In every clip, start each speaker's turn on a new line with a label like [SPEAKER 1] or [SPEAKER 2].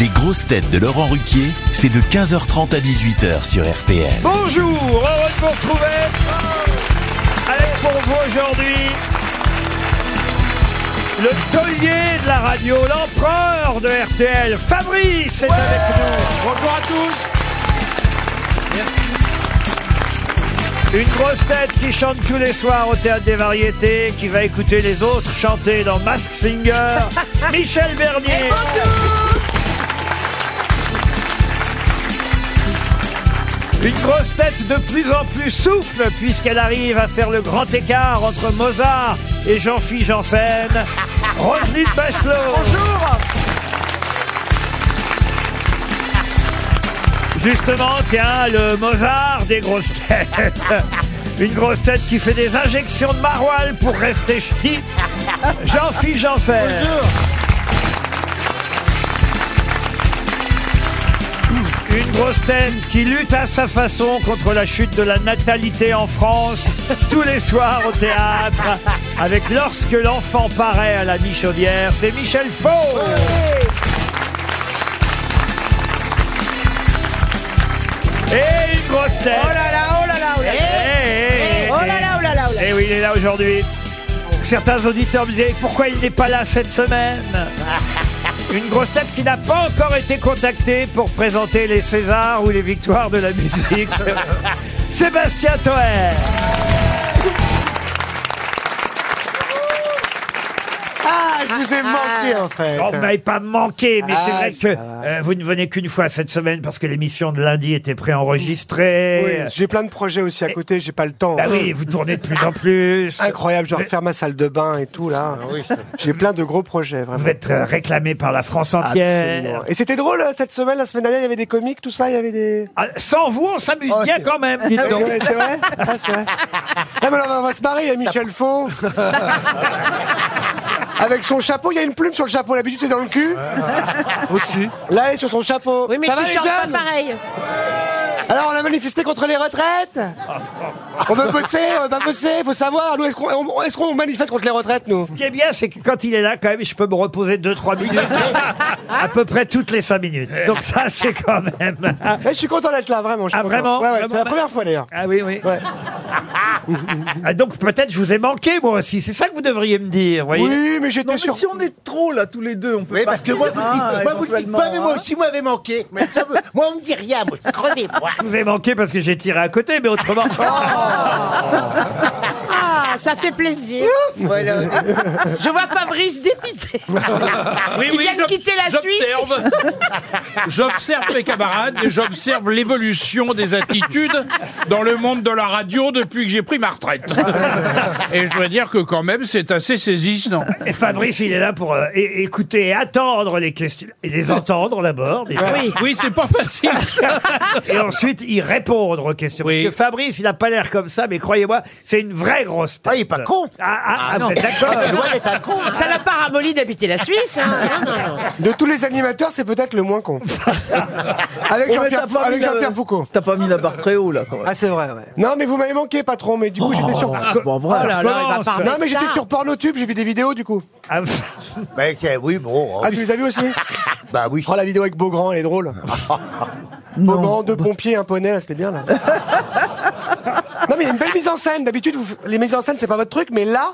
[SPEAKER 1] Les grosses têtes de Laurent Ruquier, c'est de 15h30 à 18h sur RTL.
[SPEAKER 2] Bonjour, heureux de vous retrouver. Allez, pour vous aujourd'hui, le taulier de la radio, l'empereur de RTL, Fabrice est avec nous. Bonjour à tous. Une grosse tête qui chante tous les soirs au théâtre des variétés, qui va écouter les autres chanter dans Mask Singer, Michel Bernier. Une grosse tête de plus en plus souple, puisqu'elle arrive à faire le grand écart entre Mozart et Jean-Philippe Janssen. Roselyne Bachelot. Bonjour Justement, tiens, le Mozart des grosses têtes. Une grosse tête qui fait des injections de maroilles pour rester ch'ti. Jean-Philippe Janssen. Une grosse tête qui lutte à sa façon contre la chute de la natalité en France, tous les soirs au théâtre, avec Lorsque l'enfant paraît à la Michaudière, c'est Michel Faux. Et une grosse tête.
[SPEAKER 3] Oh là là, oh là là, oh là là.
[SPEAKER 2] Eh, eh, eh,
[SPEAKER 3] Oh là là, oh là là, oh là là.
[SPEAKER 2] Eh oui, il est là aujourd'hui. Certains auditeurs me disaient pourquoi il n'est pas là cette semaine. Une grosse tête qui n'a pas encore été contactée pour présenter les Césars ou les victoires de la musique. Sébastien Toer.
[SPEAKER 4] Ah, je vous ai manqué en fait.
[SPEAKER 2] On ne m'avait Oh, pas manqué, mais
[SPEAKER 4] Ah,
[SPEAKER 2] c'est vrai
[SPEAKER 4] ça
[SPEAKER 2] que
[SPEAKER 4] va.
[SPEAKER 2] euh, vous ne venez qu'une fois cette semaine parce que l'émission de lundi était
[SPEAKER 4] Oui,
[SPEAKER 2] préenregistrée.
[SPEAKER 4] J'ai plein de projets aussi à côté, j'ai pas le temps.
[SPEAKER 2] Bah oui, vous tournez de plus en plus.
[SPEAKER 4] Incroyable, je vais refaire ma salle de bain et tout là. J'ai plein de gros projets vraiment.
[SPEAKER 2] Vous êtes euh, réclamé par la France entière.
[SPEAKER 4] Absolument. Et c'était drôle euh, cette semaine, la semaine dernière, il y avait des comiques, tout ça, il y avait des.
[SPEAKER 2] Ah, sans vous, on s'amuse
[SPEAKER 4] Oh,
[SPEAKER 2] bien
[SPEAKER 4] c'est-
[SPEAKER 2] quand même, dites donc.
[SPEAKER 4] Ouais, c'est vrai Ah, c'est vrai. Ah, mais alors, on va- on va se marrer, il y a Michel Faux. Avec son chapeau, il y a une plume sur le chapeau, l'habitude c'est dans le cul. Aussi. Là, elle est sur son chapeau.
[SPEAKER 3] Oui, mais
[SPEAKER 4] ça va
[SPEAKER 3] tu
[SPEAKER 4] les
[SPEAKER 3] chantes pas
[SPEAKER 4] jeunes
[SPEAKER 3] pareil.
[SPEAKER 4] Alors on a manifesté contre les retraites On veut bosser, on veut pas bosser, faut savoir, nous est-ce qu'on on- est-ce qu'on manifeste contre les retraites nous
[SPEAKER 2] Ce qui est bien, c'est que quand il est là, quand même, je peux me reposer 2-3 minutes. à peu près toutes les 5 minutes. Donc ça, c'est quand même. Ah,
[SPEAKER 4] Eh, Je suis content d'être là, vraiment. je suis
[SPEAKER 2] Ah,
[SPEAKER 4] content.
[SPEAKER 2] vraiment
[SPEAKER 4] Ouais, ouais,
[SPEAKER 2] Vraiment
[SPEAKER 4] c'est la première fois d'ailleurs.
[SPEAKER 2] ah oui, oui.
[SPEAKER 4] Ouais.
[SPEAKER 2] Ah, donc peut-être je vous ai manqué, moi aussi. C'est ça que vous devriez me dire, voyez.
[SPEAKER 4] Oui, mais j'étais
[SPEAKER 5] Non, mais
[SPEAKER 4] sur...
[SPEAKER 5] si on est trop là tous les deux, on peut hein,
[SPEAKER 6] Oui,
[SPEAKER 5] pas
[SPEAKER 6] parce que moi, vous dites, moi, vous dites pas, mais
[SPEAKER 5] hein.
[SPEAKER 6] moi aussi, vous m'avez manqué. Mais ça, vous- moi, on me dit rien, moi, je suis crevé, moi.
[SPEAKER 2] Je vous ai manqué parce que j'ai tiré à côté, mais autrement.
[SPEAKER 3] Ah, ça fait plaisir. Je vois Fabrice dépité.
[SPEAKER 7] Oui,
[SPEAKER 3] Il vient de
[SPEAKER 7] j'ob-
[SPEAKER 3] quitter la
[SPEAKER 7] j'observe. J'observe mes camarades et j'observe l'évolution des attitudes dans le monde de la radio depuis que j'ai pris ma retraite. Et je dois dire que quand même, c'est assez saisissant.
[SPEAKER 2] Et Fabrice, il est là pour euh, é- écouter et attendre les questions. Et les entendre d'abord. déjà.
[SPEAKER 7] Oui, c'est pas facile. ça.
[SPEAKER 2] Et ensuite, y répondre aux questions.
[SPEAKER 7] Oui.
[SPEAKER 2] Parce que Fabrice, il n'a pas l'air comme ça, mais croyez-moi, c'est une vraie grosse tête.
[SPEAKER 6] Ah, il est pas con.
[SPEAKER 2] Ah, ah, ah, vous êtes d'accord
[SPEAKER 6] C'est loin d'être un con. hein.
[SPEAKER 3] Ça l'a pas ramolli d'habiter la Suisse. hein. Non, non, non.
[SPEAKER 4] De tous les animateurs, c'est peut-être le moins con. avec
[SPEAKER 5] Ouais, mais
[SPEAKER 4] Jean-Pierre
[SPEAKER 5] t'as pas mis
[SPEAKER 4] avec
[SPEAKER 5] la-
[SPEAKER 4] Jean-Pierre Foucault.
[SPEAKER 5] T'as pas mis la barre très haut là quand même.
[SPEAKER 4] Ah c'est vrai, ouais. Non mais vous m'avez manqué patron, mais du coup j'étais sur...
[SPEAKER 5] bon, vrai.
[SPEAKER 3] Oh là là, il va
[SPEAKER 2] Commence.
[SPEAKER 3] pas
[SPEAKER 4] Non
[SPEAKER 3] remettre
[SPEAKER 4] mais j'étais
[SPEAKER 3] ça.
[SPEAKER 4] sur Pornotube, j'ai vu des vidéos du coup.
[SPEAKER 2] Ah,
[SPEAKER 6] Bah, ok, oui, bon. hein.
[SPEAKER 4] Ah tu les as vues aussi
[SPEAKER 6] Bah oui.
[SPEAKER 4] Oh la vidéo avec Beaugrand, elle est drôle.
[SPEAKER 3] Ah,
[SPEAKER 4] Beaugrand, deux pompiers, un poney, là c'était bien là. non mais il y a une belle mise en scène. D'habitude vous- les mises en scène c'est pas votre truc, mais là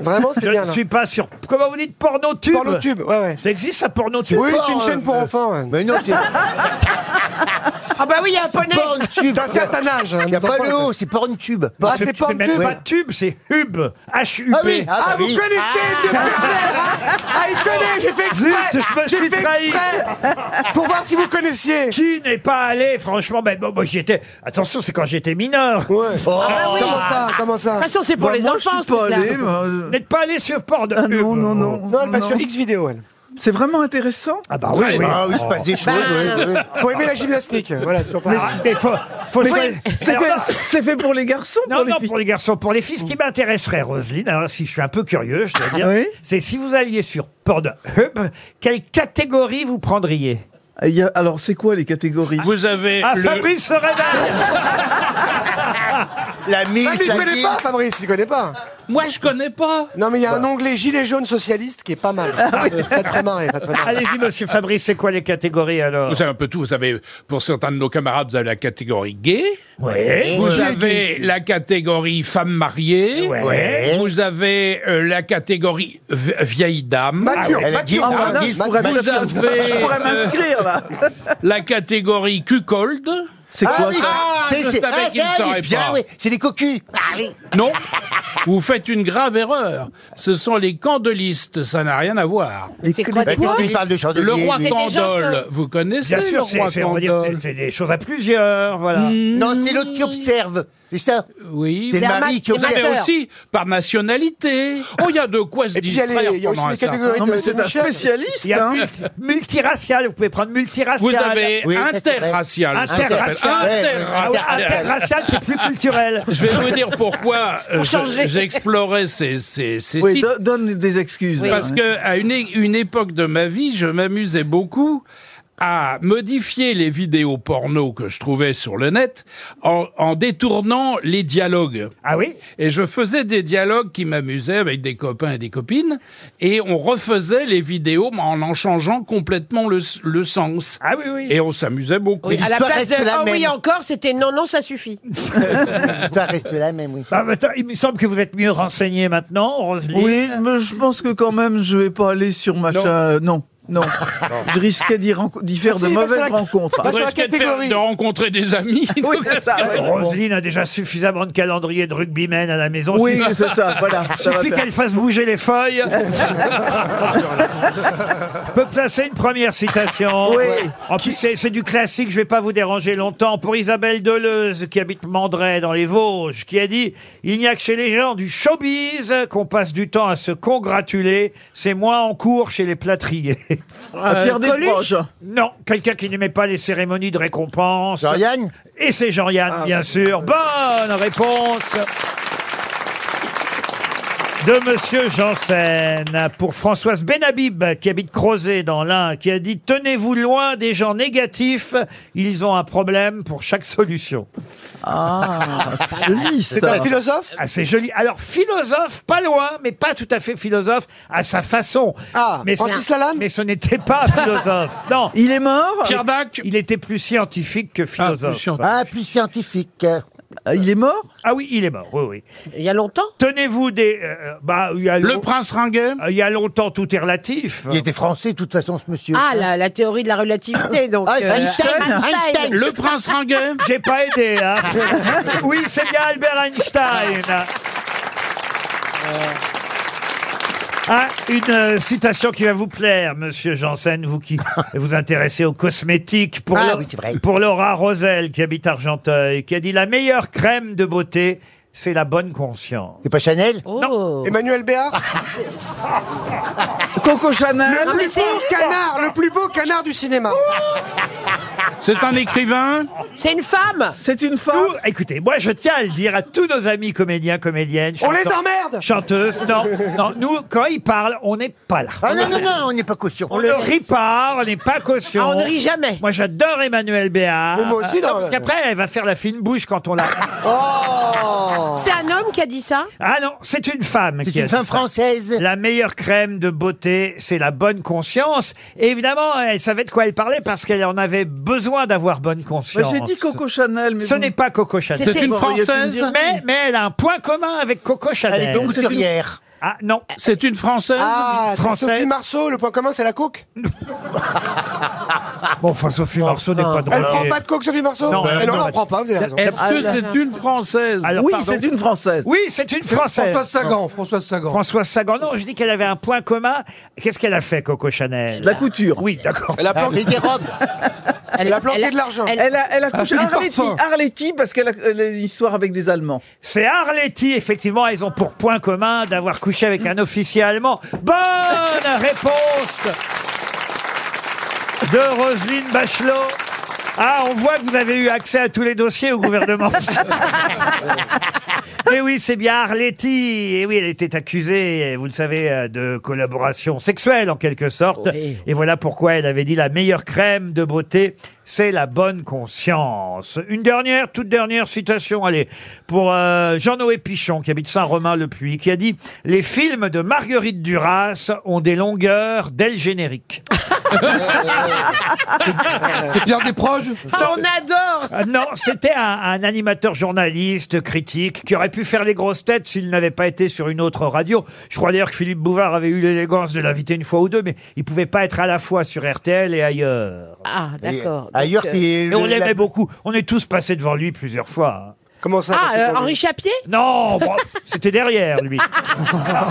[SPEAKER 4] vraiment c'est
[SPEAKER 2] je
[SPEAKER 4] bien
[SPEAKER 2] ne
[SPEAKER 4] là.
[SPEAKER 2] suis pas sur. Comment vous dites porno tube
[SPEAKER 4] Porno tube, ouais ouais.
[SPEAKER 2] Ça existe ça porno tube Oh,
[SPEAKER 4] Oui,
[SPEAKER 6] porn,
[SPEAKER 4] c'est une chaîne pour
[SPEAKER 6] euh,
[SPEAKER 4] enfants. Ben ouais.
[SPEAKER 6] Mais non, c'est
[SPEAKER 3] Ah bah oui, il y a un poney.
[SPEAKER 6] Porntube.
[SPEAKER 4] C'est un certain âge. hein,
[SPEAKER 6] Il n'y a
[SPEAKER 4] les enfants,
[SPEAKER 6] pas le
[SPEAKER 4] là.
[SPEAKER 6] haut, c'est Porntube.
[SPEAKER 4] Ah,
[SPEAKER 2] C'est
[SPEAKER 4] c'est
[SPEAKER 2] c'est
[SPEAKER 4] porn
[SPEAKER 2] même
[SPEAKER 4] tube.
[SPEAKER 2] pas tube, c'est hub. H-U-B.
[SPEAKER 6] Ah oui,
[SPEAKER 4] Ah,
[SPEAKER 6] bah
[SPEAKER 4] vous
[SPEAKER 6] oui.
[SPEAKER 4] connaissez le vieux pervers, hein Ah, il connaît, j'ai fait
[SPEAKER 2] Zut,
[SPEAKER 4] exprès
[SPEAKER 2] je me
[SPEAKER 4] J'ai
[SPEAKER 2] suis
[SPEAKER 4] fait
[SPEAKER 2] trahi.
[SPEAKER 4] exprès Pour voir si vous connaissiez
[SPEAKER 2] Qui n'est pas allé, franchement Ben bon, moi j'y étais. Attention, c'est quand j'étais mineur. Oh. Vous
[SPEAKER 4] Ah bah Comment ça Comment ça
[SPEAKER 3] De toute façon, c'est pour
[SPEAKER 5] Bah,
[SPEAKER 3] les
[SPEAKER 5] moi,
[SPEAKER 3] enfants,
[SPEAKER 5] je suis pas
[SPEAKER 3] ce truc-là.
[SPEAKER 5] allé. moi.
[SPEAKER 2] n'êtes pas allé sur porno
[SPEAKER 5] Ah
[SPEAKER 2] tube
[SPEAKER 5] non, non, non.
[SPEAKER 4] Non, elle
[SPEAKER 5] non,
[SPEAKER 4] passe sur
[SPEAKER 5] non.
[SPEAKER 4] X vidéo, elle.
[SPEAKER 5] C'est vraiment intéressant. Oh.
[SPEAKER 2] Ah bah oui, oui.
[SPEAKER 6] Ah oui, il se passe des choses.
[SPEAKER 5] Bah,
[SPEAKER 6] ouais, ouais.
[SPEAKER 4] Faut aimer la gymnastique. Voilà, c'est pas
[SPEAKER 2] Ah, mais faut, faut
[SPEAKER 5] Mais
[SPEAKER 2] choisir-
[SPEAKER 5] c'est- c'est
[SPEAKER 2] Alors, non,
[SPEAKER 5] fait, c'est fait pour les garçons,
[SPEAKER 2] Non,
[SPEAKER 5] pour les
[SPEAKER 2] non,
[SPEAKER 5] filles.
[SPEAKER 2] pour les garçons, pour les filles, ce qui m'intéresserait, Roselyne, alors si je suis un peu curieux, je dois dire,
[SPEAKER 5] Ah Oui.
[SPEAKER 2] c'est si vous alliez sur Pornhub, quelle catégorie vous prendriez
[SPEAKER 5] Il y a- alors, c'est quoi les catégories
[SPEAKER 7] Vous avez
[SPEAKER 2] Ah,
[SPEAKER 7] le,
[SPEAKER 2] Fabrice se réveille
[SPEAKER 6] La mise,
[SPEAKER 4] Ah, mais il
[SPEAKER 6] la
[SPEAKER 4] connaît
[SPEAKER 6] guilde.
[SPEAKER 4] pas, Fabrice, il connaît pas.
[SPEAKER 7] Moi, je connais pas.
[SPEAKER 4] Non, mais il y a un onglet Gilets jaunes socialistes qui est pas mal. Ça te fait marrer, ça te fait marrer.
[SPEAKER 2] Allez-y, monsieur Fabrice, c'est quoi les catégories alors
[SPEAKER 7] Vous savez un peu tout. Vous savez, pour certains de nos camarades, vous avez la catégorie gay.
[SPEAKER 2] Ouais.
[SPEAKER 7] Vous avez la catégorie femme mariée.
[SPEAKER 2] Ouais.
[SPEAKER 7] Vous avez euh, la catégorie vi- vieille dame.
[SPEAKER 4] Mature,
[SPEAKER 6] Elle a dit,
[SPEAKER 4] mature,
[SPEAKER 6] ah,
[SPEAKER 4] mature,
[SPEAKER 6] voilà,
[SPEAKER 5] pourrais
[SPEAKER 4] mature.
[SPEAKER 6] Bah,
[SPEAKER 5] m'inscrire.
[SPEAKER 7] vous avez,
[SPEAKER 5] Je pourrais
[SPEAKER 7] euh,
[SPEAKER 5] m'inscrire, là.
[SPEAKER 7] La catégorie cuckold.
[SPEAKER 5] C'est
[SPEAKER 6] Ah
[SPEAKER 5] quoi
[SPEAKER 6] oui,
[SPEAKER 5] ça
[SPEAKER 7] Ah,
[SPEAKER 6] c'est-
[SPEAKER 7] je
[SPEAKER 6] c'est-
[SPEAKER 7] savais
[SPEAKER 6] ah,
[SPEAKER 7] qu'il
[SPEAKER 6] ça,
[SPEAKER 7] saurait
[SPEAKER 6] il est bien,
[SPEAKER 7] pas.
[SPEAKER 6] oui. C'est des cocus. Ah, oui.
[SPEAKER 7] Non. Vous faites une grave erreur. Ce sont les candelistes. Ça n'a rien à voir.
[SPEAKER 5] Les-
[SPEAKER 3] C'est quoi
[SPEAKER 5] les-
[SPEAKER 6] Bah, Qu'est-ce que tu parles de chandelier
[SPEAKER 7] Le roi
[SPEAKER 6] lui
[SPEAKER 3] des gens
[SPEAKER 7] Candole,
[SPEAKER 3] comme-
[SPEAKER 7] vous connaissez
[SPEAKER 2] Bien
[SPEAKER 7] le
[SPEAKER 2] sûr, c'est
[SPEAKER 7] roi
[SPEAKER 2] c'est- on va dire, c'est-
[SPEAKER 7] Candole
[SPEAKER 2] c'est des choses à plusieurs, voilà.
[SPEAKER 6] Non, c'est l'autre qui observe. C'est Mm. ça.
[SPEAKER 7] Oui.
[SPEAKER 6] C'est le
[SPEAKER 3] C'est un
[SPEAKER 6] mari
[SPEAKER 3] mat-
[SPEAKER 6] qui
[SPEAKER 7] Vous avez
[SPEAKER 6] observe.
[SPEAKER 3] Amateur.
[SPEAKER 7] aussi par nationalité. Oh, il y a de quoi se
[SPEAKER 4] Et puis il y a,
[SPEAKER 7] distraire
[SPEAKER 4] les- il y a aussi
[SPEAKER 7] pendant un
[SPEAKER 4] les
[SPEAKER 7] certain
[SPEAKER 4] catégories
[SPEAKER 5] Non,
[SPEAKER 4] de-
[SPEAKER 5] mais
[SPEAKER 4] de
[SPEAKER 5] c'est un
[SPEAKER 4] Michel.
[SPEAKER 2] Il
[SPEAKER 5] spécialiste,
[SPEAKER 2] y a
[SPEAKER 5] hein.
[SPEAKER 2] multi- multiracial, vous pouvez prendre multiracial.
[SPEAKER 7] Vous avez
[SPEAKER 6] Oui, ça, c'est vrai.
[SPEAKER 7] interracial. ça s'appelle.
[SPEAKER 2] Interracial.
[SPEAKER 6] Ouais,
[SPEAKER 2] Ah ouais,
[SPEAKER 7] Interracial.
[SPEAKER 2] interracial, c'est plus culturel.
[SPEAKER 7] Je vais vous dire pourquoi euh, je-
[SPEAKER 3] changer.
[SPEAKER 7] j'explorais ces, ces, ces
[SPEAKER 5] Oui,
[SPEAKER 7] sites.
[SPEAKER 5] do- donne des excuses. hein. là,
[SPEAKER 7] Parce
[SPEAKER 5] ouais.
[SPEAKER 7] que à une, é- une époque de ma vie, je m'amusais beaucoup à modifier les vidéos porno que je trouvais sur le net en, en détournant les dialogues.
[SPEAKER 2] Ah oui
[SPEAKER 7] Et je faisais des dialogues qui m'amusaient avec des copains et des copines, et on refaisait les vidéos mais en en changeant complètement le, s- le sens.
[SPEAKER 2] Ah oui, oui.
[SPEAKER 7] Et on s'amusait beaucoup.
[SPEAKER 3] Oui, à la
[SPEAKER 6] l'histoire
[SPEAKER 3] place
[SPEAKER 6] reste
[SPEAKER 3] de
[SPEAKER 6] la
[SPEAKER 3] Ah oui,
[SPEAKER 6] même.
[SPEAKER 3] encore, c'était non, non, ça suffit.
[SPEAKER 6] L'histoire reste la même, oui.
[SPEAKER 2] Bah, mais attends, il me semble que vous êtes mieux renseigné maintenant, Roselyne.
[SPEAKER 5] Oui, mais je pense que quand même, je vais pas aller sur machin. euh, Non, non. Je risquais d'y renco- d'y faire
[SPEAKER 4] Ah,
[SPEAKER 5] de
[SPEAKER 4] si, parce
[SPEAKER 5] mauvaises
[SPEAKER 4] que la-
[SPEAKER 5] rencontres.
[SPEAKER 4] parce-
[SPEAKER 7] On
[SPEAKER 4] sur la
[SPEAKER 7] risquait de, faire-
[SPEAKER 4] catégorie.
[SPEAKER 7] de rencontrer des amis.
[SPEAKER 5] Oui, c'est ça, ouais.
[SPEAKER 2] Roselyne a déjà suffisamment de calendrier de rugbymen à la maison.
[SPEAKER 5] Oui,
[SPEAKER 2] Il
[SPEAKER 5] c'est ça, voilà. ça va
[SPEAKER 2] suffit
[SPEAKER 5] faire.
[SPEAKER 2] qu'elle fasse bouger les feuilles. Je peux placer une première citation.
[SPEAKER 5] Oui.
[SPEAKER 2] En plus, c'est c'est du classique, je vais pas vous déranger longtemps. Pour Isabelle Deleuze, qui habite Mandray dans les Vosges, qui a dit « Il n'y a que chez les gens du showbiz qu'on passe du temps à se congratuler. C'est moins en cours chez les plâtriers.
[SPEAKER 5] À Pierre Desproges. »
[SPEAKER 2] Non, quelqu'un qui n'aimait pas les cérémonies de récompense.
[SPEAKER 6] Jean-Yann
[SPEAKER 2] Et c'est Jean-Yann,
[SPEAKER 5] Ah.
[SPEAKER 2] bien sûr. Bonne réponse de Monsieur Janssen pour Françoise Benhabib qui habite Crozet dans l'Ain qui a dit tenez-vous loin des gens négatifs ils ont un problème pour chaque solution
[SPEAKER 5] Ah, c'est joli
[SPEAKER 4] C'est
[SPEAKER 5] ça.
[SPEAKER 4] un philosophe
[SPEAKER 2] ah, c'est joli alors philosophe pas loin mais pas tout à fait philosophe à sa façon
[SPEAKER 4] Ah,
[SPEAKER 2] mais ce-
[SPEAKER 4] Francis Lalanne
[SPEAKER 2] mais ce n'était pas un philosophe non
[SPEAKER 5] Il est mort
[SPEAKER 7] Pierre Dac,
[SPEAKER 2] il était plus scientifique que
[SPEAKER 7] Ah,
[SPEAKER 2] philosophe
[SPEAKER 7] chiant.
[SPEAKER 6] Ah, plus scientifique.
[SPEAKER 5] Ah, Il est mort
[SPEAKER 2] ah oui il est mort oui oui
[SPEAKER 3] Il y a longtemps
[SPEAKER 2] Tenez-vous des. euh, bah, il y a
[SPEAKER 7] le
[SPEAKER 2] long-
[SPEAKER 7] prince Ringuet
[SPEAKER 2] euh, il y a longtemps, tout est relatif.
[SPEAKER 6] Il était français, de toute façon, ce monsieur.
[SPEAKER 3] Ah, la, la théorie de la relativité, donc. euh,
[SPEAKER 6] Ah, Einstein,
[SPEAKER 3] Einstein.
[SPEAKER 6] Einstein.
[SPEAKER 7] Le prince Ringuet
[SPEAKER 2] J'ai pas aidé, hein. Oui, c'est bien Albert Einstein. Ah, une euh, citation qui va vous plaire, monsieur Janssen, vous qui vous intéressez aux cosmétiques. Pour,
[SPEAKER 6] Ah
[SPEAKER 2] Lau-
[SPEAKER 6] oui, c'est vrai.
[SPEAKER 2] pour Laura Rosel, qui habite Argenteuil, qui a dit La meilleure crème de beauté, c'est la bonne conscience.
[SPEAKER 6] C'est pas Chanel
[SPEAKER 3] Oh.
[SPEAKER 4] Emmanuel Béard
[SPEAKER 5] Coco Chanel
[SPEAKER 3] Ah, mais c'est-
[SPEAKER 4] Canard, le plus beau canard du cinéma.
[SPEAKER 7] C'est un écrivain
[SPEAKER 3] C'est une femme
[SPEAKER 5] C'est une femme
[SPEAKER 2] Nous, écoutez, moi je tiens à le dire à tous nos amis comédiens, comédiennes.
[SPEAKER 4] On les
[SPEAKER 2] chanteurs-
[SPEAKER 4] emmerde
[SPEAKER 2] Chanteuse, non, non, nous, quand ils parlent, on n'est pas là.
[SPEAKER 6] Ah non, non, non, on n'est pas caution.
[SPEAKER 2] On ne rit pas, on n'est pas caution.
[SPEAKER 3] Ah, On ne rit jamais.
[SPEAKER 2] Moi, j'adore Emmanuel Béard. Ah,
[SPEAKER 4] Mais moi aussi, non,
[SPEAKER 2] Non, parce
[SPEAKER 4] mais-
[SPEAKER 2] qu'après, elle va faire la fine bouche quand on la.
[SPEAKER 4] Oh
[SPEAKER 3] C'est un homme qui a dit ça
[SPEAKER 2] Ah non, c'est une femme
[SPEAKER 6] C'est
[SPEAKER 2] qui a
[SPEAKER 6] une
[SPEAKER 2] dit ça.
[SPEAKER 6] femme française.
[SPEAKER 2] La meilleure crème de beauté, c'est la bonne conscience. Et évidemment, elle savait de quoi elle parlait parce qu'elle en avait besoin d'avoir bonne
[SPEAKER 5] Bah,
[SPEAKER 2] conscience.
[SPEAKER 5] J'ai dit Coco Chanel, mais
[SPEAKER 2] Ce
[SPEAKER 5] bon.
[SPEAKER 2] n'est pas Coco Chanel.
[SPEAKER 7] C'est
[SPEAKER 3] C'était
[SPEAKER 7] une
[SPEAKER 5] bon, il y a plus de
[SPEAKER 7] française
[SPEAKER 5] dire.
[SPEAKER 2] Mais, mais elle a un point commun avec Coco Chanel.
[SPEAKER 6] Elle est donc couturière.
[SPEAKER 2] Ah non,
[SPEAKER 7] C'est une française
[SPEAKER 4] Ah, c'est
[SPEAKER 2] Français.
[SPEAKER 4] Sophie Marceau, le point commun, c'est la coke.
[SPEAKER 2] bon, enfin, Sophie Marceau n'est pas
[SPEAKER 4] Elle
[SPEAKER 2] droguée.
[SPEAKER 4] prend pas de coke, Sophie Marceau
[SPEAKER 2] Non,
[SPEAKER 4] Elle
[SPEAKER 2] non,
[SPEAKER 4] n'en
[SPEAKER 2] non.
[SPEAKER 4] prend pas, vous avez raison.
[SPEAKER 7] Est-ce
[SPEAKER 5] Ah,
[SPEAKER 7] que
[SPEAKER 5] là,
[SPEAKER 7] c'est une française
[SPEAKER 2] Alors,
[SPEAKER 5] Oui,
[SPEAKER 2] pardon.
[SPEAKER 5] c'est une Française.
[SPEAKER 2] Oui, c'est une Française.
[SPEAKER 8] Françoise Sagan, Françoise Sagan.
[SPEAKER 2] Françoise Sagan. Non, je dis qu'elle avait un point commun. Qu'est-ce qu'elle a fait, Coco Chanel
[SPEAKER 5] De la couture.
[SPEAKER 2] Oui, d'accord. Ah,
[SPEAKER 4] Elle a
[SPEAKER 6] Elle
[SPEAKER 4] planqué,
[SPEAKER 6] fait des robes.
[SPEAKER 3] Elle
[SPEAKER 4] elle a planqué de l'argent.
[SPEAKER 3] elle-
[SPEAKER 5] Elle a, elle a couché
[SPEAKER 8] c'est du
[SPEAKER 5] Arletty,
[SPEAKER 8] parfum.
[SPEAKER 5] Arletty, parce qu'elle a elle a une histoire avec des Allemands.
[SPEAKER 2] C'est Arletty, effectivement, ils ont pour point commun d'avoir couché avec un officier allemand. Bonne réponse de Roselyne Bachelot. Ah, on voit que vous avez eu accès à tous les dossiers au gouvernement. Mais Eh oui, c'est bien Arletty. Et oui, elle était accusée, vous le savez, euh, de collaboration sexuelle en quelque sorte. Et voilà pourquoi elle avait dit la meilleure crème de beauté, c'est la bonne conscience. Une dernière, toute dernière citation, allez, pour euh, Jean-Noé Pichon, qui habite Saint-Romain-le-Puy, qui a dit Les films de Marguerite Duras ont des longueurs dès le générique.
[SPEAKER 8] C'est Pierre Desproges
[SPEAKER 3] Ah, On adore
[SPEAKER 2] Ah non, c'était un, un animateur journaliste, critique, qui aurait pu faire les grosses têtes s'il n'avait pas été sur une autre radio. Je crois d'ailleurs que Philippe Bouvard avait eu l'élégance de l'inviter une fois ou deux, mais il pouvait pas être à la fois sur RTL et ailleurs.
[SPEAKER 3] Ah, d'accord.
[SPEAKER 6] Ailleurs,
[SPEAKER 3] Donc, euh,
[SPEAKER 6] c'est.
[SPEAKER 2] Et
[SPEAKER 6] le-
[SPEAKER 2] on l'aimait
[SPEAKER 6] la-
[SPEAKER 2] beaucoup. On est tous passés devant lui plusieurs fois.
[SPEAKER 4] Comment ça
[SPEAKER 3] Ah,
[SPEAKER 4] c'est
[SPEAKER 3] euh,
[SPEAKER 4] pour lui
[SPEAKER 3] Henri Chapier
[SPEAKER 2] Non, bon, c'était derrière lui.
[SPEAKER 3] Ah,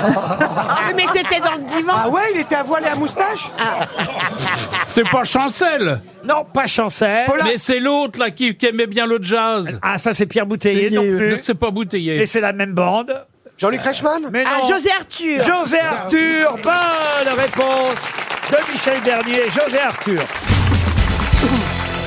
[SPEAKER 3] Mais c'était dans le divan Ah.
[SPEAKER 4] Ah ouais, il était à voile et à moustache
[SPEAKER 2] Ah.
[SPEAKER 7] C'est pas Chancel,
[SPEAKER 2] Non, pas Chancel.
[SPEAKER 7] mais c'est l'autre là qui, qui aimait bien le jazz.
[SPEAKER 2] Ah, ça c'est Pierre Bouteiller non
[SPEAKER 5] Bouteiller, euh,
[SPEAKER 2] plus.
[SPEAKER 7] C'est pas
[SPEAKER 2] Et
[SPEAKER 7] Bouteillé.
[SPEAKER 2] c'est la même bande.
[SPEAKER 4] Jean-Luc Reichmann
[SPEAKER 2] Mais
[SPEAKER 3] Ah,
[SPEAKER 2] non.
[SPEAKER 3] José Arthur
[SPEAKER 2] José Arthur, bonne réponse de Michel Bernier, José Arthur.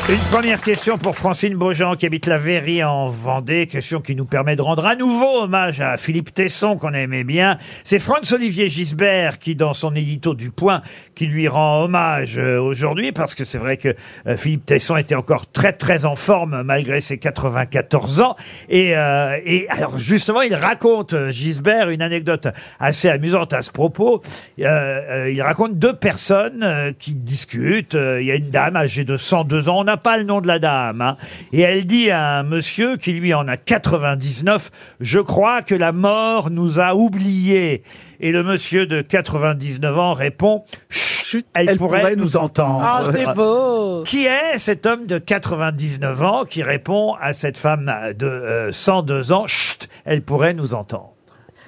[SPEAKER 2] Une première question pour Francine Beaujean qui habite la Verrie en Vendée, question qui nous permet de rendre à nouveau hommage à Philippe Tesson qu'on aimait bien. C'est Franz-Olivier Gisbert qui, dans son édito du Point, qui lui rend hommage euh, aujourd'hui parce que c'est vrai que euh, Philippe Tesson était encore très très en forme malgré ses 94 ans. Et, euh, et alors justement, il raconte, euh, Gisbert, une anecdote assez amusante à ce propos. Euh, euh, il raconte deux personnes euh, qui discutent. Euh, Il y a une dame âgée de 102 ans, on n'a pas le nom de la dame. hein. Et elle dit à un monsieur qui lui en a 99, je crois que la mort nous a oubliés. Et le monsieur de 99 ans répond, Chut, elle, pourrait, nous entendre.
[SPEAKER 3] Ah, c'est beau
[SPEAKER 2] Oh, euh, Qui est cet homme de 99 ans qui répond à cette femme de euh, 102 ans Chut, elle pourrait nous entendre.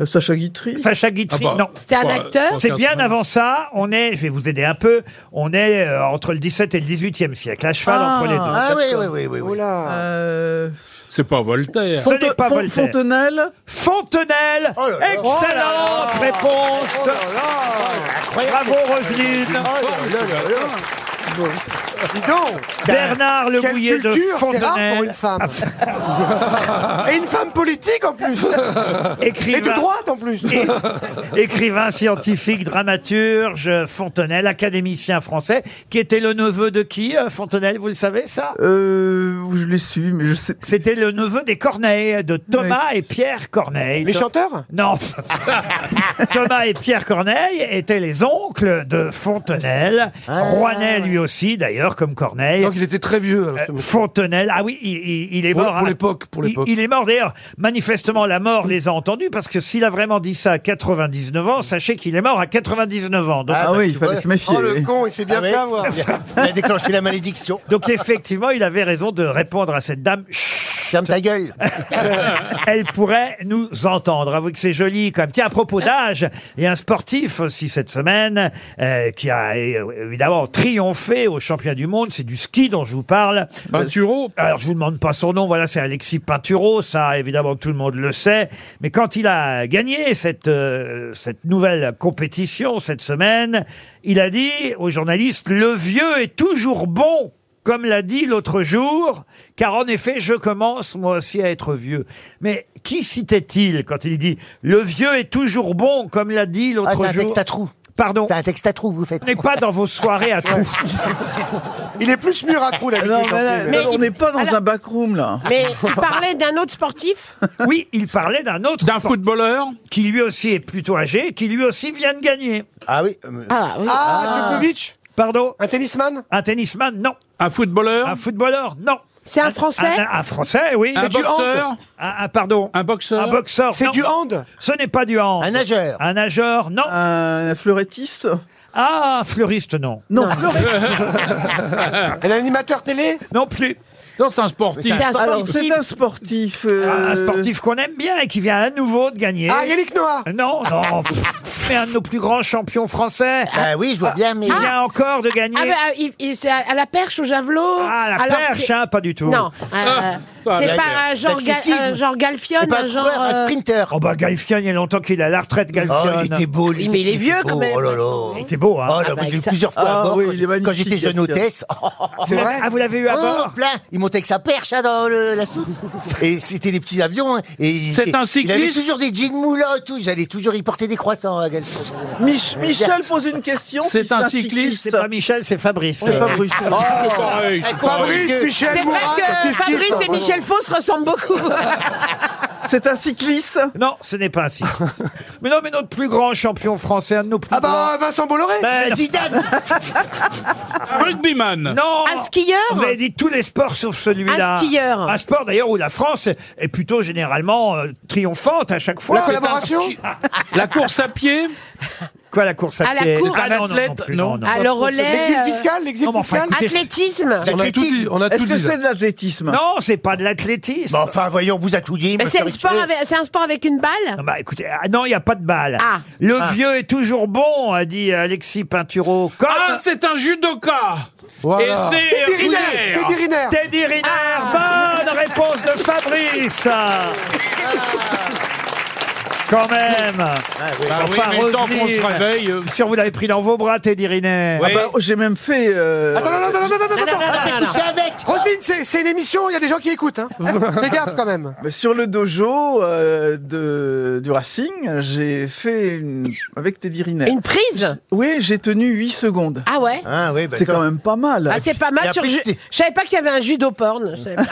[SPEAKER 5] Euh, Sacha Guitry
[SPEAKER 2] Sacha Guitry,
[SPEAKER 7] Ah bah,
[SPEAKER 2] non.
[SPEAKER 3] C'était un
[SPEAKER 7] Quoi,
[SPEAKER 3] acteur
[SPEAKER 2] C'est bien avant ça, on est, je vais vous aider un peu, on est euh, entre le 17 et le 18e siècle, à cheval
[SPEAKER 5] Ah,
[SPEAKER 2] entre les deux.
[SPEAKER 6] Ah oui, oui, oui, oui. oui.
[SPEAKER 4] Oh là
[SPEAKER 5] Euh,
[SPEAKER 7] C'est pas Voltaire.
[SPEAKER 2] Ce n'est
[SPEAKER 5] Fonte-
[SPEAKER 2] pas
[SPEAKER 5] Fon-
[SPEAKER 2] Voltaire.
[SPEAKER 5] Fontenelle
[SPEAKER 2] Fontenelle,
[SPEAKER 6] Oh là là.
[SPEAKER 2] excellente réponse
[SPEAKER 4] Oh
[SPEAKER 2] Bravo Roselyne
[SPEAKER 6] Oh
[SPEAKER 4] Dis donc
[SPEAKER 2] Bernard Le
[SPEAKER 4] Quelle
[SPEAKER 2] Bouillet de
[SPEAKER 4] culture, c'est rare pour
[SPEAKER 2] Fontenelle,
[SPEAKER 4] une femme Et une femme politique en plus Et de
[SPEAKER 2] écrivain,
[SPEAKER 4] droite en plus
[SPEAKER 2] é- écrivain scientifique, dramaturge, euh, Fontenelle, académicien français, qui était le neveu de qui, euh, Fontenelle, vous le savez ça
[SPEAKER 5] euh, Je l'ai su, mais je sais.
[SPEAKER 2] C'était le neveu des Corneilles, de Thomas et Pierre Corneille.
[SPEAKER 4] Les chanteurs
[SPEAKER 2] Non. Thomas et Pierre Corneille étaient les oncles de Fontenelle.
[SPEAKER 5] Ah.
[SPEAKER 2] Rouanet lui aussi, d'ailleurs, comme Corneille.
[SPEAKER 8] Donc il était très vieux. alors,
[SPEAKER 2] Euh,
[SPEAKER 8] ce monsieur.
[SPEAKER 2] Fontenelle, ah oui, il, il- il est
[SPEAKER 8] Pour-
[SPEAKER 2] mort.
[SPEAKER 8] pour
[SPEAKER 2] à-
[SPEAKER 8] l'époque, pour
[SPEAKER 2] Il-
[SPEAKER 8] l'époque.
[SPEAKER 2] Il, est mort d'ailleurs. Manifestement, la mort les a entendus parce que s'il a vraiment dit ça à 99 ans, sachez qu'il est mort à 99 ans. Donc,
[SPEAKER 5] Ah, oui, il fallait
[SPEAKER 6] vois.
[SPEAKER 5] se méfier.
[SPEAKER 4] Oh le
[SPEAKER 5] oui.
[SPEAKER 4] con, il s'est bien
[SPEAKER 6] Ah oui.
[SPEAKER 4] fait avoir
[SPEAKER 6] Il a- il a déclenché la malédiction.
[SPEAKER 2] donc effectivement, il avait raison de répondre à cette dame. Chut,
[SPEAKER 6] Ferme ta gueule.
[SPEAKER 2] elle pourrait nous entendre. Avouez que c'est joli comme. Tiens, à propos d'âge, il y a un sportif aussi cette semaine euh, qui a euh, évidemment triomphé au championnat du monde. C'est du ski dont je vous parle. Euh,
[SPEAKER 7] Pinturo.
[SPEAKER 2] Alors, je vous demande pas son nom. Voilà, c'est Alexis Pinturo. Ça, évidemment, tout le monde le sait. Mais quand il a gagné cette, euh, cette nouvelle compétition cette semaine, il a dit aux journalistes, le vieux est toujours bon. Comme l'a dit l'autre jour, car en effet, je commence moi aussi à être vieux. Mais qui citait-il quand il dit le vieux est toujours bon, comme l'a dit l'autre
[SPEAKER 6] Ah, c'est un
[SPEAKER 2] jour
[SPEAKER 6] texte à trous.
[SPEAKER 2] Pardon,
[SPEAKER 6] C'est un texte à trous, vous faites.
[SPEAKER 2] on n'est pas dans vos soirées à trous.
[SPEAKER 4] Il est plus mûr à trous la
[SPEAKER 5] Ah
[SPEAKER 4] hein.
[SPEAKER 5] Non, mais là,
[SPEAKER 4] mais...
[SPEAKER 5] là, on n'est pas dans
[SPEAKER 3] Alors-
[SPEAKER 5] un backroom, là.
[SPEAKER 3] Mais il parlait d'un autre sportif
[SPEAKER 2] Oui, il parlait d'un autre
[SPEAKER 7] D'un footballeur
[SPEAKER 2] qui lui aussi est plutôt âgé, qui lui aussi vient de gagner.
[SPEAKER 6] Ah oui. euh,
[SPEAKER 3] Ah, oui.
[SPEAKER 4] Ah, Djokovic
[SPEAKER 2] Pardon
[SPEAKER 4] Un tennisman
[SPEAKER 2] Un tennisman Non.
[SPEAKER 7] Un footballeur
[SPEAKER 2] Un footballeur Non.
[SPEAKER 3] C'est un Français
[SPEAKER 2] Un, un Français, oui.
[SPEAKER 7] Un
[SPEAKER 2] C'est du hand.
[SPEAKER 7] boxeur
[SPEAKER 2] Un, un- pardon.
[SPEAKER 7] Un boxeur
[SPEAKER 2] Un boxeur
[SPEAKER 4] C'est
[SPEAKER 2] non.
[SPEAKER 4] du hand
[SPEAKER 2] Ce n'est pas du hand.
[SPEAKER 6] Un nageur.
[SPEAKER 2] Un nageur Non.
[SPEAKER 5] Un fleurettiste
[SPEAKER 2] Ah, un fleuriste Non.
[SPEAKER 5] Non, fleurette.
[SPEAKER 4] Un animateur télé
[SPEAKER 2] Non plus.
[SPEAKER 7] Non, c'est un sportif.
[SPEAKER 3] C'est un
[SPEAKER 5] Alors, c'est
[SPEAKER 3] sportif
[SPEAKER 5] un sportif.
[SPEAKER 2] Un-
[SPEAKER 5] euh,
[SPEAKER 2] Un sportif qu'on aime bien et qui vient à nouveau de gagner.
[SPEAKER 4] Ah, Yannick Noah
[SPEAKER 2] Non, non. Pff, Mais un de nos plus grands champions français.
[SPEAKER 9] Ah,
[SPEAKER 6] Bah oui, je vois bien, mais.
[SPEAKER 2] Il vient encore de gagner.
[SPEAKER 3] euh, Ah, bah, il, il- c'est à, à la perche, au javelot
[SPEAKER 2] Ah, la
[SPEAKER 3] Alors,
[SPEAKER 2] perche,
[SPEAKER 3] c'est-
[SPEAKER 2] hein, pas du tout.
[SPEAKER 3] Non. euh, C'est pas un genre, Ga-
[SPEAKER 9] L'athlétisme.
[SPEAKER 3] un genre Galfion,
[SPEAKER 9] C'est pas
[SPEAKER 3] un
[SPEAKER 9] un
[SPEAKER 3] genre.
[SPEAKER 9] coureur, un
[SPEAKER 3] euh,
[SPEAKER 9] sprinter.
[SPEAKER 2] Oh bah Galfian, il y a longtemps qu'il est à la retraite,
[SPEAKER 9] Oh,
[SPEAKER 2] Galfian.
[SPEAKER 9] il était beau,
[SPEAKER 3] Oui,
[SPEAKER 9] lui.
[SPEAKER 3] mais il est vieux, quand
[SPEAKER 9] Oh
[SPEAKER 3] même.
[SPEAKER 9] là là.
[SPEAKER 2] Il était beau, hein.
[SPEAKER 9] Oh là,
[SPEAKER 3] Ah bah,
[SPEAKER 9] moi, je l'ai
[SPEAKER 3] ça-
[SPEAKER 9] plusieurs fois
[SPEAKER 5] Ah
[SPEAKER 9] à bord
[SPEAKER 5] oui,
[SPEAKER 9] quand-
[SPEAKER 5] il est
[SPEAKER 9] quand
[SPEAKER 5] magnifique,
[SPEAKER 9] j'étais jeune
[SPEAKER 5] Pierre.
[SPEAKER 9] hôtesse.
[SPEAKER 4] C'est vrai
[SPEAKER 2] Ah, vous l'avez eu à
[SPEAKER 9] Oh,
[SPEAKER 2] bord
[SPEAKER 9] plein Il montait avec sa
[SPEAKER 6] hein,
[SPEAKER 9] perche là, dans le- la soute. Et c'était des petits avions. hein. Et il-
[SPEAKER 7] C'est un
[SPEAKER 9] et- Il avait
[SPEAKER 7] cycliste
[SPEAKER 9] toujours des jeans moulants et tout. J'allais toujours y porter des croissants. à Galles.
[SPEAKER 5] Mich- Michel pose une question.
[SPEAKER 7] C'est
[SPEAKER 5] si
[SPEAKER 7] un cycliste.
[SPEAKER 2] C'est pas Michel, c'est Fabrice. Ah,
[SPEAKER 5] C'est pas Bruce.
[SPEAKER 9] Oh, Ah,
[SPEAKER 7] Pareil, c'est pareil.
[SPEAKER 4] Fabrice, Michel,
[SPEAKER 3] Ah. C'est vrai
[SPEAKER 4] Mourad,
[SPEAKER 3] que
[SPEAKER 4] kiff, kiff.
[SPEAKER 3] Fabrice et Michel Faux se ressemblent beaucoup.
[SPEAKER 5] C'est un cycliste.
[SPEAKER 2] Non, ce n'est pas ainsi. mais non, mais notre plus grand champion français, un de nos plus
[SPEAKER 4] Ah bah, Vincent Bolloré
[SPEAKER 2] grands. Ben,
[SPEAKER 9] Zidane
[SPEAKER 6] Ah,
[SPEAKER 7] Rugbyman.
[SPEAKER 2] non
[SPEAKER 3] Un skieur
[SPEAKER 2] Vous avez dit tous les sports sauf celui-là.
[SPEAKER 3] Un skieur.
[SPEAKER 2] Un sport d'ailleurs où la France est plutôt généralement euh, triomphante à chaque fois.
[SPEAKER 4] La collaboration
[SPEAKER 7] La course à pied.
[SPEAKER 2] Quoi, la course à,
[SPEAKER 3] À la
[SPEAKER 2] pied
[SPEAKER 3] course.
[SPEAKER 2] Ah non, non, non,
[SPEAKER 7] L'athlète,
[SPEAKER 2] plus,
[SPEAKER 7] non.
[SPEAKER 2] non, non.
[SPEAKER 3] Ah, le relais.
[SPEAKER 4] L'exil
[SPEAKER 3] euh,
[SPEAKER 4] fiscal L'exil
[SPEAKER 2] Non, mais enfin,
[SPEAKER 4] fiscal
[SPEAKER 2] écoutez,
[SPEAKER 3] Athlétisme.
[SPEAKER 10] On a tout dit. On a
[SPEAKER 5] Est-ce
[SPEAKER 10] tout
[SPEAKER 5] que
[SPEAKER 10] dit. là.
[SPEAKER 5] c'est de l'athlétisme
[SPEAKER 2] non, c'est pas de l'athlétisme.
[SPEAKER 9] Bah, Enfin, voyons, vous a tout dit.
[SPEAKER 3] Mais
[SPEAKER 9] moi,
[SPEAKER 3] C'est
[SPEAKER 9] je
[SPEAKER 3] un,
[SPEAKER 9] suis
[SPEAKER 3] sport hein.
[SPEAKER 9] resté.
[SPEAKER 3] avec- c'est un sport avec une
[SPEAKER 2] Ah
[SPEAKER 3] balle
[SPEAKER 2] Bah écoutez, ah non, il n'y a pas de balle.
[SPEAKER 3] Ah.
[SPEAKER 2] Le vieux est toujours bon, a dit Alexis Pinturo. Comme
[SPEAKER 7] Ah, c'est un judoka. Et
[SPEAKER 10] Voilà.
[SPEAKER 7] c'est
[SPEAKER 4] Teddy Riner
[SPEAKER 7] Riner.
[SPEAKER 4] Teddy Riner
[SPEAKER 2] Teddy Riner. Bonne réponse de Fabrice.
[SPEAKER 7] Ah.
[SPEAKER 2] Quand même.
[SPEAKER 7] Bah oui,
[SPEAKER 2] Enfin,
[SPEAKER 7] mais tant qu'on se
[SPEAKER 2] revenir.
[SPEAKER 7] réveille. euh,
[SPEAKER 2] Je suis sûr que vous l'avez pris dans vos bras, Teddy Riner.
[SPEAKER 7] ouais.
[SPEAKER 5] Bah, J'ai même fait. euh,
[SPEAKER 4] Attends, non, non, non, non, non,
[SPEAKER 3] Non,
[SPEAKER 4] non,
[SPEAKER 3] non,
[SPEAKER 4] non,
[SPEAKER 3] non, non, non.
[SPEAKER 9] C'est avec
[SPEAKER 4] Roselyne, c'est c'est une émission, il y a des gens qui écoutent. Hein. Fais gaffe quand même.
[SPEAKER 5] Mais Bah, sur le dojo euh, de, du Racing, j'ai fait une- avec Teddy Riner.
[SPEAKER 3] Une prise
[SPEAKER 5] Oui, j'ai tenu 8 secondes.
[SPEAKER 3] Ah ouais
[SPEAKER 9] Ah oui, bah,
[SPEAKER 5] C'est quand
[SPEAKER 9] attends.
[SPEAKER 5] même pas mal.
[SPEAKER 3] Ah, c'est pas
[SPEAKER 9] Et
[SPEAKER 3] mal. Sur
[SPEAKER 9] après,
[SPEAKER 3] ju-
[SPEAKER 9] c'était-
[SPEAKER 3] Je savais pas qu'il y avait un judo porn. Je savais pas.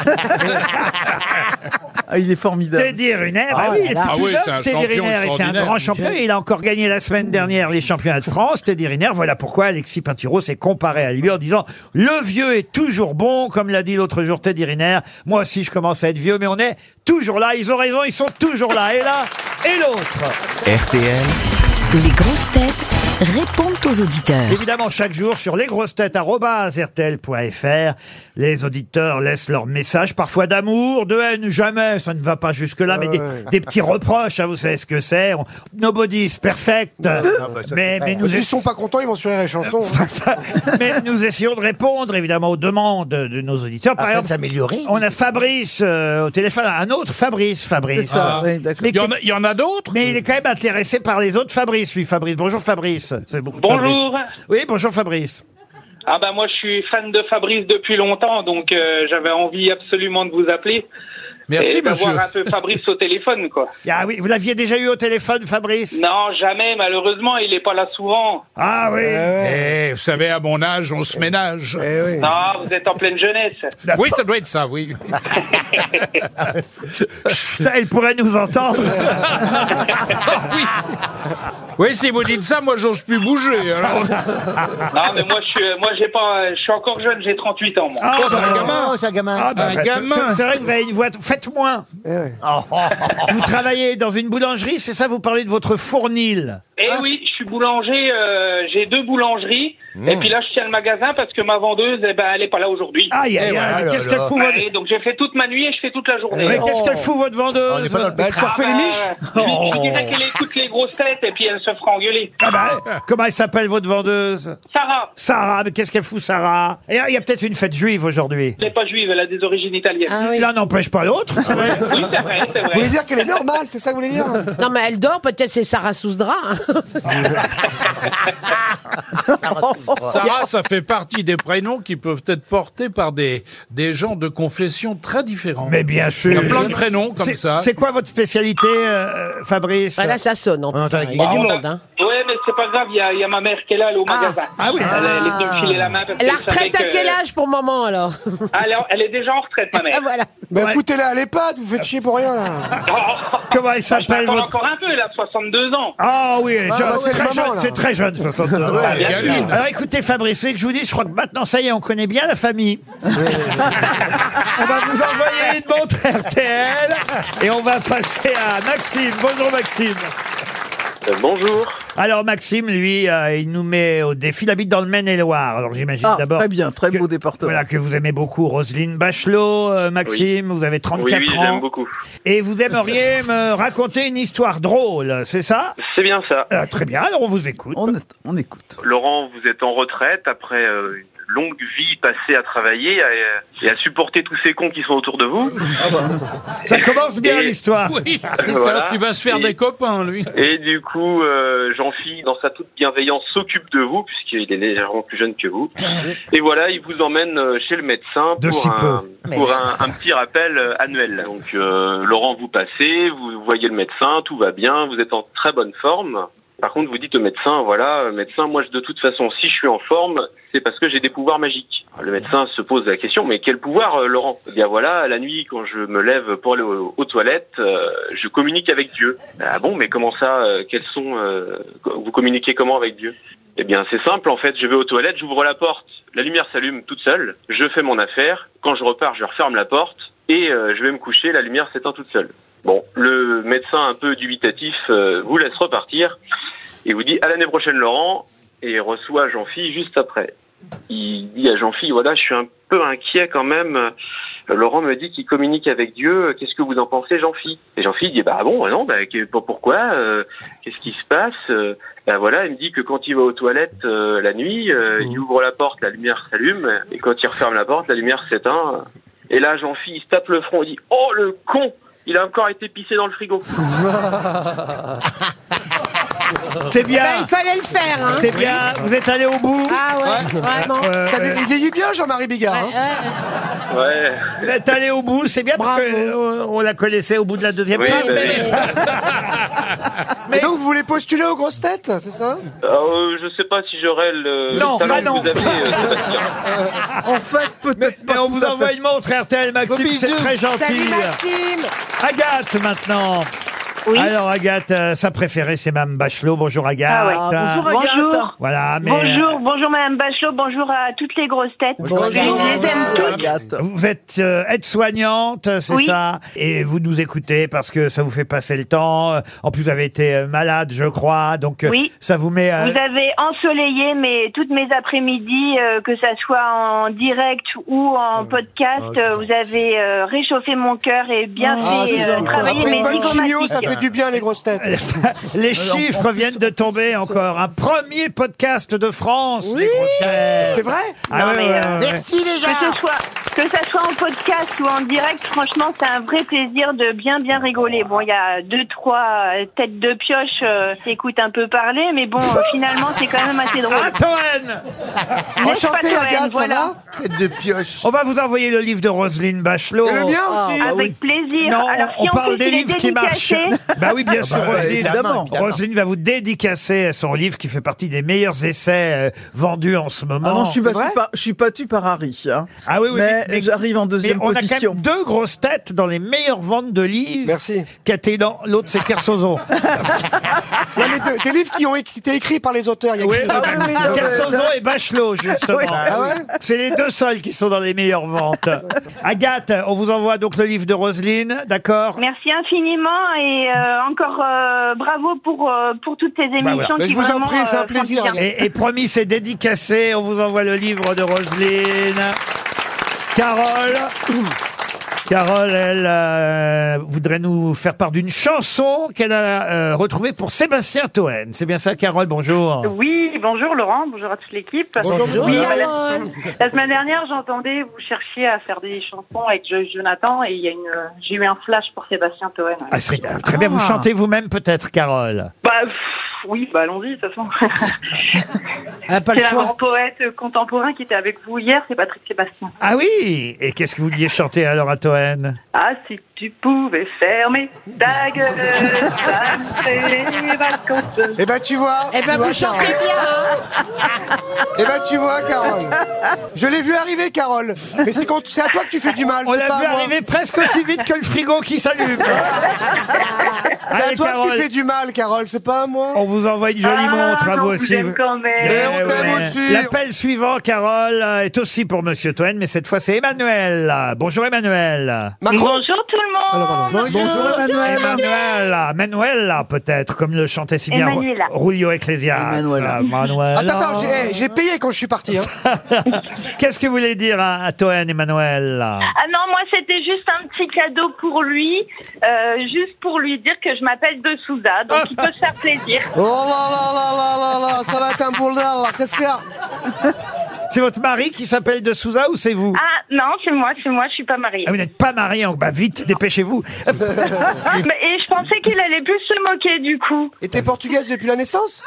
[SPEAKER 5] Ah, il est formidable.
[SPEAKER 2] Teddy Riner, bah oui, il est
[SPEAKER 3] là là.
[SPEAKER 2] plus
[SPEAKER 7] Ah
[SPEAKER 2] tout
[SPEAKER 7] oui,
[SPEAKER 2] jeune,
[SPEAKER 7] c'est un
[SPEAKER 2] Teddy
[SPEAKER 7] champion
[SPEAKER 2] Riner, et c'est un
[SPEAKER 7] extraordinaire.
[SPEAKER 2] grand champion. Il a encore gagné la semaine dernière les championnats de France. Teddy Riner, voilà pourquoi Alexis Pinturo s'est comparé à lui en disant le vieux est toujours bon, comme l'a dit l'autre jour Teddy Riner. Moi aussi, je commence à être vieux, mais on est toujours là. Ils ont raison, ils sont toujours là, et là et l'autre.
[SPEAKER 11] RTL,
[SPEAKER 1] Les grosses têtes répondent aux auditeurs.
[SPEAKER 2] Évidemment, chaque jour sur lesgrossetêtes.rtl.fr, les auditeurs laissent leurs messages, parfois d'amour, de haine, jamais, ça ne va pas jusque-là, mais des, des petits reproches, hein, vous savez ce que c'est. on- Nobody's perfect. mais, mais nous
[SPEAKER 4] Ils sont pas contents, ils vont sur les chansons. hein.
[SPEAKER 2] mais nous essayons de répondre évidemment aux demandes de nos auditeurs. Par
[SPEAKER 9] Après de
[SPEAKER 2] exemple,
[SPEAKER 9] s'améliorer.
[SPEAKER 2] on a Fabrice euh, au téléphone, un autre Fabrice,
[SPEAKER 5] C'est
[SPEAKER 2] Fabrice.
[SPEAKER 5] ça,
[SPEAKER 7] Ah.
[SPEAKER 5] oui, d'accord.
[SPEAKER 2] Mais,
[SPEAKER 7] Il y en a- il y en a d'autres
[SPEAKER 2] mais il est quand même intéressé par les autres Fabrice, lui, Fabrice. Bonjour Fabrice. C'est beaucoup de
[SPEAKER 12] Bonjour.
[SPEAKER 2] Fabrice. Oui, bonjour Fabrice.
[SPEAKER 12] Ah bah moi je suis fan de Fabrice depuis longtemps, donc euh, j'avais envie absolument de vous appeler
[SPEAKER 7] Merci,
[SPEAKER 12] et d'avoir
[SPEAKER 7] monsieur.
[SPEAKER 12] un peu Fabrice au téléphone quoi.
[SPEAKER 2] Ah oui, vous l'aviez déjà eu au téléphone, Fabrice
[SPEAKER 12] Non jamais, malheureusement il est pas là souvent.
[SPEAKER 2] Ah oui.
[SPEAKER 7] Eh, vous savez, à mon âge, on se ménage.
[SPEAKER 3] Eh
[SPEAKER 2] Eh.
[SPEAKER 12] Non, vous êtes en pleine jeunesse.
[SPEAKER 2] Bah,
[SPEAKER 7] Oui, ça doit être ça, oui.
[SPEAKER 2] Elle pourrait nous entendre.
[SPEAKER 7] oui. Oui, si vous dites ça, moi, j'ose plus bouger. Alors,
[SPEAKER 12] Non Ah, mais moi je suis, euh, moi j'ai pas, je suis encore jeune, j'ai 38 ans moi.
[SPEAKER 2] Ah,
[SPEAKER 7] c'est un
[SPEAKER 2] bah,
[SPEAKER 7] gamin.
[SPEAKER 9] Oh, c'est un gamin. Eh
[SPEAKER 2] ah, bah,
[SPEAKER 7] Un
[SPEAKER 2] c'est-
[SPEAKER 7] gamin.
[SPEAKER 2] c'est- C'est vrai que vous avez une voix. Faites moins. Oh. Vous travaillez dans une boulangerie, c'est ça Vous parlez de votre fournil.
[SPEAKER 12] Eh oui, je suis boulanger, euh, j'ai deux boulangeries et
[SPEAKER 2] Hmm.
[SPEAKER 12] puis là je tiens le magasin parce que ma vendeuse eh ben elle est pas là aujourd'hui.
[SPEAKER 2] Aïe, aïe, aïe.
[SPEAKER 9] voilà,
[SPEAKER 2] Qu'est-ce
[SPEAKER 9] là,
[SPEAKER 2] qu'elle
[SPEAKER 9] là.
[SPEAKER 2] fout votre...
[SPEAKER 12] Ouais, donc j'ai fait toute ma nuit et je fais toute la journée.
[SPEAKER 2] Mais qu'est-ce qu'elle fout votre
[SPEAKER 9] Oh. On est
[SPEAKER 2] vendeuse
[SPEAKER 9] pas dans le pétrole.
[SPEAKER 12] Ah bah, je
[SPEAKER 2] Oh.
[SPEAKER 12] lui- je lui dirais qu'elle écoute les grosses têtes et puis elle se fera engueuler.
[SPEAKER 2] Ah bah, Comment elle s'appelle votre vendeuse
[SPEAKER 12] Sarah,
[SPEAKER 2] Sarah. Mais qu'est-ce qu'elle fout Sarah Et euh, Il y a peut-être une fête juive aujourd'hui.
[SPEAKER 12] elle n'est pas juive, elle a des origines italiennes.
[SPEAKER 3] Ah oui.
[SPEAKER 2] L'un n'empêche pas l'autre. c'est vrai.
[SPEAKER 12] Oui, c'est vrai, c'est
[SPEAKER 4] Vous voulez
[SPEAKER 12] vrai.
[SPEAKER 4] dire qu'elle est normale, c'est ça que vous voulez dire
[SPEAKER 3] Non, mais elle dort, peut-être c'est Sarah Sousdra.
[SPEAKER 7] Sarah, ça fait partie des prénoms qui peuvent être portés par des, des gens de confessions très différentes.
[SPEAKER 2] Mais bien
[SPEAKER 7] Il y
[SPEAKER 2] sûr.
[SPEAKER 7] a plein de prénoms comme
[SPEAKER 2] C'est-
[SPEAKER 7] ça.
[SPEAKER 2] C'est quoi votre spécialité, euh, Fabrice
[SPEAKER 3] Bah là, ça sonne. en tout
[SPEAKER 9] On entend
[SPEAKER 3] cas.
[SPEAKER 9] la
[SPEAKER 3] Il y a du
[SPEAKER 9] guitare.
[SPEAKER 3] monde. Hein.
[SPEAKER 12] Bah, Ouais, mais c'est pas grave, il y, a- il y a ma mère qui est là, elle est au
[SPEAKER 3] Ah.
[SPEAKER 12] magasin.
[SPEAKER 2] Ah oui.
[SPEAKER 12] Elle, elle est venue me filer la main parce
[SPEAKER 3] La
[SPEAKER 12] qu'elle
[SPEAKER 3] retraite
[SPEAKER 12] savait
[SPEAKER 3] à
[SPEAKER 12] que-
[SPEAKER 3] quel âge pour maman alors
[SPEAKER 12] Ah, elle est en- Elle est déjà en retraite, ma
[SPEAKER 3] Ah
[SPEAKER 12] mère.
[SPEAKER 3] voilà.
[SPEAKER 4] Ben foutez-la à l'EHPAD, vous faites chier pour rien là.
[SPEAKER 2] Comment elle
[SPEAKER 12] Je m'attends
[SPEAKER 2] s'appelle votre
[SPEAKER 12] encore un peu, elle a 62 ans.
[SPEAKER 2] Ah oui, elle est
[SPEAKER 4] Ah,
[SPEAKER 2] jeune,
[SPEAKER 4] bah, c'est
[SPEAKER 2] très
[SPEAKER 4] le moment,
[SPEAKER 2] jeune,
[SPEAKER 4] là.
[SPEAKER 2] c'est très jeune, 62 ans.
[SPEAKER 7] Il y a une-
[SPEAKER 2] Alors écoutez Fabrice, vous que je vous dis, je crois que maintenant, ça y est, on connaît bien la famille. on va vous envoyer une montre RTL et on va passer à Maxime. Bonjour Maxime.
[SPEAKER 12] bonjour.
[SPEAKER 2] Alors Maxime, lui, euh, il nous met au défi. Il habite dans le Maine-et-Loire. Alors j'imagine
[SPEAKER 5] Ah,
[SPEAKER 2] d'abord...
[SPEAKER 5] très bien, très
[SPEAKER 2] que-
[SPEAKER 5] beau département.
[SPEAKER 2] Voilà, que vous aimez beaucoup Roselyne Bachelot, euh, Maxime, vous avez 34 ans.
[SPEAKER 12] beaucoup.
[SPEAKER 2] Et vous aimeriez me raconter une histoire drôle, c'est ça
[SPEAKER 12] C'est bien ça.
[SPEAKER 2] Euh, Très bien, alors on vous écoute.
[SPEAKER 5] On, on écoute.
[SPEAKER 12] Laurent, vous êtes en retraite après euh,
[SPEAKER 13] longue vie passée à travailler à- et à supporter tous ces cons qui sont autour de vous.
[SPEAKER 2] Ah
[SPEAKER 7] Ah bah.
[SPEAKER 2] Ça commence bien
[SPEAKER 13] Et-
[SPEAKER 2] l'histoire.
[SPEAKER 7] Oui,
[SPEAKER 13] Voilà.
[SPEAKER 7] il va se faire des copains, lui.
[SPEAKER 13] Et du coup, euh, Jean-Phi, dans sa toute bienveillance, s'occupe de vous, puisqu'il est légèrement plus jeune que vous. Et voilà, il vous emmène euh, chez le médecin
[SPEAKER 2] De
[SPEAKER 13] pour,
[SPEAKER 2] si
[SPEAKER 13] un,
[SPEAKER 2] peu.
[SPEAKER 13] pour un, un petit rappel euh, annuel. Donc, euh, Laurent, vous passez, vous voyez le médecin, tout va bien, vous êtes en très bonne forme. Par contre, vous dites au médecin, voilà, euh, médecin, moi, je- de toute façon, si je suis en forme, c'est parce que j'ai des pouvoirs magiques. Alors, Le médecin se pose la question, mais quel pouvoir, euh, Laurent Eh bien voilà, la nuit, quand je me lève pour aller au- aux, toilettes, euh, je communique avec Dieu. Ah bon, mais comment ça euh, Quels sont euh, Vous communiquez comment avec Dieu Eh bien, c'est simple, en fait, je vais aux toilettes, j'ouvre la porte, la lumière s'allume toute seule, je fais mon affaire, quand je repars, je referme la porte, et euh, je vais me coucher, la lumière s'éteint toute seule. Bon, le médecin un peu dubitatif euh, vous laisse repartir et vous dit à l'année prochaine Laurent et reçoit Jean-Phi juste après. Il dit à Jean-Phi voilà je suis un peu inquiet quand même. Euh, Laurent me dit qu'il communique avec Dieu. Qu'est-ce que vous en pensez Jean-Phi Et Jean-Phi dit bah ah bon non bah que- pour- pourquoi Euh, Qu'est-ce qui se passe Euh, Bah voilà il me dit que quand il va aux toilettes euh, la nuit euh, il ouvre la porte la lumière s'allume et quand il referme la porte la lumière s'éteint. Et là Jean-Phi il se tape le front il dit oh le con il a encore été pissé dans le frigo.
[SPEAKER 2] C'est bien.
[SPEAKER 3] Bah, il fallait le faire, hein.
[SPEAKER 2] C'est bien, vous êtes allé au bout.
[SPEAKER 3] Ah ouais, vraiment.
[SPEAKER 2] Ouais,
[SPEAKER 4] Ça
[SPEAKER 2] ouais.
[SPEAKER 4] il vieillit bien, Jean-Marie Bigard. hein.
[SPEAKER 12] Euh.
[SPEAKER 13] Ouais.
[SPEAKER 2] Vous êtes allé au bout, c'est bien parce que euh, on la connaissait au bout de la deuxième
[SPEAKER 13] Oui,
[SPEAKER 2] page.
[SPEAKER 13] bah
[SPEAKER 2] mais-
[SPEAKER 4] Et donc, vous voulez postuler aux grosses têtes, c'est ça
[SPEAKER 13] Euh, je sais pas si j'aurai le
[SPEAKER 2] Non,
[SPEAKER 13] le talent
[SPEAKER 2] bah non.
[SPEAKER 13] que vous avez. euh, Sébastien.
[SPEAKER 5] En fait, peut-être
[SPEAKER 2] mais
[SPEAKER 5] pas.
[SPEAKER 2] on
[SPEAKER 5] tout
[SPEAKER 2] vous
[SPEAKER 5] à
[SPEAKER 2] envoie
[SPEAKER 5] fait.
[SPEAKER 2] une montre RTL Maxime,
[SPEAKER 5] Bobby,
[SPEAKER 2] c'est
[SPEAKER 5] deux.
[SPEAKER 2] très gentil.
[SPEAKER 3] Salut Maxime
[SPEAKER 2] Agathe maintenant.
[SPEAKER 14] Oui.
[SPEAKER 2] Alors Agathe, euh, sa préférée c'est Mme Bachelot. Bonjour Agathe.
[SPEAKER 14] Ah ouais.
[SPEAKER 5] Bonjour Agathe.
[SPEAKER 14] Bonjour.
[SPEAKER 4] Ah,
[SPEAKER 2] Voilà, mais euh,
[SPEAKER 4] euh,
[SPEAKER 14] Bonjour, bonjour Madame Bachelot, bonjour à toutes les grosses têtes. Je les aime toutes.
[SPEAKER 5] Agathe.
[SPEAKER 2] vous êtes euh, aide-soignante, c'est
[SPEAKER 14] Oui.
[SPEAKER 2] ça Et vous nous écoutez parce que ça vous fait passer le temps. En plus, vous avez été euh, malade, je crois, donc euh,
[SPEAKER 14] Oui.
[SPEAKER 2] ça vous met... euh,
[SPEAKER 14] Vous avez ensoleillé mes, toutes mes après-midi, euh, que ça soit en direct ou
[SPEAKER 4] Ah,
[SPEAKER 14] en podcast. euh, vous avez euh, réchauffé mon cœur et bien
[SPEAKER 4] Ah,
[SPEAKER 14] fait
[SPEAKER 4] c'est
[SPEAKER 14] euh,
[SPEAKER 4] gentil.
[SPEAKER 14] travailler
[SPEAKER 4] Après
[SPEAKER 14] mes
[SPEAKER 4] une bonne chimio, ça fait
[SPEAKER 14] zygomatiques.
[SPEAKER 4] du bien, les grosses têtes.
[SPEAKER 2] Les chiffres viennent de tomber encore. Un premier podcast de France, les grosses têtes.
[SPEAKER 4] C'est vrai
[SPEAKER 2] Ah
[SPEAKER 14] Non,
[SPEAKER 2] ouais,
[SPEAKER 14] mais,
[SPEAKER 2] ouais,
[SPEAKER 14] euh,
[SPEAKER 2] ouais, ouais.
[SPEAKER 6] Merci les
[SPEAKER 14] Que
[SPEAKER 6] gens.
[SPEAKER 14] ce soit que ça soit en podcast ou en direct, franchement, c'est un vrai plaisir de bien bien rigoler. Bon, il y a deux trois euh, têtes de pioche euh, s'écoutent un peu parler, mais bon, euh, finalement, c'est quand même assez drôle.
[SPEAKER 2] Ah, Toen
[SPEAKER 14] N'est-ce pas,
[SPEAKER 4] Enchanté,
[SPEAKER 14] Toen
[SPEAKER 4] Agathe, ça
[SPEAKER 14] Voilà.
[SPEAKER 4] va
[SPEAKER 6] Tête de pioche.
[SPEAKER 2] On va vous envoyer le livre de Roselyne Bachelot.
[SPEAKER 4] Et le mien aussi
[SPEAKER 14] Avec plaisir.
[SPEAKER 2] Non,
[SPEAKER 14] Alors,
[SPEAKER 2] on
[SPEAKER 14] si en
[SPEAKER 2] parle
[SPEAKER 14] plus,
[SPEAKER 2] des
[SPEAKER 14] il est
[SPEAKER 2] livres qui marchent.
[SPEAKER 14] dédicacé-
[SPEAKER 2] bah oui, bien sûr,
[SPEAKER 5] bah,
[SPEAKER 2] Roselyne.
[SPEAKER 5] évidemment,
[SPEAKER 2] Évidemment. Roselyne va vous dédicacer son livre qui fait partie des meilleurs essais euh, vendus en ce moment.
[SPEAKER 5] Ah non, je suis
[SPEAKER 4] C'est
[SPEAKER 5] battue
[SPEAKER 4] vrai
[SPEAKER 5] par, je suis battue par Harry. hein.
[SPEAKER 2] Ah oui, oui,
[SPEAKER 5] mais,
[SPEAKER 2] mais-
[SPEAKER 5] j'arrive en
[SPEAKER 2] Mais
[SPEAKER 5] deuxième
[SPEAKER 2] on a quand
[SPEAKER 5] position.
[SPEAKER 2] même deux grosses têtes dans les meilleures ventes de livres.
[SPEAKER 4] Merci.
[SPEAKER 2] Catédan, l'autre c'est Kersozon.
[SPEAKER 4] Non, mais de- des livres qui ont écrit- été écrits par les auteurs. Il y a
[SPEAKER 2] Oui,
[SPEAKER 4] qui-
[SPEAKER 5] Ah oui, oui, non, mais-
[SPEAKER 2] Kersozon et Bachelot, justement.
[SPEAKER 5] Oui.
[SPEAKER 4] Ah ouais
[SPEAKER 2] C'est les deux seuls qui sont dans les meilleures ventes. Agathe, on vous envoie donc le livre de Roselyne, d'accord
[SPEAKER 14] Merci infiniment et euh, encore euh, bravo pour euh, pour toutes ces émissions
[SPEAKER 2] Bah voilà.
[SPEAKER 4] Mais
[SPEAKER 14] qui
[SPEAKER 4] je vous en
[SPEAKER 14] vraiment,
[SPEAKER 4] prie, c'est un
[SPEAKER 14] euh,
[SPEAKER 4] plaisir,
[SPEAKER 14] font du bien.
[SPEAKER 4] Agathe.
[SPEAKER 2] Et, et promis, c'est dédicacé. On vous envoie le livre de Roselyne. Carole. Carole, elle euh, voudrait nous faire part d'une chanson qu'elle a euh, retrouvée pour Sébastien Toen. C'est bien ça, Carole Bonjour.
[SPEAKER 12] Oui, bonjour Laurent, bonjour à toute l'équipe.
[SPEAKER 4] Bonjour.
[SPEAKER 12] Oui, bah, la, la semaine dernière, j'entendais vous cherchiez à faire des chansons avec Jo- Jonathan et il y a une, euh, j'ai eu un flash pour Sébastien Toen.
[SPEAKER 2] Ah, c'est- très bien, vous
[SPEAKER 5] Ah.
[SPEAKER 2] chantez vous-même peut-être, Carole.
[SPEAKER 12] Bah pff, oui, bah allons-y de toute façon.
[SPEAKER 6] Ah, pas le
[SPEAKER 12] c'est un
[SPEAKER 6] choix.
[SPEAKER 12] grand poète contemporain qui était avec vous hier, c'est Patrick Sébastien.
[SPEAKER 2] Ah oui Et qu'est-ce que vous vouliez chanter alors à Toen
[SPEAKER 12] Ah si tu pouvais fermer ta gueule, ça me ferait les vacances.
[SPEAKER 4] Eh ben, tu vois.
[SPEAKER 6] Eh ben,
[SPEAKER 4] tu vois,
[SPEAKER 6] vous chantez
[SPEAKER 4] Carole.
[SPEAKER 6] bien. hein.
[SPEAKER 4] Eh ben, tu vois, Carole. Je l'ai vu arriver, Carole. Mais c'est quand- c'est à toi que tu fais du mal.
[SPEAKER 2] On
[SPEAKER 4] c'est
[SPEAKER 2] l'a
[SPEAKER 4] pas
[SPEAKER 2] vu
[SPEAKER 4] à moi.
[SPEAKER 2] arriver presque aussi vite que le frigo qui s'allume.
[SPEAKER 4] C'est à
[SPEAKER 2] Allez,
[SPEAKER 4] toi que tu
[SPEAKER 2] Carole,
[SPEAKER 4] fais du mal, Carole. C'est pas à moi.
[SPEAKER 2] on vous envoie une jolie
[SPEAKER 12] Ah,
[SPEAKER 2] montre à
[SPEAKER 12] non,
[SPEAKER 2] vous
[SPEAKER 12] je
[SPEAKER 2] aussi.
[SPEAKER 12] aime quand même.
[SPEAKER 2] Eh
[SPEAKER 4] on t'aime aussi.
[SPEAKER 2] L'appel suivant, Carole, euh, est aussi pour Monsieur Toen, mais cette fois c'est Emmanuel. Bonjour Emmanuel.
[SPEAKER 4] Macron.
[SPEAKER 12] Bonjour tout le monde.
[SPEAKER 4] Ah, non, pardon.
[SPEAKER 5] Bonjour, Emmanuel.
[SPEAKER 2] Emmanuel, Manuel peut-être, comme le chantait si bien Ru-
[SPEAKER 14] Emmanuela.
[SPEAKER 2] Rulio Ecclesias.
[SPEAKER 5] Emmanuela.
[SPEAKER 2] Ah, Manuela.
[SPEAKER 4] Attends, attends, j'ai eh, j'ai payé quand je suis parti. hein.
[SPEAKER 2] Qu'est-ce que vous voulez dire hein, à, à Toen, Emmanuel
[SPEAKER 14] Ah non, moi c'était juste un petit cadeau pour lui, euh, juste pour lui dire que je m'appelle De Souza, donc il peut se faire plaisir.
[SPEAKER 4] Oh là là là là là là, ça va être un boulder là. Qu'est-ce qu'il y a
[SPEAKER 2] C'est votre mari qui s'appelle de Souza ou c'est vous
[SPEAKER 14] Ah non, c'est moi, c'est moi, je suis pas mariée.
[SPEAKER 2] Ah, vous n'êtes pas marié, hein. bah vite, dépêchez-vous.
[SPEAKER 14] Mais- Et je pensais qu'il allait plus se moquer du coup.
[SPEAKER 4] Et t'es portugaise depuis la naissance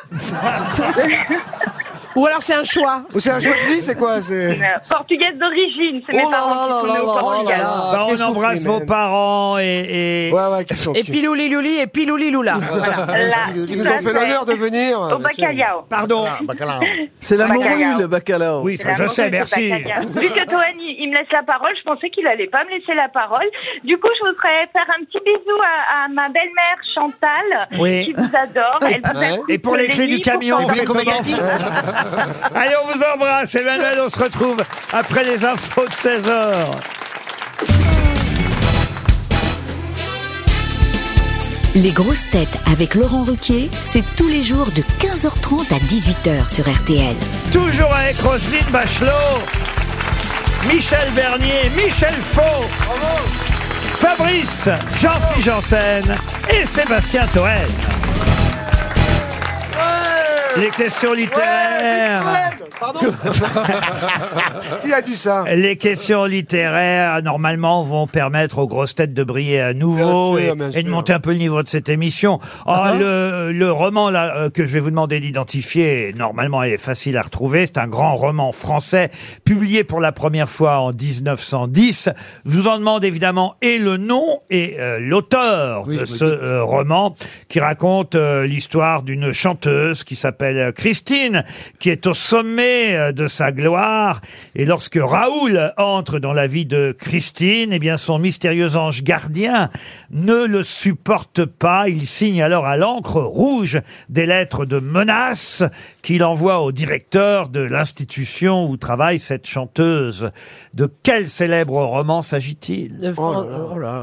[SPEAKER 3] Ou alors c'est un choix
[SPEAKER 4] Ou c'est un choix de vie, c'est quoi c'est...
[SPEAKER 14] Euh, Portugaise d'origine, c'est mes
[SPEAKER 4] Oh là
[SPEAKER 14] parents
[SPEAKER 4] là
[SPEAKER 14] qui sont
[SPEAKER 4] là
[SPEAKER 14] nés au Portugal.
[SPEAKER 4] là là là là.
[SPEAKER 2] Bah, on embrasse vos parents et, et...
[SPEAKER 3] Et pilouli louli et pilouli loula.
[SPEAKER 14] Là,
[SPEAKER 3] Voilà.
[SPEAKER 4] Ils nous ont fait l'honneur de venir. Ah,
[SPEAKER 14] Au bacalhao.
[SPEAKER 2] Pardon.
[SPEAKER 3] Ah,
[SPEAKER 5] C'est la
[SPEAKER 14] Bacalao.
[SPEAKER 5] morue, le bacalao.
[SPEAKER 2] Oui,
[SPEAKER 14] La morue de bacalao. Vu que Toen, il, il me laisse la parole, je pensais qu'il allait pas me laisser la parole. Du coup, je voudrais faire un petit bisou à, à ma belle-mère Chantal,
[SPEAKER 2] Oui.
[SPEAKER 14] qui vous adore. Elle vous
[SPEAKER 2] Ouais.
[SPEAKER 14] écoute
[SPEAKER 2] Et pour les
[SPEAKER 14] les
[SPEAKER 2] clés du
[SPEAKER 14] nuits pour
[SPEAKER 2] camion,
[SPEAKER 14] qu'on
[SPEAKER 2] on fait
[SPEAKER 14] vous
[SPEAKER 2] comment
[SPEAKER 14] dise.
[SPEAKER 2] Allez, on vous embrasse. Emmanuel, on se retrouve après les infos de 16h.
[SPEAKER 15] Les grosses têtes avec Laurent Ruquier, c'est tous les jours de 15h30 à 18h sur RTL.
[SPEAKER 2] Toujours avec Roselyne Bachelot, Michel Bernier, Michel Faux, Fabrice, Jean-Philippe Janssen et Sébastien Toen. Les questions littéraires.
[SPEAKER 4] Pardon Qui a dit ça
[SPEAKER 2] Les questions littéraires, normalement, vont permettre aux grosses têtes de briller à nouveau
[SPEAKER 4] Bien sûr,
[SPEAKER 2] et-
[SPEAKER 4] bien
[SPEAKER 2] et, de
[SPEAKER 4] sûr.
[SPEAKER 2] monter un peu le niveau de cette émission. Ah, le, le roman là, euh, que je vais vous demander d'identifier, normalement, est facile à retrouver. C'est un grand roman français publié pour la première fois en 1910. Je vous en demande évidemment et le nom et euh, l'auteur de ce euh, roman qui raconte euh, l'histoire d'une chanteuse qui s'appelle Christine, qui est au sommet euh, de sa gloire. Et lorsque Raoul entre dans la vie de Christine, eh bien son mystérieux ange gardien ne le supporte pas. Il signe alors à l'encre rouge des lettres de menace qu'il envoie au directeur de l'institution où travaille cette chanteuse. De quel célèbre roman s'agit-il
[SPEAKER 4] Oh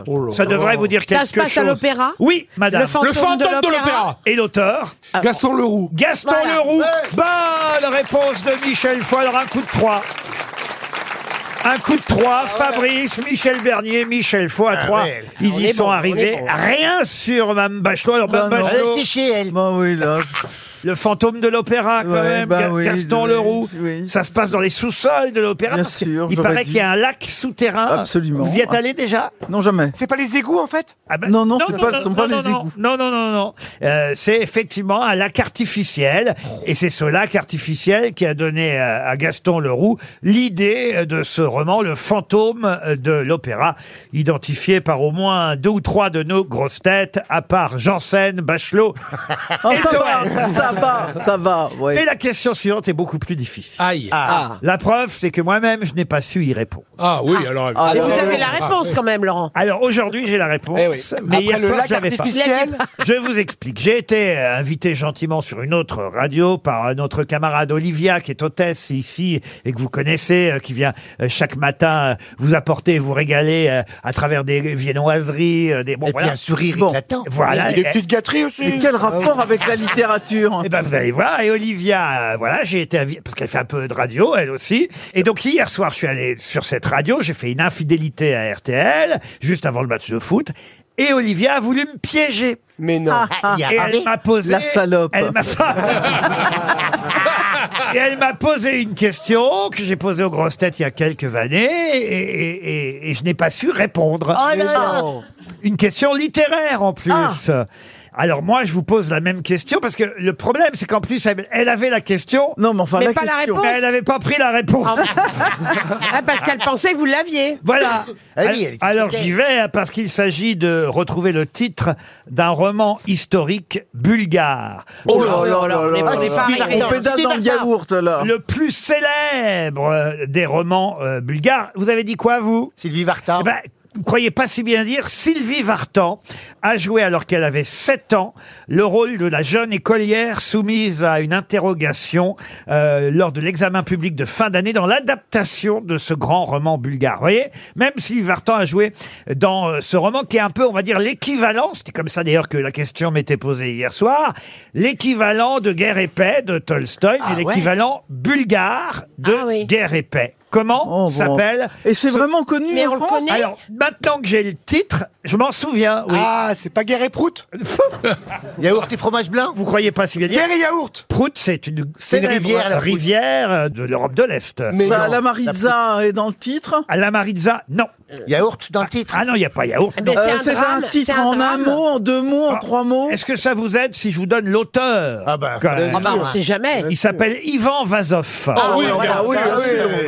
[SPEAKER 3] Oh
[SPEAKER 2] Ça devrait vous dire quelque
[SPEAKER 3] Ça se passe à
[SPEAKER 2] chose.
[SPEAKER 3] l'opéra
[SPEAKER 2] Oui, madame.
[SPEAKER 3] Le fantôme, de l'opéra Ah.
[SPEAKER 2] Et l'auteur
[SPEAKER 8] Gaston Leroux.
[SPEAKER 2] Gaston
[SPEAKER 3] Voilà.
[SPEAKER 2] Leroux. Bonne réponse de Michel Foil. Un coup de trois. Un coup de trois. Fabrice, Michel Bernier, Michel Foil à trois.
[SPEAKER 6] ouais.
[SPEAKER 2] Ils
[SPEAKER 6] On
[SPEAKER 2] y
[SPEAKER 6] est
[SPEAKER 2] sont
[SPEAKER 6] bon, on est
[SPEAKER 2] arrivés.
[SPEAKER 6] bon.
[SPEAKER 2] Rien sur Mme Bachelot. Alors, Mme
[SPEAKER 5] Bah non.
[SPEAKER 2] Bachelot,
[SPEAKER 6] C'est chez elle.
[SPEAKER 5] Bah oui, là.
[SPEAKER 2] le fantôme de l'opéra, quand
[SPEAKER 5] Ouais,
[SPEAKER 2] même.
[SPEAKER 5] bah
[SPEAKER 2] Ga-
[SPEAKER 5] oui,
[SPEAKER 2] Gaston
[SPEAKER 5] je-
[SPEAKER 2] Leroux.
[SPEAKER 5] oui.
[SPEAKER 2] Ça se passe dans les sous-sols de l'opéra.
[SPEAKER 5] Bien
[SPEAKER 2] parce que
[SPEAKER 5] sûr,
[SPEAKER 2] Il
[SPEAKER 5] j'aurais
[SPEAKER 2] paraît
[SPEAKER 5] dit.
[SPEAKER 2] qu'il y a un lac souterrain.
[SPEAKER 5] Absolument.
[SPEAKER 2] Vous y êtes allé déjà
[SPEAKER 5] Non, jamais.
[SPEAKER 4] C'est pas les égouts en fait
[SPEAKER 2] Ah ben-
[SPEAKER 5] Non, non, c'est pas- ce sont pas les
[SPEAKER 2] non,
[SPEAKER 5] égouts.
[SPEAKER 2] Non, non, non, non. Euh, c'est effectivement un lac artificiel. Et c'est ce lac artificiel qui a donné euh, à Gaston Leroux l'idée euh, de ce roman, Le fantôme euh, de l'opéra, identifié par au moins deux ou trois de nos grosses têtes, à part Janssen, Bachelot
[SPEAKER 5] Ah,
[SPEAKER 2] et
[SPEAKER 5] ça
[SPEAKER 2] Toen.
[SPEAKER 5] va, ça va, ça va,
[SPEAKER 2] Et
[SPEAKER 5] ouais.
[SPEAKER 2] la question suivante est beaucoup plus difficile.
[SPEAKER 7] Aïe.
[SPEAKER 2] La preuve, c'est que moi-même, je n'ai pas su y répondre.
[SPEAKER 7] Ah oui, alors.
[SPEAKER 5] Ah,
[SPEAKER 3] Et
[SPEAKER 5] là,
[SPEAKER 3] vous
[SPEAKER 5] là,
[SPEAKER 3] avez
[SPEAKER 5] là.
[SPEAKER 3] la réponse quand même, Laurent.
[SPEAKER 2] Alors aujourd'hui, j'ai la réponse.
[SPEAKER 4] Eh oui.
[SPEAKER 2] Mais
[SPEAKER 4] Après
[SPEAKER 2] hier
[SPEAKER 4] le
[SPEAKER 2] soir,
[SPEAKER 4] lac
[SPEAKER 2] je l'avais pas.
[SPEAKER 4] artificiel.
[SPEAKER 2] Je vous explique. J'ai été euh, invité gentiment sur une autre radio par euh, notre camarade Olivia, qui est hôtesse ici et que vous connaissez, euh, qui vient euh, chaque matin euh, vous apporter, et vous régaler euh, à travers des viennoiseries, euh, des bon,
[SPEAKER 6] Et puis
[SPEAKER 2] voilà.
[SPEAKER 6] un sourire
[SPEAKER 5] Bon.
[SPEAKER 6] éclatant.
[SPEAKER 2] Voilà.
[SPEAKER 4] Et des
[SPEAKER 2] Et-
[SPEAKER 4] petites gâteries aussi Ah
[SPEAKER 5] Et quel rapport avec la littérature
[SPEAKER 2] et ben vous allez voir, et Olivia, euh, voilà, j'ai été invité, parce qu'elle fait un peu de radio, elle aussi. Et donc hier soir, je suis allé sur cette radio, j'ai fait une infidélité à RTL, juste avant le match de foot, et Olivia a voulu me piéger.
[SPEAKER 4] Mais non.
[SPEAKER 6] Ah, il y a
[SPEAKER 2] Et
[SPEAKER 6] parlé.
[SPEAKER 2] elle m'a posé.
[SPEAKER 5] La salope.
[SPEAKER 2] Elle m'a Et elle m'a posé une question que j'ai posée aux grosses têtes il y a quelques années et, et- et- et je n'ai pas su
[SPEAKER 6] Oh
[SPEAKER 2] répondre.
[SPEAKER 5] Oh
[SPEAKER 2] Une question littéraire en plus. Alors moi, je vous pose la même question parce que le problème, c'est qu'en plus, elle, elle avait la question,
[SPEAKER 5] Non, mais enfin,
[SPEAKER 3] Mais
[SPEAKER 5] la
[SPEAKER 3] pas la
[SPEAKER 5] question.
[SPEAKER 3] réponse.
[SPEAKER 2] mais elle n'avait pas pris la réponse.
[SPEAKER 3] Ah, parce qu'elle pensait que vous l'aviez.
[SPEAKER 2] Voilà.
[SPEAKER 6] Ah oui, elle
[SPEAKER 2] Al-
[SPEAKER 6] était
[SPEAKER 2] Alors
[SPEAKER 6] coquette.
[SPEAKER 2] j'y vais hein, parce qu'il s'agit de retrouver le titre d'un roman historique bulgare.
[SPEAKER 5] Oh là là là
[SPEAKER 3] on est
[SPEAKER 5] là
[SPEAKER 3] pas- on est
[SPEAKER 5] là
[SPEAKER 3] pas
[SPEAKER 5] là.
[SPEAKER 3] arrivé.
[SPEAKER 5] On pédale dans le yaourt, là.
[SPEAKER 2] le plus célèbre euh, des romans euh, bulgares. Vous avez dit quoi, vous
[SPEAKER 6] Sylvie Vartan.
[SPEAKER 2] eh ben, vous croyez pas si bien dire, Sylvie Vartan a joué alors qu'elle avait 7 ans le rôle de la jeune écolière soumise à une interrogation euh, lors de l'examen public de fin d'année dans l'adaptation de ce grand roman bulgare. Vous voyez, même Sylvie Vartan a joué dans euh, ce roman qui est un peu, on va dire, l'équivalent, c'était comme ça d'ailleurs que la question m'était posée hier soir, l'équivalent de Guerre et Paix de Tolstoï, mais
[SPEAKER 6] ouais.
[SPEAKER 2] l'équivalent bulgare de
[SPEAKER 3] Ah oui.
[SPEAKER 2] Guerre et Paix. Comment
[SPEAKER 5] Oh, bon.
[SPEAKER 2] s'appelle
[SPEAKER 5] Et c'est vraiment connu
[SPEAKER 3] Mais
[SPEAKER 5] en
[SPEAKER 3] on le
[SPEAKER 5] France
[SPEAKER 3] connaît.
[SPEAKER 2] alors, maintenant que j'ai le titre, Je m'en souviens, oui.
[SPEAKER 4] Ah, c'est pas Guerre et Prout
[SPEAKER 2] Yaourt et fromage blanc Vous croyez pas si bien dire
[SPEAKER 4] Guerre et yaourt
[SPEAKER 2] Prout, c'est une,
[SPEAKER 4] C'est une
[SPEAKER 2] célèbre
[SPEAKER 4] rivière, la Prout.
[SPEAKER 2] rivière, euh, de l'Europe de l'Est.
[SPEAKER 5] Mais Bah, non, la Maritza
[SPEAKER 2] est dans le titre Ah, La Maritza, non. Yaourt dans le titre Ah non, il n'y a pas yaourt.
[SPEAKER 5] Eh ben,
[SPEAKER 2] non. Ah,
[SPEAKER 5] c'est Euh, un c'est un drame, titre c'est un en un drame. mot, en deux mots, en trois mots.
[SPEAKER 2] Est-ce que ça vous aide si je vous donne l'auteur Ah bah,
[SPEAKER 3] Ah bah, on sait jamais.
[SPEAKER 2] Il s'appelle Ivan Vazov.
[SPEAKER 3] Ah oui, ah oui, ah oui.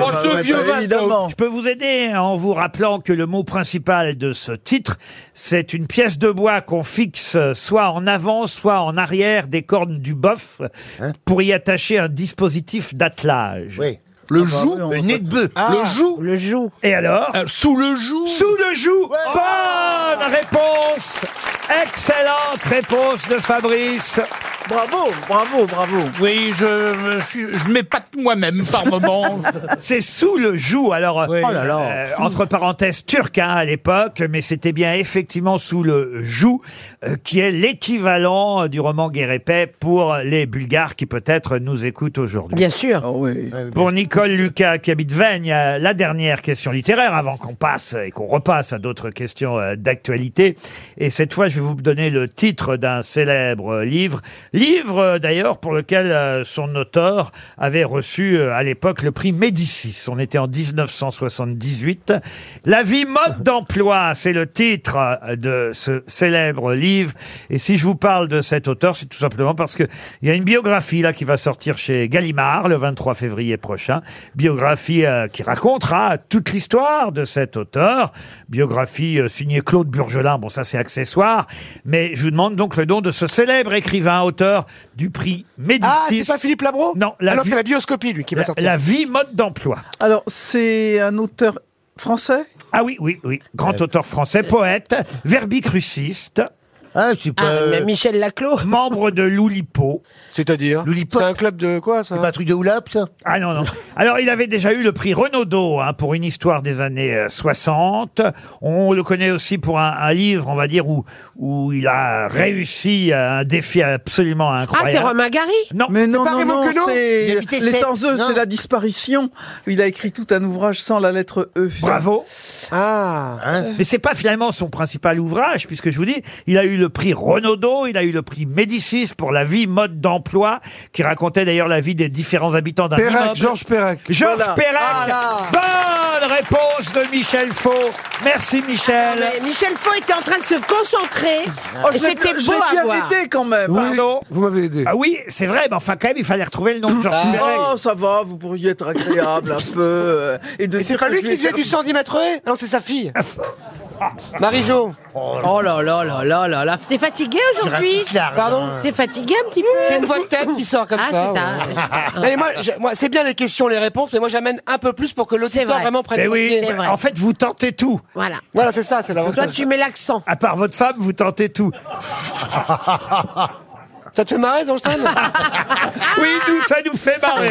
[SPEAKER 5] Oh, ce Bah, bah, vieux Vazov. évidemment.
[SPEAKER 2] Je peux vous aider hein, en vous rappelant que le mot principal de ce titre, c'est une pièce de bois qu'on fixe euh, soit en avant, soit en arrière des cornes du bœuf
[SPEAKER 5] Hein
[SPEAKER 2] pour y attacher un dispositif d'attelage. Oui.
[SPEAKER 5] Ah, bah,
[SPEAKER 2] Le joug, le nez de bœuf,
[SPEAKER 4] Ah.
[SPEAKER 2] le joug, le joug. Et alors
[SPEAKER 12] Euh,
[SPEAKER 2] Sous le joug. Sous le joug. Bonne réponse. Excellente réponse de Fabrice.
[SPEAKER 5] Bravo, bravo, bravo.
[SPEAKER 7] Oui, je, me suis- je, m'épate moi-même par moment.
[SPEAKER 2] C'est sous le joug. Alors, euh,
[SPEAKER 7] Oui. Oh là là.
[SPEAKER 2] entre parenthèses, turc hein, à l'époque, mais c'était bien effectivement sous le joug, euh, qui est l'équivalent euh, du roman Guérépet pour les Bulgares qui peut-être nous écoutent aujourd'hui.
[SPEAKER 3] Bien
[SPEAKER 4] Ah
[SPEAKER 3] sûr.
[SPEAKER 2] Euh, Pour Nicole Lucas, qui habite Veigne, euh, la dernière question littéraire avant qu'on passe et qu'on repasse à d'autres questions euh, d'actualité. Et cette fois, je vais vous donner le titre d'un célèbre euh, livre. Livre, euh, d'ailleurs, pour lequel euh, son auteur avait reçu euh, à l'époque le prix Médicis. On était en 1978. La vie mode d'emploi, c'est le titre euh, de ce célèbre livre. Et si je vous parle de cet auteur, c'est tout simplement parce que il y a une biographie là qui va sortir chez Gallimard le 23 février prochain. Biographie euh, qui racontera toute l'histoire de cet auteur. Biographie euh, signée Claude Burgelin. Bon, ça c'est accessoire. Mais je vous demande donc le nom de ce célèbre écrivain, auteur du prix Médicis.
[SPEAKER 4] Ah, c'est pas Philippe Labro
[SPEAKER 2] Non, la
[SPEAKER 4] Ah non,
[SPEAKER 2] vie-
[SPEAKER 4] c'est la bioscopie, lui, qui va
[SPEAKER 2] la,
[SPEAKER 4] sortir.
[SPEAKER 2] la vie mode d'emploi.
[SPEAKER 5] Alors, c'est un auteur français Euh.
[SPEAKER 2] Ah oui, oui, oui. Grand auteur français, poète, verbicruciste. Ah, je sais
[SPEAKER 3] pas, Ah, mais euh, Michel Laclos.
[SPEAKER 2] Membre de l'Oulipo.
[SPEAKER 4] C'est-à-dire C'est un club de quoi, ça
[SPEAKER 2] Un truc de hula ça Ah non, non. Alors, il avait déjà eu le prix Renaudot hein, pour une histoire des années euh, 60. On le connaît aussi pour un, un livre, on va dire, où, où il a réussi à un défi absolument
[SPEAKER 3] Ah,
[SPEAKER 2] incroyable.
[SPEAKER 3] c'est Romain Gary
[SPEAKER 2] Non.
[SPEAKER 5] Mais non,
[SPEAKER 3] C'est pas
[SPEAKER 5] non,
[SPEAKER 3] Raymond
[SPEAKER 5] non,
[SPEAKER 3] Queneau Il
[SPEAKER 5] c'est
[SPEAKER 3] habitait
[SPEAKER 5] Les
[SPEAKER 3] Sète.
[SPEAKER 5] Sans eux,
[SPEAKER 3] Non.
[SPEAKER 5] c'est la disparition. Il a écrit tout un ouvrage sans la lettre E. Euh.
[SPEAKER 2] Bravo. Hein
[SPEAKER 4] Ah.
[SPEAKER 2] Mais c'est pas finalement son principal ouvrage, puisque je vous dis, il a eu le prix Renaudot, il a eu le prix Médicis pour la vie mode d'emploi, qui racontait d'ailleurs la vie des différents habitants d'un
[SPEAKER 8] Perec,
[SPEAKER 2] immeuble.
[SPEAKER 8] Georges Perec.
[SPEAKER 2] Georges
[SPEAKER 8] Voilà.
[SPEAKER 5] Ah
[SPEAKER 2] Perec. Bonne réponse de Michel Faux. Merci Michel.
[SPEAKER 3] Ah, Mais Michel Faux était en train de se concentrer.
[SPEAKER 5] Oh,
[SPEAKER 3] Ah. et c'était beau à voir.
[SPEAKER 5] quand même.
[SPEAKER 2] Pardon
[SPEAKER 8] Vous m'avez aidé.
[SPEAKER 2] Ah oui, c'est vrai, mais enfin quand même, il fallait retrouver le nom de Georges
[SPEAKER 4] Ah,
[SPEAKER 2] Perec.
[SPEAKER 5] Oh, ça va, vous pourriez être agréable un peu. euh, Et de
[SPEAKER 4] Mais c'est
[SPEAKER 5] dire
[SPEAKER 4] pas
[SPEAKER 5] que
[SPEAKER 4] lui
[SPEAKER 5] je
[SPEAKER 4] qui
[SPEAKER 5] vais
[SPEAKER 4] faisait
[SPEAKER 5] faire-
[SPEAKER 4] du 110 mètres haies Non, c'est sa fille. Marie-Jo.
[SPEAKER 3] Oh là là là là là là. T'es fatigué aujourd'hui
[SPEAKER 4] Pardon
[SPEAKER 3] T'es fatigué un petit peu
[SPEAKER 4] C'est une voix de tête qui sort comme
[SPEAKER 3] Ah,
[SPEAKER 4] ça.
[SPEAKER 3] c'est ça.
[SPEAKER 4] ouais. Non, mais moi, je- moi, c'est bien les questions, les réponses, mais moi j'amène un peu plus pour que l'auditeur
[SPEAKER 3] vrai.
[SPEAKER 4] vraiment prenne
[SPEAKER 2] Mais
[SPEAKER 4] le
[SPEAKER 2] oui,
[SPEAKER 4] pied.
[SPEAKER 2] en fait, vous tentez tout.
[SPEAKER 3] Voilà.
[SPEAKER 4] Voilà, c'est ça, c'est
[SPEAKER 3] Toi,
[SPEAKER 4] l'avantage.
[SPEAKER 3] tu mets l'accent.
[SPEAKER 2] À part votre femme, vous tentez tout.
[SPEAKER 4] Ça te fait marrer, Zonstein
[SPEAKER 2] Oui, nous, ça nous fait marrer.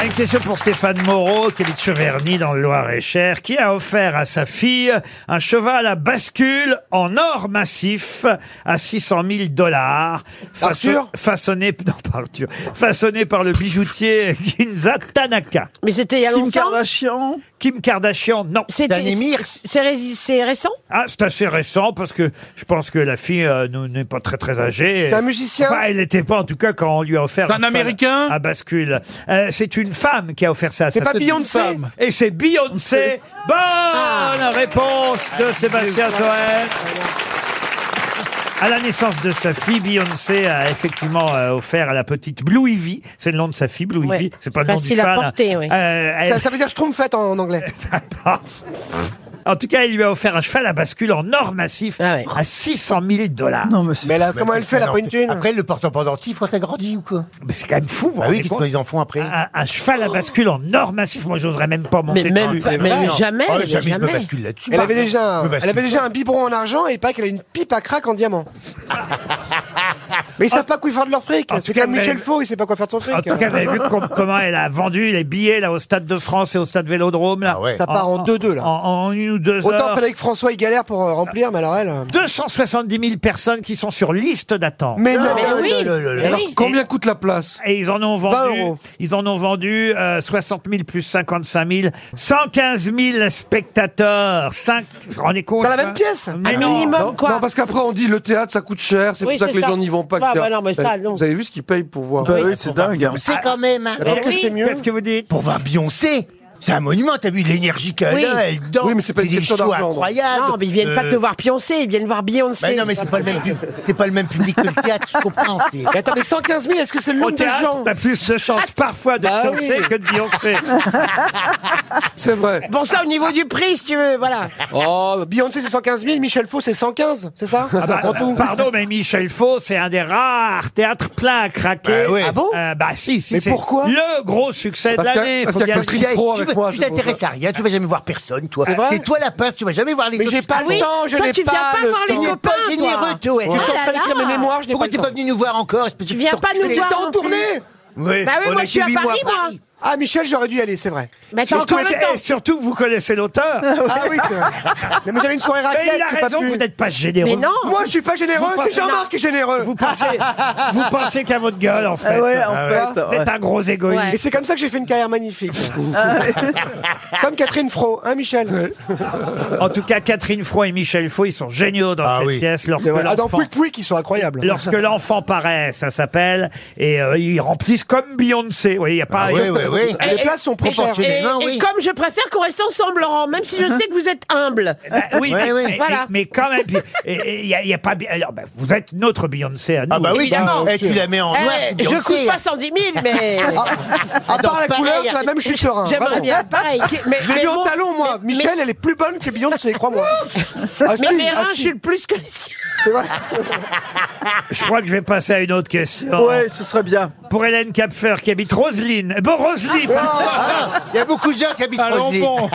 [SPEAKER 2] Ah, une question pour Stéphane Moreau, qui habite Cheverny dans le Loir-et-Cher, qui a offert à sa fille un cheval à bascule en or massif à 600 000 dollars,
[SPEAKER 4] Arthur
[SPEAKER 2] façonné, non, pas Arthur, façonné par le bijoutier Ginza Tanaka.
[SPEAKER 3] Mais c'était il y a
[SPEAKER 5] Kim
[SPEAKER 3] longtemps.
[SPEAKER 5] Kardashian
[SPEAKER 2] Kim Kardashian, non.
[SPEAKER 3] C'était- C'est ré- c'est récent
[SPEAKER 2] Ah, c'est assez récent parce que je pense que la fille euh, nous- n'est pas très très âgée.
[SPEAKER 4] C'est un musicien
[SPEAKER 2] Enfin, elle n'était pas en tout cas quand on lui a offert.
[SPEAKER 7] C'est un
[SPEAKER 2] cheval
[SPEAKER 7] Américain
[SPEAKER 2] À bascule. Euh, c'est une femme qui a offert ça. à
[SPEAKER 4] C'est
[SPEAKER 2] sa
[SPEAKER 4] pas
[SPEAKER 2] sœur.
[SPEAKER 4] Beyoncé
[SPEAKER 7] femme.
[SPEAKER 2] Et c'est Beyoncé. Bonne Ah,
[SPEAKER 9] Ah.
[SPEAKER 2] réponse de Sébastien Toen. À la naissance de sa fille, Beyoncé a effectivement euh, offert à la petite Blue Ivy. C'est le nom de sa fille, Blue
[SPEAKER 3] Ouais.
[SPEAKER 2] Ivy. C'est pas le nom du
[SPEAKER 3] Facile à
[SPEAKER 2] cheval. hein.
[SPEAKER 3] porter, oui.
[SPEAKER 2] Euh, elle- Ah.
[SPEAKER 4] ça, ça veut dire schtroumpfette en, en anglais.
[SPEAKER 2] en tout cas, il lui a offert un cheval à bascule en or massif
[SPEAKER 3] Ah ouais.
[SPEAKER 2] à 600 000 dollars.
[SPEAKER 5] Non, monsieur.
[SPEAKER 4] là, comment elle fait, la pointe thune
[SPEAKER 6] Après, elle le porte en pendentif quand t'as grandi ou quoi
[SPEAKER 2] Mais c'est quand même fou, vous
[SPEAKER 6] Bah
[SPEAKER 2] vous
[SPEAKER 6] oui,
[SPEAKER 2] rendez
[SPEAKER 6] qu'est-ce
[SPEAKER 2] compte
[SPEAKER 6] qu'ils en font après
[SPEAKER 2] un, un cheval à bascule en or massif, moi j'oserais même pas monter
[SPEAKER 3] Mais même-
[SPEAKER 2] dessus.
[SPEAKER 3] mais jamais,
[SPEAKER 6] Oh, jamais
[SPEAKER 3] mais
[SPEAKER 6] je me
[SPEAKER 3] jamais.
[SPEAKER 6] bascule là-dessus.
[SPEAKER 4] Elle avait,
[SPEAKER 6] Je
[SPEAKER 4] déjà,
[SPEAKER 6] me
[SPEAKER 4] un-
[SPEAKER 6] bascule
[SPEAKER 4] elle avait déjà un biberon en argent et il paraît qu'elle a une pipe à craque en diamant. Mais ils savent pas quoi faire de leur fric.
[SPEAKER 2] En tout
[SPEAKER 4] C'est
[SPEAKER 2] cas,
[SPEAKER 4] comme
[SPEAKER 2] vous
[SPEAKER 4] Michel
[SPEAKER 2] avez-
[SPEAKER 4] Faux, il sait pas quoi faire de son fric.
[SPEAKER 2] En tout
[SPEAKER 8] hein.
[SPEAKER 2] cas, vous avez vu com- comment elle a vendu les billets là au Stade de France et au Stade Vélodrome.
[SPEAKER 8] Ah
[SPEAKER 2] Là.
[SPEAKER 4] Ça part en 2-2 là.
[SPEAKER 2] En, en une ou deux
[SPEAKER 4] Autant
[SPEAKER 2] heures.
[SPEAKER 4] fallait que François il galère pour euh, remplir, mais alors elle. euh,
[SPEAKER 2] 270 000 personnes qui sont sur liste d'attente.
[SPEAKER 4] Mais non, Mais oui, non, non, non, non.
[SPEAKER 2] Alors,
[SPEAKER 4] oui.
[SPEAKER 2] combien coûte la place Et ils en ont
[SPEAKER 4] 20
[SPEAKER 2] vendu,
[SPEAKER 4] euros.
[SPEAKER 2] ils en ont vendu euh, 60 000 plus 55 000, 115 000 spectateurs. 5, on est compte
[SPEAKER 4] Dans la même
[SPEAKER 2] hein
[SPEAKER 4] pièce
[SPEAKER 2] Mais non.
[SPEAKER 8] Ah non, Non, parce qu'après on dit le théâtre ça coûte cher, c'est
[SPEAKER 3] Oui,
[SPEAKER 8] pour ça
[SPEAKER 3] c'est
[SPEAKER 8] que les
[SPEAKER 3] ça.
[SPEAKER 8] gens n'y vont pas.
[SPEAKER 3] Ah,
[SPEAKER 8] etc.
[SPEAKER 3] bah non, mais ça, non.
[SPEAKER 8] Vous avez vu ce qu'ils payent pour voir
[SPEAKER 3] Bah oui, c'est
[SPEAKER 8] dingue.
[SPEAKER 6] C'est quand même. hein.
[SPEAKER 8] Alors
[SPEAKER 6] Mais
[SPEAKER 8] que
[SPEAKER 6] oui.
[SPEAKER 8] c'est mieux. Qu'est-ce que
[SPEAKER 2] vous dites
[SPEAKER 6] Pour voir Beyoncé. C'est un monument, t'as vu l'énergie qu'elle
[SPEAKER 3] Oui.
[SPEAKER 6] a, elle danse.
[SPEAKER 3] Oui, mais c'est pas une
[SPEAKER 6] fait des
[SPEAKER 3] question
[SPEAKER 6] shows
[SPEAKER 3] d'argent, non.
[SPEAKER 6] incroyables.
[SPEAKER 3] Non, mais ils viennent pas que voir Beyoncé, ils viennent voir Beyoncé.
[SPEAKER 6] Bah Euh, non, mais c'est pas le même, pub- c'est pas le même public que le théâtre, je comprends. c'est-
[SPEAKER 4] Mais attends, mais 115 000, est-ce que c'est le
[SPEAKER 2] Au
[SPEAKER 4] nombre de
[SPEAKER 2] théâtre,
[SPEAKER 4] gens
[SPEAKER 2] t'as plus de chance parfois de
[SPEAKER 4] Bah
[SPEAKER 2] Beyoncé
[SPEAKER 4] oui.
[SPEAKER 2] que de Beyoncé.
[SPEAKER 8] C'est vrai.
[SPEAKER 3] Pour ça, au niveau du prix, si tu veux, voilà.
[SPEAKER 4] Oh, Beyoncé c'est 115 000, Michel Faux c'est 115, c'est ça
[SPEAKER 2] Ah bah, Pardon, mais Michel Faux, c'est un des rares théâtres pleins à craquer.
[SPEAKER 4] Bah ouais.
[SPEAKER 2] Ah bon Bah si, si.
[SPEAKER 4] Mais
[SPEAKER 2] c'est
[SPEAKER 4] pourquoi
[SPEAKER 2] Le gros succès de
[SPEAKER 6] Parce que-
[SPEAKER 2] l'année.
[SPEAKER 6] parce
[SPEAKER 2] faut
[SPEAKER 6] qu'il y a
[SPEAKER 2] bien le
[SPEAKER 6] Catherine
[SPEAKER 2] dire.
[SPEAKER 6] Fro
[SPEAKER 2] Tu
[SPEAKER 6] avec
[SPEAKER 2] veux-
[SPEAKER 6] moi,
[SPEAKER 2] tu
[SPEAKER 6] c'est pour
[SPEAKER 2] t'intéresses
[SPEAKER 6] ça. à rien, tu vas jamais voir personne, toi.
[SPEAKER 2] C'est vrai
[SPEAKER 6] C'est toi la pince, tu vas jamais voir les
[SPEAKER 4] Mais
[SPEAKER 6] autres.
[SPEAKER 4] j'ai pas
[SPEAKER 6] Ah
[SPEAKER 4] le
[SPEAKER 6] oui
[SPEAKER 4] temps, je
[SPEAKER 6] Toi,
[SPEAKER 4] n'ai
[SPEAKER 6] tu
[SPEAKER 4] pas
[SPEAKER 6] viens
[SPEAKER 4] le
[SPEAKER 6] Tu n'es
[SPEAKER 4] temps.
[SPEAKER 6] pas généreux, toi. ouais.
[SPEAKER 4] Je suis en train d'écrire mes mémoires, je n'ai pas
[SPEAKER 6] Pourquoi
[SPEAKER 4] le
[SPEAKER 6] t'es
[SPEAKER 4] temps.
[SPEAKER 6] pas venu nous voir encore
[SPEAKER 3] Tu viens pas nous voir non plus.
[SPEAKER 6] Oui,
[SPEAKER 3] Bah oui,
[SPEAKER 6] on
[SPEAKER 3] moi,
[SPEAKER 6] a
[SPEAKER 3] je suis
[SPEAKER 6] été
[SPEAKER 3] à
[SPEAKER 6] huit
[SPEAKER 3] Paris,
[SPEAKER 6] mois
[SPEAKER 3] moi.
[SPEAKER 4] Ah Michel, j'aurais dû y aller, c'est vrai.
[SPEAKER 3] Mais t'as
[SPEAKER 2] Surtout,
[SPEAKER 3] encore le
[SPEAKER 4] eh,
[SPEAKER 3] temps.
[SPEAKER 2] et surtout, vous connaissez l'auteur.
[SPEAKER 4] Ah oui, c'est vrai. Mais moi, j'avais une soirée raclette,
[SPEAKER 2] Mais il a
[SPEAKER 4] j'ai pas
[SPEAKER 2] raison,
[SPEAKER 4] pu.
[SPEAKER 2] vous n'êtes pas généreux.
[SPEAKER 3] Mais non.
[SPEAKER 4] Moi je suis pas généreux,
[SPEAKER 2] Vous
[SPEAKER 4] c'est
[SPEAKER 2] pensez-
[SPEAKER 4] Jean-Marc qui est généreux.
[SPEAKER 2] Vous pensez, vous pensez qu'à votre gueule, en fait.
[SPEAKER 5] Ah ouais, en fait,
[SPEAKER 2] Vous êtes
[SPEAKER 5] ouais.
[SPEAKER 2] un gros égoïste.
[SPEAKER 4] Et c'est comme ça que j'ai fait une carrière magnifique. Ah comme Catherine Fro, hein Michel
[SPEAKER 2] En tout cas, Catherine Froid et Michel Faux, ils sont géniaux dans cette pièce. Lorsque
[SPEAKER 4] C'est vrai. Ah, dans
[SPEAKER 2] l'enfant-
[SPEAKER 4] Pouic Pouic, ils sont incroyables.
[SPEAKER 2] Lorsque l'enfant paraît, ça s'appelle, et euh, ils remplissent comme Beyoncé. Vous voyez, il n'y a pas.
[SPEAKER 6] Ah oui, oui, oui.
[SPEAKER 4] Les places sont
[SPEAKER 3] Et,
[SPEAKER 4] proportionnées.
[SPEAKER 3] et- et comme je préfère qu'on reste ensemble, Laurent, même si je sais que vous êtes humble.
[SPEAKER 2] Bah oui,
[SPEAKER 6] Ouais,
[SPEAKER 2] mais,
[SPEAKER 6] ouais.
[SPEAKER 2] mais-
[SPEAKER 3] Voilà.
[SPEAKER 2] mais quand même, il n'y a, y a pas. Alors, bah, vous êtes notre Beyoncé à nous.
[SPEAKER 6] Ah bah oui,
[SPEAKER 3] Évidemment.
[SPEAKER 6] tu- eh, tu la mets en
[SPEAKER 3] Eh,
[SPEAKER 6] noir.
[SPEAKER 3] je
[SPEAKER 6] Beyoncé,
[SPEAKER 3] coûte
[SPEAKER 6] hein.
[SPEAKER 3] pas 110 000, mais Ah,
[SPEAKER 4] À part la
[SPEAKER 6] pareil,
[SPEAKER 4] couleur, la même je suis serein.
[SPEAKER 3] j'aimerais
[SPEAKER 4] vraiment. Ah,
[SPEAKER 3] bien pareil. Mais,
[SPEAKER 4] Je l'ai
[SPEAKER 3] mais
[SPEAKER 4] vu en
[SPEAKER 3] mon-
[SPEAKER 4] talon, moi.
[SPEAKER 3] mais-
[SPEAKER 4] Michel, elle est plus bonne que Beyoncé, crois-moi. Ah,
[SPEAKER 3] Mais
[SPEAKER 4] si,
[SPEAKER 3] mes
[SPEAKER 4] ah,
[SPEAKER 3] reins,
[SPEAKER 4] si.
[SPEAKER 3] je suis le plus que les siens.
[SPEAKER 2] Je crois que je vais passer à une autre question.
[SPEAKER 5] Ouais, ce serait bien.
[SPEAKER 2] Pour Hélène Capfer qui habite Roselyne. Bon, Roselyne, pardon. ah.
[SPEAKER 6] Il y a Ah. beaucoup de gens qui habitent
[SPEAKER 2] Allons
[SPEAKER 6] Roselyne.
[SPEAKER 2] bon.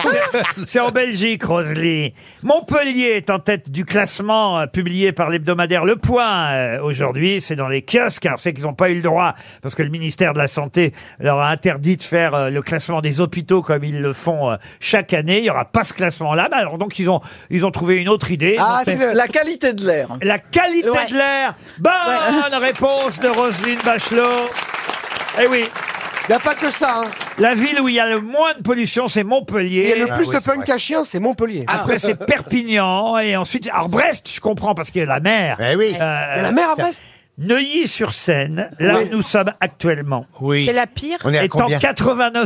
[SPEAKER 2] C'est en Belgique, Roselyne. Montpellier est en tête du classement euh, publié par l'hebdomadaire Le Point euh, aujourd'hui. C'est dans les kiosques. Alors, c'est qu'ils n'ont pas eu le droit parce que le ministère de la Santé leur a interdit de faire euh, le classement des hôpitaux comme ils le font euh, chaque année. Il n'y aura pas ce classement-là. Mais alors, donc, ils ont, ils ont trouvé une autre idée. Ils
[SPEAKER 4] Ah,
[SPEAKER 2] ont fait
[SPEAKER 4] c'est le-
[SPEAKER 5] La qualité de l'air.
[SPEAKER 2] La qualité
[SPEAKER 3] Ouais.
[SPEAKER 2] de l'air. Bonne réponse de Roselyne Bachelot. Eh oui,
[SPEAKER 4] Il n'y a pas que ça. hein.
[SPEAKER 2] la ville où il y a le moins de pollution, c'est
[SPEAKER 4] Il y
[SPEAKER 2] Montpellier. Ah
[SPEAKER 4] a le plus de punk à chien, ah c'est Montpellier.
[SPEAKER 2] Après, c'est Perpignan. Et ensuite, alors Brest, je comprends parce qu'il y a la mer. Euh,
[SPEAKER 6] Eh oui.
[SPEAKER 4] Il y a la mer à Brest.
[SPEAKER 2] Neuilly-sur-Seine, là
[SPEAKER 4] Oui.
[SPEAKER 2] où nous sommes actuellement,
[SPEAKER 7] Oui.
[SPEAKER 3] C'est la pire.
[SPEAKER 6] On est à
[SPEAKER 2] est en
[SPEAKER 6] combien
[SPEAKER 2] 89e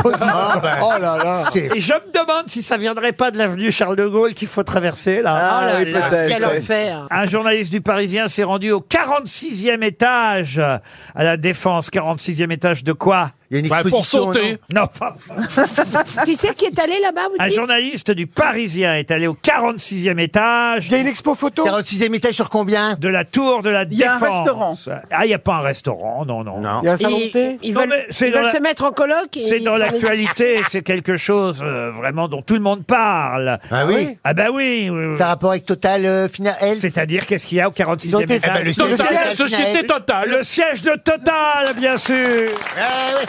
[SPEAKER 2] position.
[SPEAKER 6] Ah, bah,
[SPEAKER 4] Oh là là.
[SPEAKER 6] c'est-
[SPEAKER 2] Et je me demande si ça viendrait pas de l'avenue Charles de Gaulle qu'il faut traverser, là.
[SPEAKER 5] Ah,
[SPEAKER 3] oh là
[SPEAKER 5] oui,
[SPEAKER 3] là,
[SPEAKER 5] peut-être,
[SPEAKER 3] quel
[SPEAKER 5] ouais.
[SPEAKER 3] enfer.
[SPEAKER 2] Un journaliste du Parisien s'est rendu au 46e étage euh, à la Défense. 46e étage de quoi
[SPEAKER 6] Il y a une
[SPEAKER 7] Bah, pour
[SPEAKER 6] exposition.
[SPEAKER 7] sauter.
[SPEAKER 2] Non, pas.
[SPEAKER 3] Qui c'est qui est allé là-bas, vous
[SPEAKER 2] Un
[SPEAKER 3] dites
[SPEAKER 2] journaliste du Parisien est allé au 46e étage
[SPEAKER 4] Il y a une expo photo.
[SPEAKER 6] 46 e étage sur combien
[SPEAKER 2] de la tour de la
[SPEAKER 5] y a un
[SPEAKER 2] Défense.
[SPEAKER 5] restaurant.
[SPEAKER 2] Ah, il n'y a pas un restaurant, non, non.
[SPEAKER 4] Il y a un salon de
[SPEAKER 3] Ils,
[SPEAKER 4] thé.
[SPEAKER 3] ils
[SPEAKER 2] Non,
[SPEAKER 3] veulent,
[SPEAKER 2] mais c'est
[SPEAKER 3] ils
[SPEAKER 2] dans
[SPEAKER 3] veulent
[SPEAKER 2] la-
[SPEAKER 3] se mettre en colloque. et
[SPEAKER 2] C'est
[SPEAKER 3] ils
[SPEAKER 2] dans
[SPEAKER 3] font les-
[SPEAKER 2] l'actualité, c'est quelque chose euh, vraiment dont tout le monde parle.
[SPEAKER 6] Ah oui
[SPEAKER 2] Ah bah oui, oui, oui.
[SPEAKER 6] Ça a rapport avec Total euh, Final Health
[SPEAKER 2] C'est-à-dire, qu'est-ce qu'il y a au 46e
[SPEAKER 6] Ils ont été-
[SPEAKER 2] étage
[SPEAKER 6] Eh ben, le
[SPEAKER 7] Total,
[SPEAKER 6] siège de
[SPEAKER 7] la
[SPEAKER 6] Total
[SPEAKER 7] société
[SPEAKER 6] Final
[SPEAKER 7] totale.
[SPEAKER 2] Le siège de Total, bien sûr
[SPEAKER 6] Eh oui.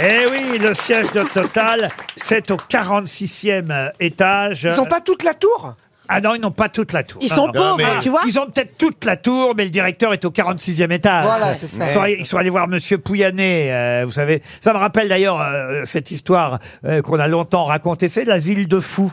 [SPEAKER 2] Eh oui, le siège de Total, c'est au 46e étage.
[SPEAKER 4] Ils ont pas toute la tour
[SPEAKER 2] Ah non, ils n'ont pas toute la tour.
[SPEAKER 3] Ils
[SPEAKER 2] Non,
[SPEAKER 3] sont
[SPEAKER 2] non.
[SPEAKER 3] pauvres,
[SPEAKER 6] mais-
[SPEAKER 3] hein, tu vois.
[SPEAKER 2] Ils ont peut-être toute la tour, mais le directeur est au 46e étage.
[SPEAKER 4] Voilà, c'est ça.
[SPEAKER 2] Ils sont, allés- ils sont allés voir Monsieur Pouyanné, euh, vous savez. Ça me rappelle d'ailleurs euh, cette histoire euh, qu'on a longtemps racontée. C'est l'asile de fous.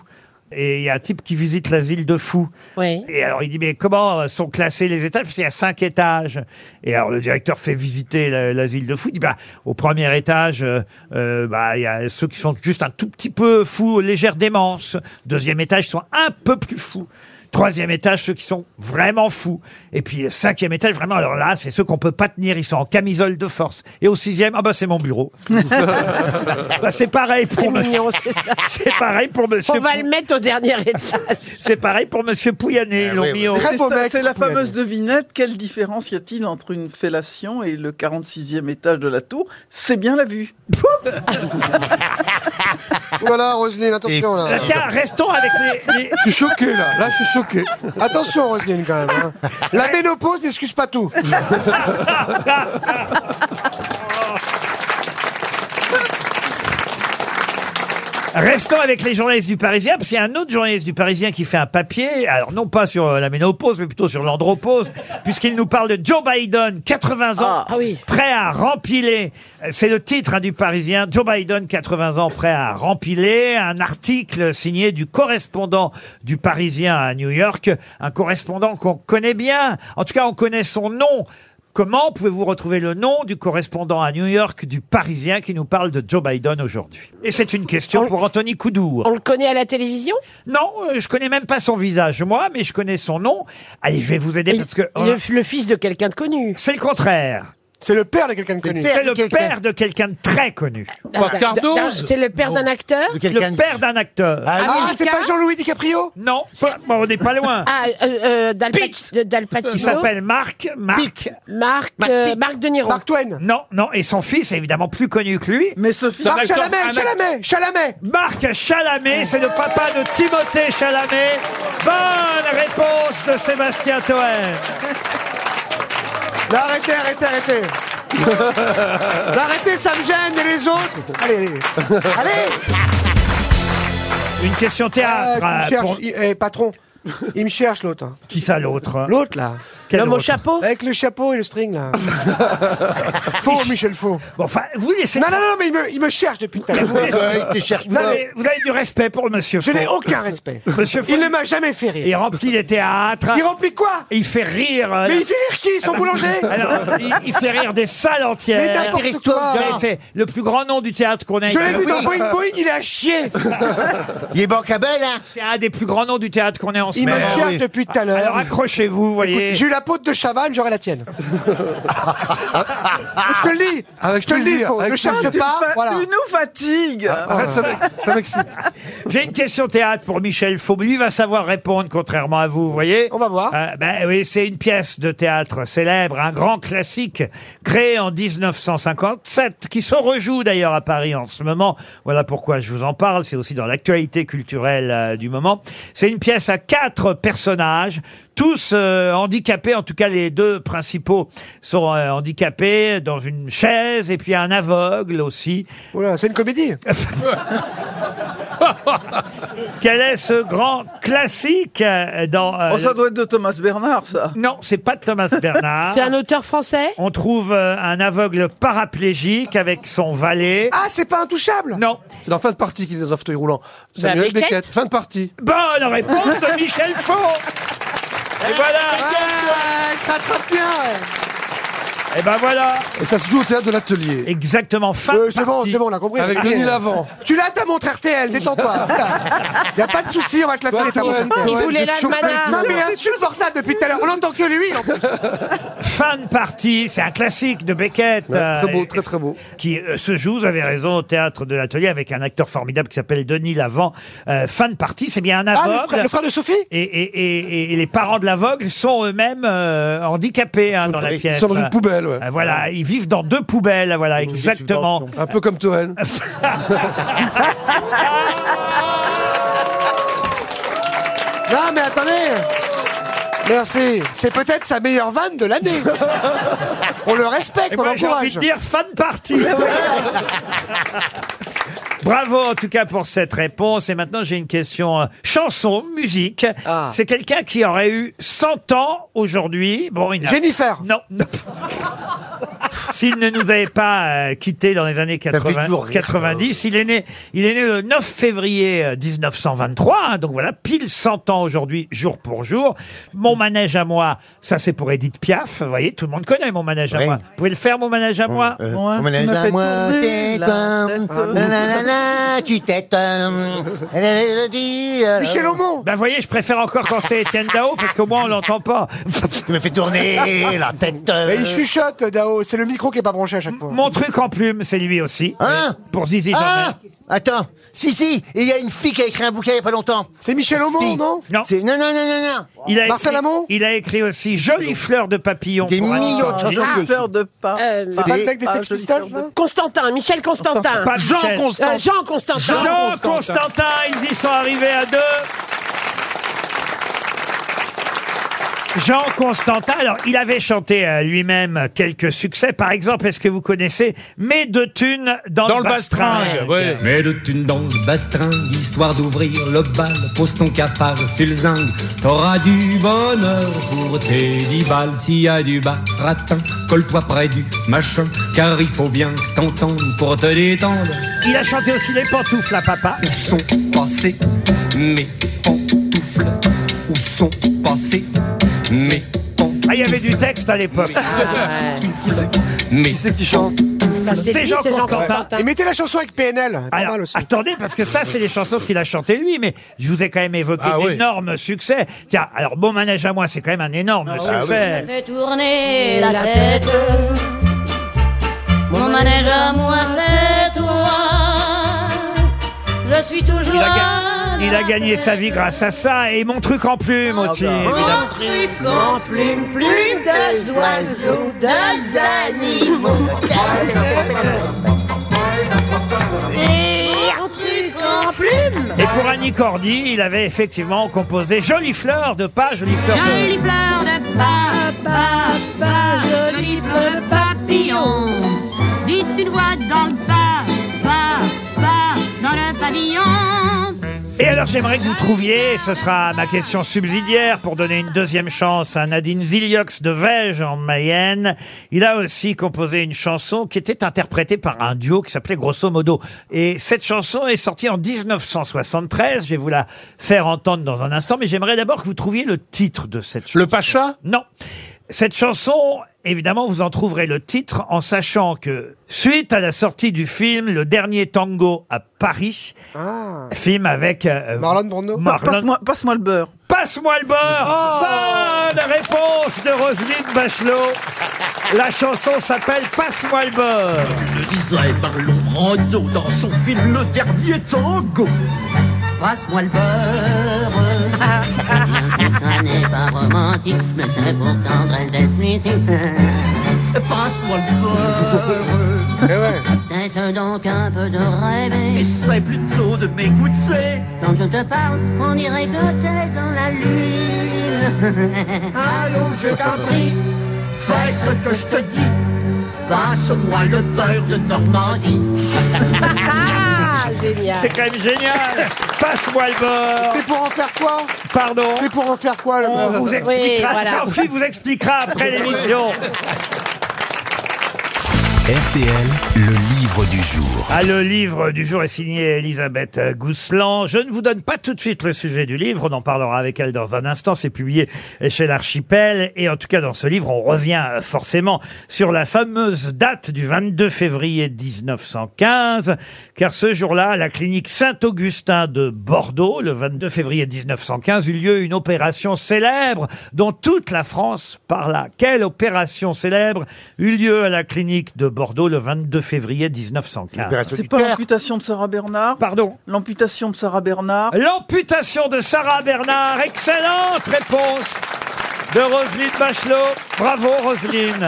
[SPEAKER 2] Et il y a un type qui visite l'asile de fous.
[SPEAKER 3] Oui.
[SPEAKER 2] Et alors il dit mais comment euh, sont classés les étages Parce qu'il y a cinq étages. Et alors le directeur fait visiter la- l'asile de fous. Il dit bah au premier étage, euh, euh, bah il y a ceux qui sont juste un tout petit peu fous, légère démence. Deuxième étage sont un peu plus fous. Troisième étage, ceux qui sont vraiment fous. Et puis euh, cinquième étage, vraiment, alors là, c'est ceux qu'on peut pas tenir. Ils sont en camisole de force. Et au sixième, ah bah c'est mon bureau. bah, c'est pareil
[SPEAKER 3] C'est
[SPEAKER 2] pour monsieur.
[SPEAKER 3] mignon, c'est ça.
[SPEAKER 2] C'est pareil pour monsieur.
[SPEAKER 3] On va le
[SPEAKER 2] Pou-
[SPEAKER 3] mettre au dernier étage.
[SPEAKER 2] C'est pareil pour monsieur Pouyanné. Ils
[SPEAKER 6] Ah
[SPEAKER 2] l'ont
[SPEAKER 6] oui,
[SPEAKER 2] mis
[SPEAKER 6] oui.
[SPEAKER 2] au-
[SPEAKER 4] Très
[SPEAKER 5] Eh C'est
[SPEAKER 4] beau
[SPEAKER 5] ça,
[SPEAKER 4] mec,
[SPEAKER 5] c'est la
[SPEAKER 4] Pouyanné.
[SPEAKER 5] fameuse devinette. Quelle différence y a-t-il entre une fellation et le 46e étage de la tour C'est bien la vue.
[SPEAKER 4] Voilà, Roselyne, attention là.
[SPEAKER 2] Tiens, restons avec les.
[SPEAKER 4] Je suis choqué là, là je suis choqué. Attention Roselyne quand même. hein. La ménopause n'excuse pas tout.
[SPEAKER 2] Restons avec les journalistes du Parisien, parce qu'il y a un autre journaliste du Parisien qui fait un papier, alors non pas sur euh, la ménopause, mais plutôt sur l'andropause, puisqu'il nous parle de Joe Biden, 80 ans, prêt à rempiler. Euh, C'est le titre hein, du Parisien, Joe Biden, 80 ans, prêt à rempiler. Un article signé du correspondant du Parisien à New York, un correspondant qu'on connaît bien, en tout cas on connaît son nom. Comment pouvez-vous retrouver le nom du correspondant à New York du Parisien qui nous parle de Joe Biden aujourd'hui Et c'est une question pour Anthony Coudour.
[SPEAKER 3] On le connaît à la télévision
[SPEAKER 2] Non, euh, je connais même pas son visage, moi, mais je connais son nom. Allez, je vais vous aider parce que... hein.
[SPEAKER 3] il est le fils de quelqu'un de connu.
[SPEAKER 2] C'est le contraire.
[SPEAKER 4] C'est le père de quelqu'un de
[SPEAKER 2] connu.
[SPEAKER 3] père
[SPEAKER 2] C'est
[SPEAKER 3] de
[SPEAKER 2] le
[SPEAKER 3] quelqu'un. Bah,
[SPEAKER 2] père de quelqu'un de très connu.
[SPEAKER 3] Ah, C'est le père d'un acteur
[SPEAKER 2] Le père d'un acteur.
[SPEAKER 4] Ah, c'est pas Jean-Louis DiCaprio
[SPEAKER 2] Non, c'est- bon, on n'est pas loin.
[SPEAKER 3] Ah, euh, euh, d'Al Pac- de- d'Al Pacino.
[SPEAKER 2] Qui s'appelle Marc. Marc.
[SPEAKER 3] Pitt. Marc, euh, Marc De Niro.
[SPEAKER 4] Marc Twain.
[SPEAKER 2] Non, non, et son fils est évidemment plus connu que lui.
[SPEAKER 5] Mais ce fils...
[SPEAKER 4] Marc Chalamet, Chalamet, Chalamet.
[SPEAKER 2] Marc Chalamet, c'est le papa de Timothée Chalamet. Bonne réponse de Sébastien Toen.
[SPEAKER 4] Non, arrêtez, arrêtez, arrêtez. Non, arrêtez, ça me gêne et les autres. Allez, allez. allez.
[SPEAKER 2] Une question théâtre.
[SPEAKER 4] Ah, il me
[SPEAKER 2] euh,
[SPEAKER 4] cherche,
[SPEAKER 2] pour-
[SPEAKER 4] il- eh, patron. Il me cherche l'autre. hein.
[SPEAKER 2] Qui ça l'autre
[SPEAKER 4] L'autre là.
[SPEAKER 2] Quel L'homme au autre
[SPEAKER 3] chapeau
[SPEAKER 4] Avec le chapeau et le string là. faux, Michel Faux.
[SPEAKER 2] Bon, enfin, vous laissez.
[SPEAKER 4] Non, non, non, mais il me, il me cherche depuis tout à l'heure.
[SPEAKER 2] Vous, laissez- Vous avez, vous avez du respect pour le monsieur.
[SPEAKER 4] Je n'ai
[SPEAKER 2] Faux.
[SPEAKER 4] aucun respect.
[SPEAKER 2] Monsieur Faux,
[SPEAKER 4] Il ne m'a jamais fait
[SPEAKER 2] il
[SPEAKER 4] rire.
[SPEAKER 2] remplit les théâtres.
[SPEAKER 4] Il remplit quoi
[SPEAKER 2] Il fait rire. euh,
[SPEAKER 4] Mais il fait rire qui Son boulanger
[SPEAKER 2] Alors, il, il fait rire des salles entières.
[SPEAKER 4] Mais n'importe quoi.
[SPEAKER 2] C'est- C'est le plus grand nom du théâtre qu'on ait.
[SPEAKER 4] Je l'ai vu dans
[SPEAKER 6] Oui.
[SPEAKER 4] Boeing Boeing, il est à chier.
[SPEAKER 6] Il est bancable, hein
[SPEAKER 2] C'est un des plus grands noms du théâtre qu'on ait en ce
[SPEAKER 4] Il me
[SPEAKER 2] moment.
[SPEAKER 4] cherche depuis tout à
[SPEAKER 2] Alors
[SPEAKER 4] l'heure.
[SPEAKER 2] accrochez-vous, vous voyez.
[SPEAKER 4] J'ai eu la peau de Chavannes, j'aurai la tienne. Je te le dis.
[SPEAKER 8] Avec
[SPEAKER 4] Je te le dis,
[SPEAKER 8] plaisir,
[SPEAKER 4] faut,
[SPEAKER 8] avec
[SPEAKER 4] ne cherche
[SPEAKER 8] plaisir.
[SPEAKER 4] pas.
[SPEAKER 5] Fa-
[SPEAKER 4] Voilà.
[SPEAKER 5] Tu nous fatigues
[SPEAKER 2] Ah.
[SPEAKER 5] Ah,
[SPEAKER 8] Arrête, ça m'ex- ça m'excite.
[SPEAKER 2] J'ai une question théâtre pour Michel Faubre. Lui va savoir répondre, contrairement à vous, vous voyez.
[SPEAKER 4] On va voir.
[SPEAKER 2] Euh, ben oui, c'est une pièce de théâtre célèbre, un grand classique créé en 1957, qui se rejoue d'ailleurs à Paris en ce moment. Voilà pourquoi je vous en parle. C'est aussi dans l'actualité culturelle euh, du moment. C'est une pièce à quatre personnages, tous euh, handicapés. En tout cas, les deux principaux sont euh, handicapés dans une chaise et puis un aveugle aussi.
[SPEAKER 4] Oula, c'est une comédie.
[SPEAKER 2] Quel est ce grand classique euh, dans euh,
[SPEAKER 5] Oh, ça doit être de Thomas Bernard, ça.
[SPEAKER 2] Non, c'est pas de Thomas Bernard.
[SPEAKER 3] C'est un auteur français
[SPEAKER 2] On trouve euh, un aveugle paraplégique avec son valet.
[SPEAKER 4] Ah, c'est pas intouchable.
[SPEAKER 2] Non.
[SPEAKER 8] C'est en fin de partie qu'il y a des fauteuils roulants. Samuel
[SPEAKER 3] Bah, Beckett.
[SPEAKER 8] Beckett, fin de partie.
[SPEAKER 2] Bonne réponse de Michel Faux. Et voilà.
[SPEAKER 4] Ouais, je t'attrape bien. ouais.
[SPEAKER 2] Et ben voilà.
[SPEAKER 8] Et ça se joue au théâtre de l'atelier.
[SPEAKER 2] Exactement. Fin.
[SPEAKER 4] Euh,
[SPEAKER 2] de
[SPEAKER 4] c'est bon,
[SPEAKER 2] partie.
[SPEAKER 4] c'est bon, on a compris.
[SPEAKER 8] Avec
[SPEAKER 4] t'inquiète.
[SPEAKER 8] Denis Lavant.
[SPEAKER 4] Tu l'as ta montre RTL, détends-toi. Il y a pas de souci, on va te la filer ta montre RTL.
[SPEAKER 3] Il voulait l'almanach.
[SPEAKER 4] Non mais il est insupportable depuis tout à l'heure, on l'entend que lui. en plus.
[SPEAKER 2] Fin de partie. C'est un classique de Beckett. euh,
[SPEAKER 8] Très beau, très très beau.
[SPEAKER 2] qui euh, se joue, vous avez raison, au théâtre de l'atelier avec un acteur formidable qui s'appelle Denis Lavant. Euh, fin de partie, c'est bien un
[SPEAKER 4] Ah,
[SPEAKER 2] aveugle.
[SPEAKER 4] le frère, le frère de Sophie
[SPEAKER 2] Et, et- et- et les parents de l'aveugle sont eux-mêmes euh, handicapés hein, dans la
[SPEAKER 8] Ils
[SPEAKER 2] pièce.
[SPEAKER 8] sont dans une poubelle, ouais.
[SPEAKER 2] Euh, voilà, ils vivent dans deux poubelles, voilà, exactement.
[SPEAKER 8] Un peu comme Toen.
[SPEAKER 4] Non mais attendez. Merci. C'est peut-être sa meilleure vanne de l'année. On le respecte,
[SPEAKER 2] Et
[SPEAKER 4] on
[SPEAKER 2] moi, j'ai envie
[SPEAKER 4] l'encourage.
[SPEAKER 2] de dire fan party. Bravo en tout cas pour cette réponse. Et maintenant, j'ai une question euh, chanson, musique.
[SPEAKER 4] Ah.
[SPEAKER 2] C'est quelqu'un qui aurait eu 100 ans aujourd'hui. Bon, il n'a-
[SPEAKER 4] Jennifer.
[SPEAKER 2] Non. non. S'il ne nous avait pas euh, quittés dans les années 80,
[SPEAKER 6] euh.
[SPEAKER 2] 90, il est né, il est né le 9 février euh, 1923, hein, donc voilà, pile 100 ans aujourd'hui, jour pour jour. Mon manège à moi, ça c'est pour Edith Piaf, vous voyez, tout le monde connaît mon manège à
[SPEAKER 6] Oui.
[SPEAKER 2] moi. Vous pouvez le faire, mon manège à moi
[SPEAKER 6] Euh,
[SPEAKER 5] Moi,
[SPEAKER 6] on me
[SPEAKER 5] tu
[SPEAKER 6] laisse
[SPEAKER 5] me
[SPEAKER 6] à
[SPEAKER 5] fais
[SPEAKER 6] moi, eh ben, t'es
[SPEAKER 5] tourner la
[SPEAKER 6] con.
[SPEAKER 5] tête.
[SPEAKER 6] La, la, la, la, tu t'étonnes. La, la, la, la, dis, euh,
[SPEAKER 4] Michel Aumont.
[SPEAKER 2] Bah voyez, je préfère encore quand c'est Étienne Dao, parce qu'au moins on l'entend pas.
[SPEAKER 6] Tu me fais tourner la tête. euh.
[SPEAKER 4] Mais il chuchote, Dao, c'est le micro qui est pas branché à chaque fois.
[SPEAKER 2] Mon truc en plume, c'est lui aussi.
[SPEAKER 6] Hein
[SPEAKER 2] Pour Zizi
[SPEAKER 6] Ah
[SPEAKER 2] Jeanmaire.
[SPEAKER 6] Attends, si, si, il y a une fille qui a écrit un bouquin il n'y a pas longtemps.
[SPEAKER 4] C'est Michel Aumont, non
[SPEAKER 2] Non.
[SPEAKER 6] Non, non, non, non, non.
[SPEAKER 2] Il a
[SPEAKER 6] Marcel
[SPEAKER 2] écrit,
[SPEAKER 6] Amont
[SPEAKER 2] Il a écrit aussi Jolie fleur de papillon.
[SPEAKER 6] Des
[SPEAKER 2] pour Anne
[SPEAKER 6] millions de
[SPEAKER 2] Cordy.
[SPEAKER 6] chansons de
[SPEAKER 5] Fleur de pas.
[SPEAKER 3] Euh,
[SPEAKER 2] C'est pas le mec des
[SPEAKER 4] Ah,
[SPEAKER 2] Sex Pistols,
[SPEAKER 16] Constantin, Michel Constantin.
[SPEAKER 2] Pas Michel.
[SPEAKER 16] Euh, Jean Constantin.
[SPEAKER 2] Jean Constantin, ils y sont arrivés à deux. Jean Constantin, alors il avait chanté euh, lui-même quelques succès. Par exemple, est-ce que vous connaissez Mes deux thunes dans,
[SPEAKER 7] Dans le
[SPEAKER 2] bastringue
[SPEAKER 7] bastringue, ouais.
[SPEAKER 17] Mets le thune dans le bastring, histoire d'ouvrir le bal. Pose ton cafard sur le zinc, t'auras du bonheur pour tes dix balles. S'il y a du baratin, colle-toi près du machin, car il faut bien t'entendre pour te détendre.
[SPEAKER 2] Il a chanté aussi les pantoufles à papa.
[SPEAKER 17] Où sont passées mes pantoufles Où sont passées mes
[SPEAKER 2] Ah, il y avait du texte à l'époque.
[SPEAKER 17] Mais
[SPEAKER 4] c'est qui chante
[SPEAKER 2] C'est Ah, Jean Constantin.
[SPEAKER 4] Et mettez la chanson avec PNL.
[SPEAKER 2] Alors, attendez, parce que ça, c'est les chansons qu'il a chantées lui, mais je vous ai quand même évoqué
[SPEAKER 7] Ah oui.
[SPEAKER 2] d'énormes succès. Tiens, alors, Bon Manège à moi, c'est quand même un énorme succès.
[SPEAKER 18] Fais tourner la tête. Mon manège à moi, c'est toi. Je suis toujours
[SPEAKER 2] Il a, ga- il a gagné sa vie grâce à ça, et Mon truc en plume
[SPEAKER 16] Ah,
[SPEAKER 2] aussi, évidemment.
[SPEAKER 16] truc en plume, plume des oiseaux, des animaux. Et un truc en plume.
[SPEAKER 2] Et pour Annie Cordy, il avait effectivement composé Jolie fleur de pas, Jolie fleur de...
[SPEAKER 18] Jolie fleur de papa, jolie fleur de papillon. Vite une voix dans le pas, pas, pas, dans le pavillon.
[SPEAKER 2] Et alors j'aimerais que vous trouviez, ce sera ma question subsidiaire pour donner une deuxième chance à Nadine Ziliox de Vège en Mayenne. Il a aussi composé une chanson qui était interprétée par un duo qui s'appelait Grosso Modo. Et cette chanson est sortie en 1973. Je vais vous la faire entendre dans un instant, mais j'aimerais d'abord que vous trouviez le titre de cette chanson. Le Pacha Non. Cette chanson, évidemment, vous en trouverez le titre en sachant que, suite à la sortie du film Le Dernier Tango à Paris,
[SPEAKER 4] Ah.
[SPEAKER 2] Film avec euh,
[SPEAKER 4] Marlon Brando. Oh.
[SPEAKER 2] Passe-moi le beurre. Passe-moi le beurre. Bonne réponse de Roselyne Bachelot. La chanson s'appelle Passe-moi le beurre.
[SPEAKER 19] Le disait Marlon Brando dans son film Le Dernier Tango. Passe-moi le beurre.
[SPEAKER 20] Ça n'est pas romantique, mais c'est pourtant très explicite.
[SPEAKER 19] Passe-moi le
[SPEAKER 20] Eh
[SPEAKER 19] beurre.
[SPEAKER 20] Cesse donc un peu de rêver.
[SPEAKER 19] Essaie plutôt de m'écouter.
[SPEAKER 20] Quand je te parle, on dirait que t'es dans la lune.
[SPEAKER 19] Allons, je t'en prie, fais ce que je te dis. Passe-moi le beurre de Normandie.
[SPEAKER 3] Ah,
[SPEAKER 2] C'est quand même génial. Passe-moi le beurre.
[SPEAKER 4] C'est pour en faire quoi
[SPEAKER 2] Pardon
[SPEAKER 4] C'est pour en faire quoi le
[SPEAKER 2] On vous expliquera.
[SPEAKER 4] voilà.
[SPEAKER 2] Jean-Philippe vous expliquera après l'émission.
[SPEAKER 1] RTL, le livre du jour.
[SPEAKER 2] Ah, le livre du jour est signé Elisabeth Gousseland. Je ne vous donne pas tout de suite le sujet du livre. On en parlera avec elle dans un instant. C'est publié chez l'Archipel. Et en tout cas, dans ce livre, on revient euh, forcément sur la fameuse date du 22 février 1915. Car ce jour-là, à la clinique Saint-Augustin de Bordeaux, le 22 février 1915, eut lieu une opération célèbre dont toute la France parla. Quelle opération célèbre eut lieu à la clinique de Bordeaux le 22 février 1915
[SPEAKER 5] C'est pas l'amputation de Sarah Bernard
[SPEAKER 2] Pardon
[SPEAKER 5] L'amputation de Sarah Bernard
[SPEAKER 2] L'amputation de Sarah Bernard. Excellente réponse de Roselyne Bachelot. Bravo, Roselyne.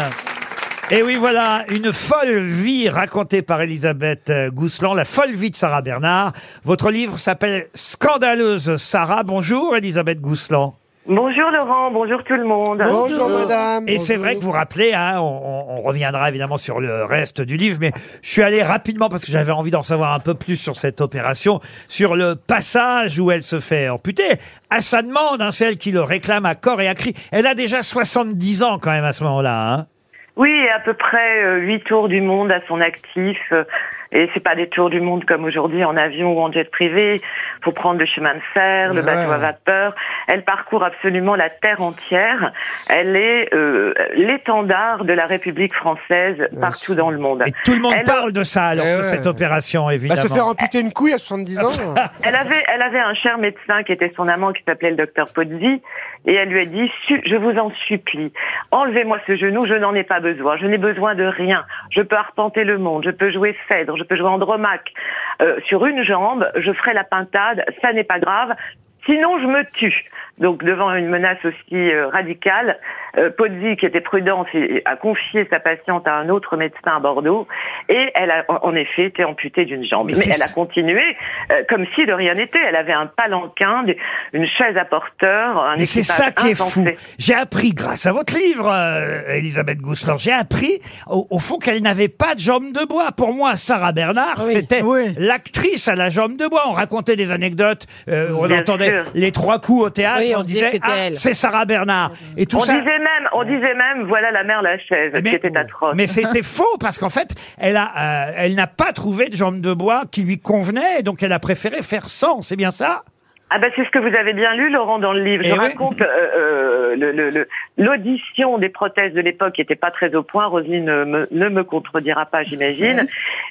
[SPEAKER 2] Et oui, voilà, une folle vie racontée par Elisabeth euh, Gousseland, la folle vie de Sarah Bernard. Votre livre s'appelle Scandaleuse Sarah. Bonjour, Elisabeth Gousseland.
[SPEAKER 16] Bonjour Laurent, bonjour tout le monde.
[SPEAKER 2] Et c'est vrai que vous rappelez, hein, on, on- on reviendra évidemment sur le reste du livre, mais je suis allé rapidement parce que j'avais envie d'en savoir un peu plus sur cette opération, sur le passage où elle se fait amputer. À sa demande, hein, celle qui le réclame à corps et à cri. Elle a déjà 70 ans quand même à ce moment-là. hein.
[SPEAKER 16] Oui, à peu près euh, huit tours du monde à son actif. euh, Et c'est pas des tours du monde comme aujourd'hui en avion ou en jet privé.
[SPEAKER 21] faut prendre le chemin de fer, le
[SPEAKER 9] Ouais.
[SPEAKER 21] bateau à vapeur. Elle parcourt absolument la terre entière. Elle est euh, l'étendard de la République française partout dans le monde.
[SPEAKER 2] Et tout le monde
[SPEAKER 21] Elle- Eh
[SPEAKER 2] parle de ça, alors, de
[SPEAKER 21] ouais. Bah,
[SPEAKER 2] cette opération,
[SPEAKER 4] Va
[SPEAKER 2] évidemment.
[SPEAKER 4] Bah, se faire amputer une couille à 70 ans.
[SPEAKER 21] Elle avait, elle avait un cher médecin qui était son amant, qui s'appelait le docteur Pozzi, et elle lui a dit, Su- je vous en supplie, enlevez-moi ce genou, je n'en ai pas besoin, je n'ai besoin de rien, je peux arpenter le monde, je peux jouer Phèdre, je peux jouer Andromaque, Euh, sur une jambe, je ferai la pintade, ça n'est pas grave, sinon je me tue. Donc devant une menace aussi euh, radicale, euh, Pozzi, qui était prudent, s'est- a confié sa patiente à un autre médecin à Bordeaux, et elle a en en effet été amputée d'une jambe. Mais, elle a continué euh, comme si de rien n'était. Elle avait un palanquin, des- une chaise à porteur, un
[SPEAKER 2] Mais c'est
[SPEAKER 21] équipage
[SPEAKER 2] ça qui est fou.
[SPEAKER 21] insensé.
[SPEAKER 2] J'ai appris, grâce à votre livre, euh, Elisabeth Gousselin, j'ai appris au, au fond qu'elle n'avait pas de jambe de bois. Pour moi, Sarah Bernard, c'était l'actrice à la jambe de bois. On racontait des anecdotes, euh, on
[SPEAKER 21] Bien
[SPEAKER 2] entendait
[SPEAKER 21] sûr.
[SPEAKER 2] les trois coups au théâtre,
[SPEAKER 21] Oui, on
[SPEAKER 2] on,
[SPEAKER 21] disait que
[SPEAKER 2] disait,
[SPEAKER 21] c'était
[SPEAKER 2] ah,
[SPEAKER 21] elle.
[SPEAKER 2] c'est Sarah Bernard. Et tout
[SPEAKER 21] on
[SPEAKER 2] ça. Eh
[SPEAKER 21] disait même, on disait même, voilà la mère Lachaise, qui était atroce.
[SPEAKER 2] Mais c'était faux parce qu'en fait, elle a, euh, elle n'a pas trouvé de jambe de bois qui lui convenait, donc elle a préféré faire sans. C'est bien ça
[SPEAKER 21] Ah ben c'est ce que vous avez bien lu, Laurent, dans le livre.
[SPEAKER 2] Eh
[SPEAKER 21] Je
[SPEAKER 2] oui.
[SPEAKER 21] raconte euh, euh, le- le- le- l'audition des prothèses de l'époque qui n'était pas très au point. Roselyne ne me, ne me contredira pas, j'imagine.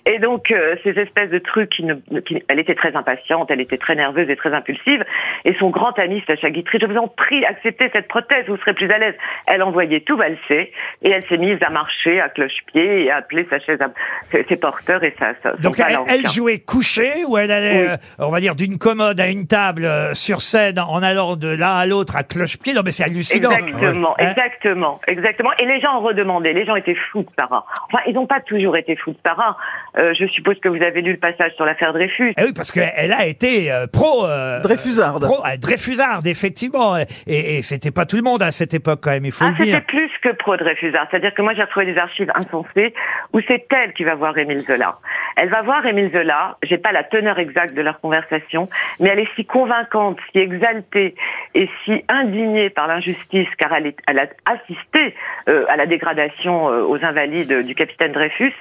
[SPEAKER 21] Et donc euh, ces espèces de trucs qui, ne, qui- elle était très impatiente, elle était très nerveuse et très impulsive. Et son grand ami, Sacha Guitry, je vous en prie, acceptez cette prothèse, vous serez plus à l'aise. Elle envoyait tout valser et elle s'est mise à marcher à cloche-pied et à appeler sa chaise, à- ses, ses porteurs et sa. sa- son
[SPEAKER 2] Donc elle,
[SPEAKER 21] palanquin.
[SPEAKER 2] elle jouait couchée ou elle allait,
[SPEAKER 21] Oui.
[SPEAKER 2] euh, on va dire, d'une commode à une table euh, sur scène en allant de l'un à l'autre à cloche-pied. Non mais c'est hallucinant.
[SPEAKER 21] Exactement,
[SPEAKER 2] Hein
[SPEAKER 21] exactement, exactement. Et les gens en redemandaient. Les gens étaient fous de Sarah. Enfin, ils n'ont pas toujours été fous de Sarah. Euh, je suppose que vous avez lu le passage sur l'affaire Dreyfus.
[SPEAKER 2] Eh oui, parce qu'elle a été euh, pro... euh,
[SPEAKER 5] Dreyfusarde.
[SPEAKER 2] Pro, euh, Dreyfusarde, effectivement. Et, et c'était pas tout le monde à cette époque quand même, il faut
[SPEAKER 21] Ah,
[SPEAKER 2] le
[SPEAKER 21] c'était
[SPEAKER 2] dire.
[SPEAKER 21] plus que pro Dreyfusard. C'est-à-dire que moi, j'ai retrouvé des archives insensées où c'est elle qui va voir Émile Zola. Elle va voir Émile Zola. J'ai pas la teneur exacte de leur conversation, mais elle est si convaincante, si exaltée et si indignée par l'injustice, car elle, est, elle a assisté euh, à la dégradation euh, aux invalides du capitaine Dreyfus,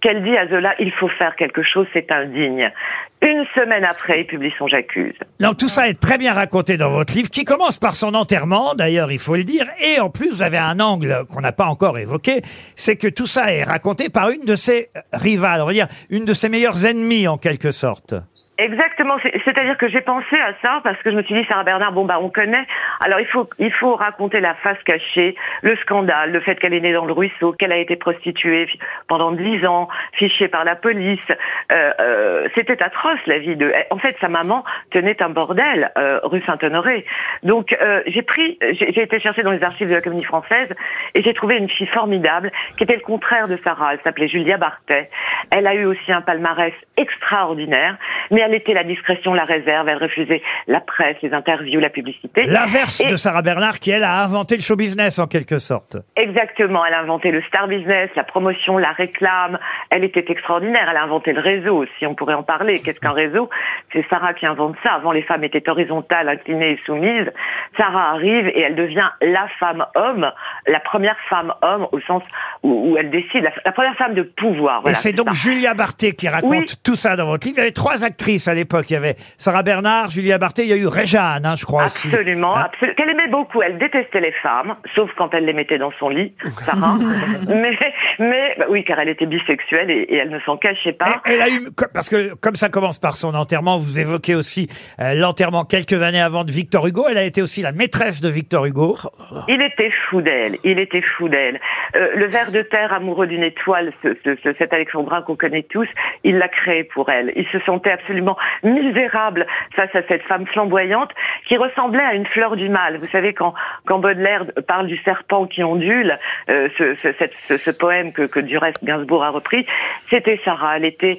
[SPEAKER 21] qu'elle dit à Zola, il faut faire quelque chose, c'est indigne. Une semaine après, il publie son J'accuse.
[SPEAKER 2] Non, tout ça est très bien raconté dans votre livre, qui commence par son enterrement, d'ailleurs, il faut le dire. Et en plus, vous avez un angle qu'on n'a pas encore évoqué, c'est que tout ça est raconté par une de ses rivales, on va dire, une de ses meilleures ennemies, en quelque sorte.
[SPEAKER 21] Exactement, C'est- c'est-à-dire que j'ai pensé à ça parce que je me suis dit Sarah Bernard, bon bah on connaît, alors il faut il faut raconter la face cachée, le scandale, le fait qu'elle est née dans le ruisseau, qu'elle a été prostituée fi- pendant dix ans, fichée par la police, Euh, euh, c'était atroce la vie de. En fait, sa maman tenait un bordel euh, rue Saint-Honoré. Donc euh, j'ai pris, j'ai j'ai été chercher dans les archives de la Comédie Française et j'ai trouvé une fille formidable qui était le contraire de Sarah. Elle s'appelait Julia Bartet. Elle a eu aussi un palmarès extraordinaire, mais elle était la discrétion, la réserve. Elle refusait la presse, les interviews, la publicité.
[SPEAKER 2] L'inverse
[SPEAKER 21] Et-
[SPEAKER 2] de Sarah Bernard, qui, elle, a inventé le show business, en quelque sorte.
[SPEAKER 21] Exactement, elle a inventé le star business, la promotion, la réclame. Elle était extraordinaire, elle a inventé le réseau, si on pourrait en parler. Qu'est-ce qu'un réseau C'est Sarah qui invente ça. Avant, les femmes étaient horizontales, inclinées et soumises. Sarah arrive et elle devient la femme homme, la première femme homme au sens où, où elle décide, la, la première femme de pouvoir.
[SPEAKER 2] Et
[SPEAKER 21] voilà,
[SPEAKER 2] c'est donc
[SPEAKER 21] ça.
[SPEAKER 2] Julia Barté qui raconte
[SPEAKER 21] Oui.
[SPEAKER 2] tout ça dans votre livre. Il y avait trois actrices à l'époque. Il y avait Sarah Bernard, Julia Barté, il y a eu Réjeanne, hein, je crois aussi.
[SPEAKER 21] Absolument, absolu- Qu'elle aimait beaucoup. Elle détestait les femmes, sauf quand elle les mettait dans son lit, Sarah. mais, mais bah oui, car elle était bisexuelle et, et elle ne s'en cachait pas.
[SPEAKER 2] Elle a eu, co- parce que comme ça commence par son enterrement, vous évoquez aussi euh, l'enterrement quelques années avant de Victor Hugo. Elle a été aussi la maîtresse de Victor Hugo.
[SPEAKER 21] Il était fou d'elle. Il était fou d'elle. Euh, le ver de terre amoureux d'une étoile, ce- ce- ce- cet alexandrin qu'on connaît tous, il l'a créé pour elle. Il se sentait absolument misérable face à cette femme flamboyante qui ressemblait à une fleur du mal. Vous savez quand quand Baudelaire parle du serpent qui ondule, euh, ce, ce- cette- ce- ce poème que, que du reste Gainsbourg a repris, c'était Sarah. Elle était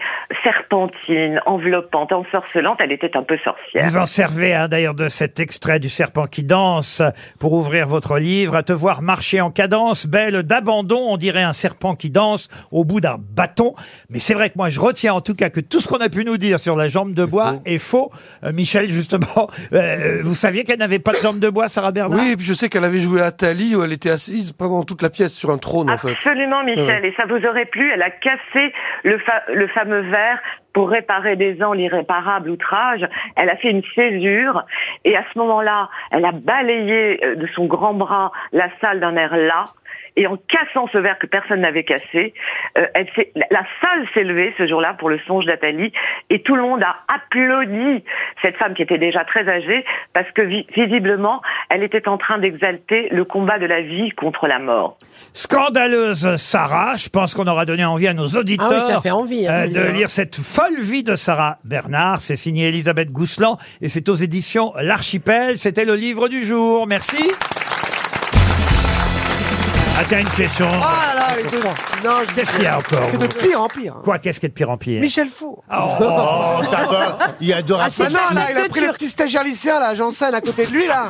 [SPEAKER 21] serpentine, enveloppante, ensorcelante. Elle était un peu sorcière.
[SPEAKER 2] Vous en servez hein, d'ailleurs de cet extrait du serpent qui danse pour ouvrir votre livre. À te voir marcher en cadence, belle d'abandon, on dirait un serpent qui danse au bout d'un bâton. Mais c'est vrai que moi je retiens en tout cas que tout ce qu'on a pu nous dire sur la jambe de bois est faux. Euh, Michel, justement, euh, vous saviez qu'elle n'avait pas de jambe de bois, Sarah Bernard
[SPEAKER 8] Oui, et puis je sais qu'elle avait joué à Tali où elle était assise pendant toute la pièce sur un trône, en fait.
[SPEAKER 21] Absolument, Michel.
[SPEAKER 8] Ouais.
[SPEAKER 21] Et ça vous aurait plu. Elle a cassé le, fa- le fameux verre pour réparer des ans l'irréparable outrage. Elle a fait une césure. Et à ce moment-là, elle a balayé euh, de son grand bras la salle d'un air là. Et en cassant ce verre que personne n'avait cassé, euh, elle s'est- la- la salle s'est levée ce jour-là pour le songe d'Athalie et tout le monde a applaudi cette femme qui était déjà très âgée parce que vi- visiblement, elle était en train d'exalter le combat de la vie contre la mort.
[SPEAKER 2] Scandaleuse Sarah, je pense qu'on aura donné envie à nos auditeurs
[SPEAKER 21] Ah oui, ça fait envie, hein,
[SPEAKER 2] euh,
[SPEAKER 21] de
[SPEAKER 2] de
[SPEAKER 21] lire.
[SPEAKER 2] lire cette folle vie de Sarah Bernard. C'est signé Elisabeth Gousseland et c'est aux éditions L'Archipel. C'était le livre du jour. Merci. Ah tiens, une question.
[SPEAKER 4] Ah là, les deux. Non, je-
[SPEAKER 2] Qu'est-ce qu'il y a encore
[SPEAKER 4] C'est de
[SPEAKER 2] vous
[SPEAKER 4] pire en pire.
[SPEAKER 2] Quoi, qu'est-ce qu'il y a de pire en pire
[SPEAKER 4] Michel Faux.
[SPEAKER 2] Oh,
[SPEAKER 6] ça va. Il adore
[SPEAKER 4] Ah, c'est non, là, il a pris le petit stagiaire lycéen, là, Janssen, à côté de lui, là.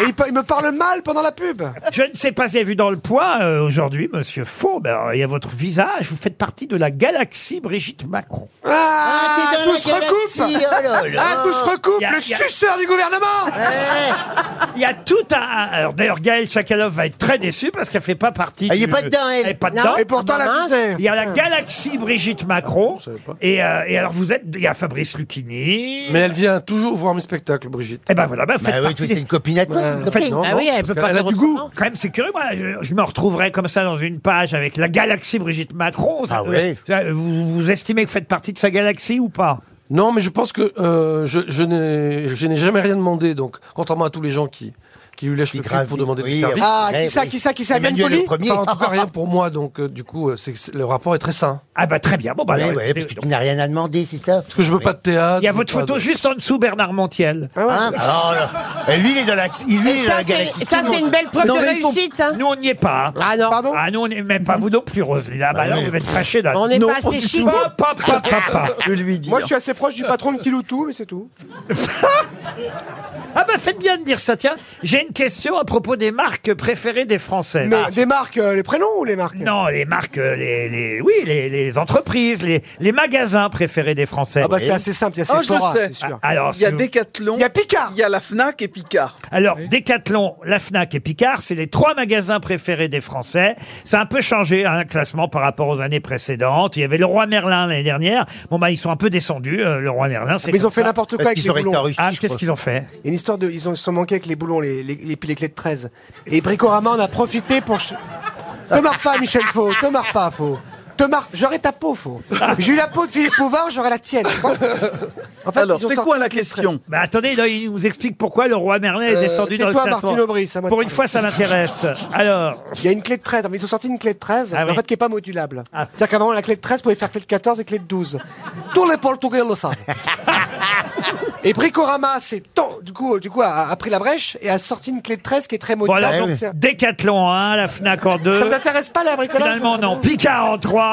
[SPEAKER 4] Et il, pa- il me parle mal pendant la pub.
[SPEAKER 2] Je ne sais pas si vous avez vu dans le poids euh, aujourd'hui, monsieur Faux. Ben, il y a votre visage. Vous faites partie de la galaxie Brigitte Macron.
[SPEAKER 4] Ah,
[SPEAKER 6] t'es dans la
[SPEAKER 4] tout se
[SPEAKER 6] galaxie,
[SPEAKER 4] recoupe.
[SPEAKER 6] oh là là.
[SPEAKER 4] Ah, tout se recoupe,
[SPEAKER 2] Y a-
[SPEAKER 4] le
[SPEAKER 2] y a-
[SPEAKER 4] suceur du gouvernement.
[SPEAKER 2] Eh, Il y a tout un. Alors d'ailleurs, Gaël Chakalov va être très déçu parce qu'elle fait pas partie.
[SPEAKER 6] Elle est
[SPEAKER 2] du-
[SPEAKER 6] pas dedans, elle.
[SPEAKER 2] est pas
[SPEAKER 6] Non.
[SPEAKER 2] dedans.
[SPEAKER 6] Et pourtant, la
[SPEAKER 2] Ah, mince.
[SPEAKER 6] faisait.
[SPEAKER 2] Il y a la galaxie Brigitte
[SPEAKER 8] Ah,
[SPEAKER 2] Macron. Et, euh, et alors vous êtes. Il y a Fabrice Lucchini.
[SPEAKER 8] Mais elle vient toujours voir mes spectacles, Brigitte.
[SPEAKER 2] Eh ben voilà, ben
[SPEAKER 6] Bah
[SPEAKER 2] faites partie des- Bah
[SPEAKER 8] copine à
[SPEAKER 2] Vous faites- Quand même, c'est curieux. Moi, je, je me retrouverais comme ça dans une page avec la galaxie Brigitte Macron. Ça-
[SPEAKER 8] ouais.
[SPEAKER 2] ça- vous, vous estimez que vous faites partie de sa galaxie ou pas
[SPEAKER 8] Non, mais je pense que euh, je, je n'ai je n'ai jamais rien demandé, donc contrairement à tous les gens qui qui lui lèchent le cul pour demander des
[SPEAKER 4] oui,
[SPEAKER 8] services.
[SPEAKER 4] Ah, qui ça, qui ça, qui ça, Emmanuel Bienpoli le premier.
[SPEAKER 8] Enfin, en tout cas, rien pour moi, donc euh, du coup, euh, c'est- c'est- le rapport est très sain.
[SPEAKER 2] Ah bah très bien, bon bah alors,
[SPEAKER 8] ouais,
[SPEAKER 2] écoutez,
[SPEAKER 8] parce que
[SPEAKER 2] donc-
[SPEAKER 8] tu n'as rien à demander, c'est ça Parce que je veux pas de théâtre.
[SPEAKER 2] Il y a votre photo juste en dessous, Bernard Montiel. Ah lui, il est dans la,
[SPEAKER 6] est Et dans ça, la c'est- galaxie. ça, Tout le c'est monde- une belle preuve de réussite,
[SPEAKER 2] Nous, on n'y est pas. Ah non. Ah non, on n'est même pas vous non plus, Roselyne. Ah bah alors, vous êtes fâchés là.
[SPEAKER 4] On n'est
[SPEAKER 2] Non.
[SPEAKER 4] pas assez chic.
[SPEAKER 2] Pas, pas, pas, pas, pas.
[SPEAKER 8] hein.
[SPEAKER 4] Moi, je
[SPEAKER 2] hein.
[SPEAKER 4] suis assez proche du patron de Kiloutou, mais c'est tout.
[SPEAKER 2] Ah bah faites bien de dire ça, tiens. J'ai une question à propos des marques préférées des Français.
[SPEAKER 4] Mais
[SPEAKER 2] Ah.
[SPEAKER 4] des marques, euh, les prénoms ou les marques
[SPEAKER 2] Non, les marques, euh, les, les- oui, les, les entreprises, les, les magasins préférés des Français.
[SPEAKER 4] Ah bah, c'est
[SPEAKER 2] Oui.
[SPEAKER 4] assez simple, il y a
[SPEAKER 5] Ah, je le
[SPEAKER 4] Sephora,
[SPEAKER 5] sais.
[SPEAKER 4] c'est sûr.
[SPEAKER 2] Ah, Alors,
[SPEAKER 5] il y a
[SPEAKER 2] si vous-
[SPEAKER 5] Decathlon. Il y a
[SPEAKER 4] Picard.
[SPEAKER 5] Il y a la Fnac et Picard.
[SPEAKER 2] Alors, Decathlon, la Fnac et Picard, c'est les trois magasins préférés des Français. Ça a un peu changé, hein, le classement par rapport aux années précédentes. Il y avait le Roi Merlin l'année dernière. Bon, bah, ils sont un peu descendus, euh, le Roi Merlin. c'est
[SPEAKER 4] Ah, Mais ils
[SPEAKER 2] comme
[SPEAKER 4] ont fait
[SPEAKER 2] ça.
[SPEAKER 4] n'importe quoi avec les boulons.
[SPEAKER 2] Ah, qu'est-ce qu'ils ont fait
[SPEAKER 4] Il y a une histoire de. Ils ont- ils se sont manqués avec les boulons, les, les, les- puis les clés de 13. Et Bricorama en a profité pour. ch- Te marre pas, Michel Faux, te marre pas, Faux. Te marre, j'aurai ta peau, Faux. J'ai eu la peau de Philippe Bouvard, j'aurai la tienne. En fait,
[SPEAKER 5] Alors,
[SPEAKER 4] ils ont
[SPEAKER 5] c'est
[SPEAKER 4] sorti
[SPEAKER 5] quoi la
[SPEAKER 4] tous les
[SPEAKER 5] question
[SPEAKER 2] Bah, attendez, là, il nous explique pourquoi le Roi Merlin est
[SPEAKER 4] Euh,
[SPEAKER 2] descendu dans le
[SPEAKER 4] tais-toi,
[SPEAKER 2] classement.
[SPEAKER 4] Martine Aubry, ça
[SPEAKER 2] Pour
[SPEAKER 4] m'intéresse.
[SPEAKER 2] une fois, ça m'intéresse. Alors,
[SPEAKER 4] Il y a une clé de 13, mais ils ont sorti une clé de 13,
[SPEAKER 2] Ah
[SPEAKER 4] mais en
[SPEAKER 2] oui. Ah.
[SPEAKER 4] fait qui n'est pas modulable. C'est-à-dire qu'avant, la clé de 13 pouvait faire clé de 14 et clé de 12. Tous les Portugais le savent. et Bricorama, c'est tant, du coup, du coup a, a pris la brèche et a sorti une clé de 13 qui est très
[SPEAKER 2] bon,
[SPEAKER 4] modulable.
[SPEAKER 2] alors, donc,
[SPEAKER 4] donc c'est-
[SPEAKER 2] Decathlon 1, la Fnac en 2.
[SPEAKER 4] Bah Ça vous intéresse pas, la bricolage Bah
[SPEAKER 2] Finalement, non. Picard en 3.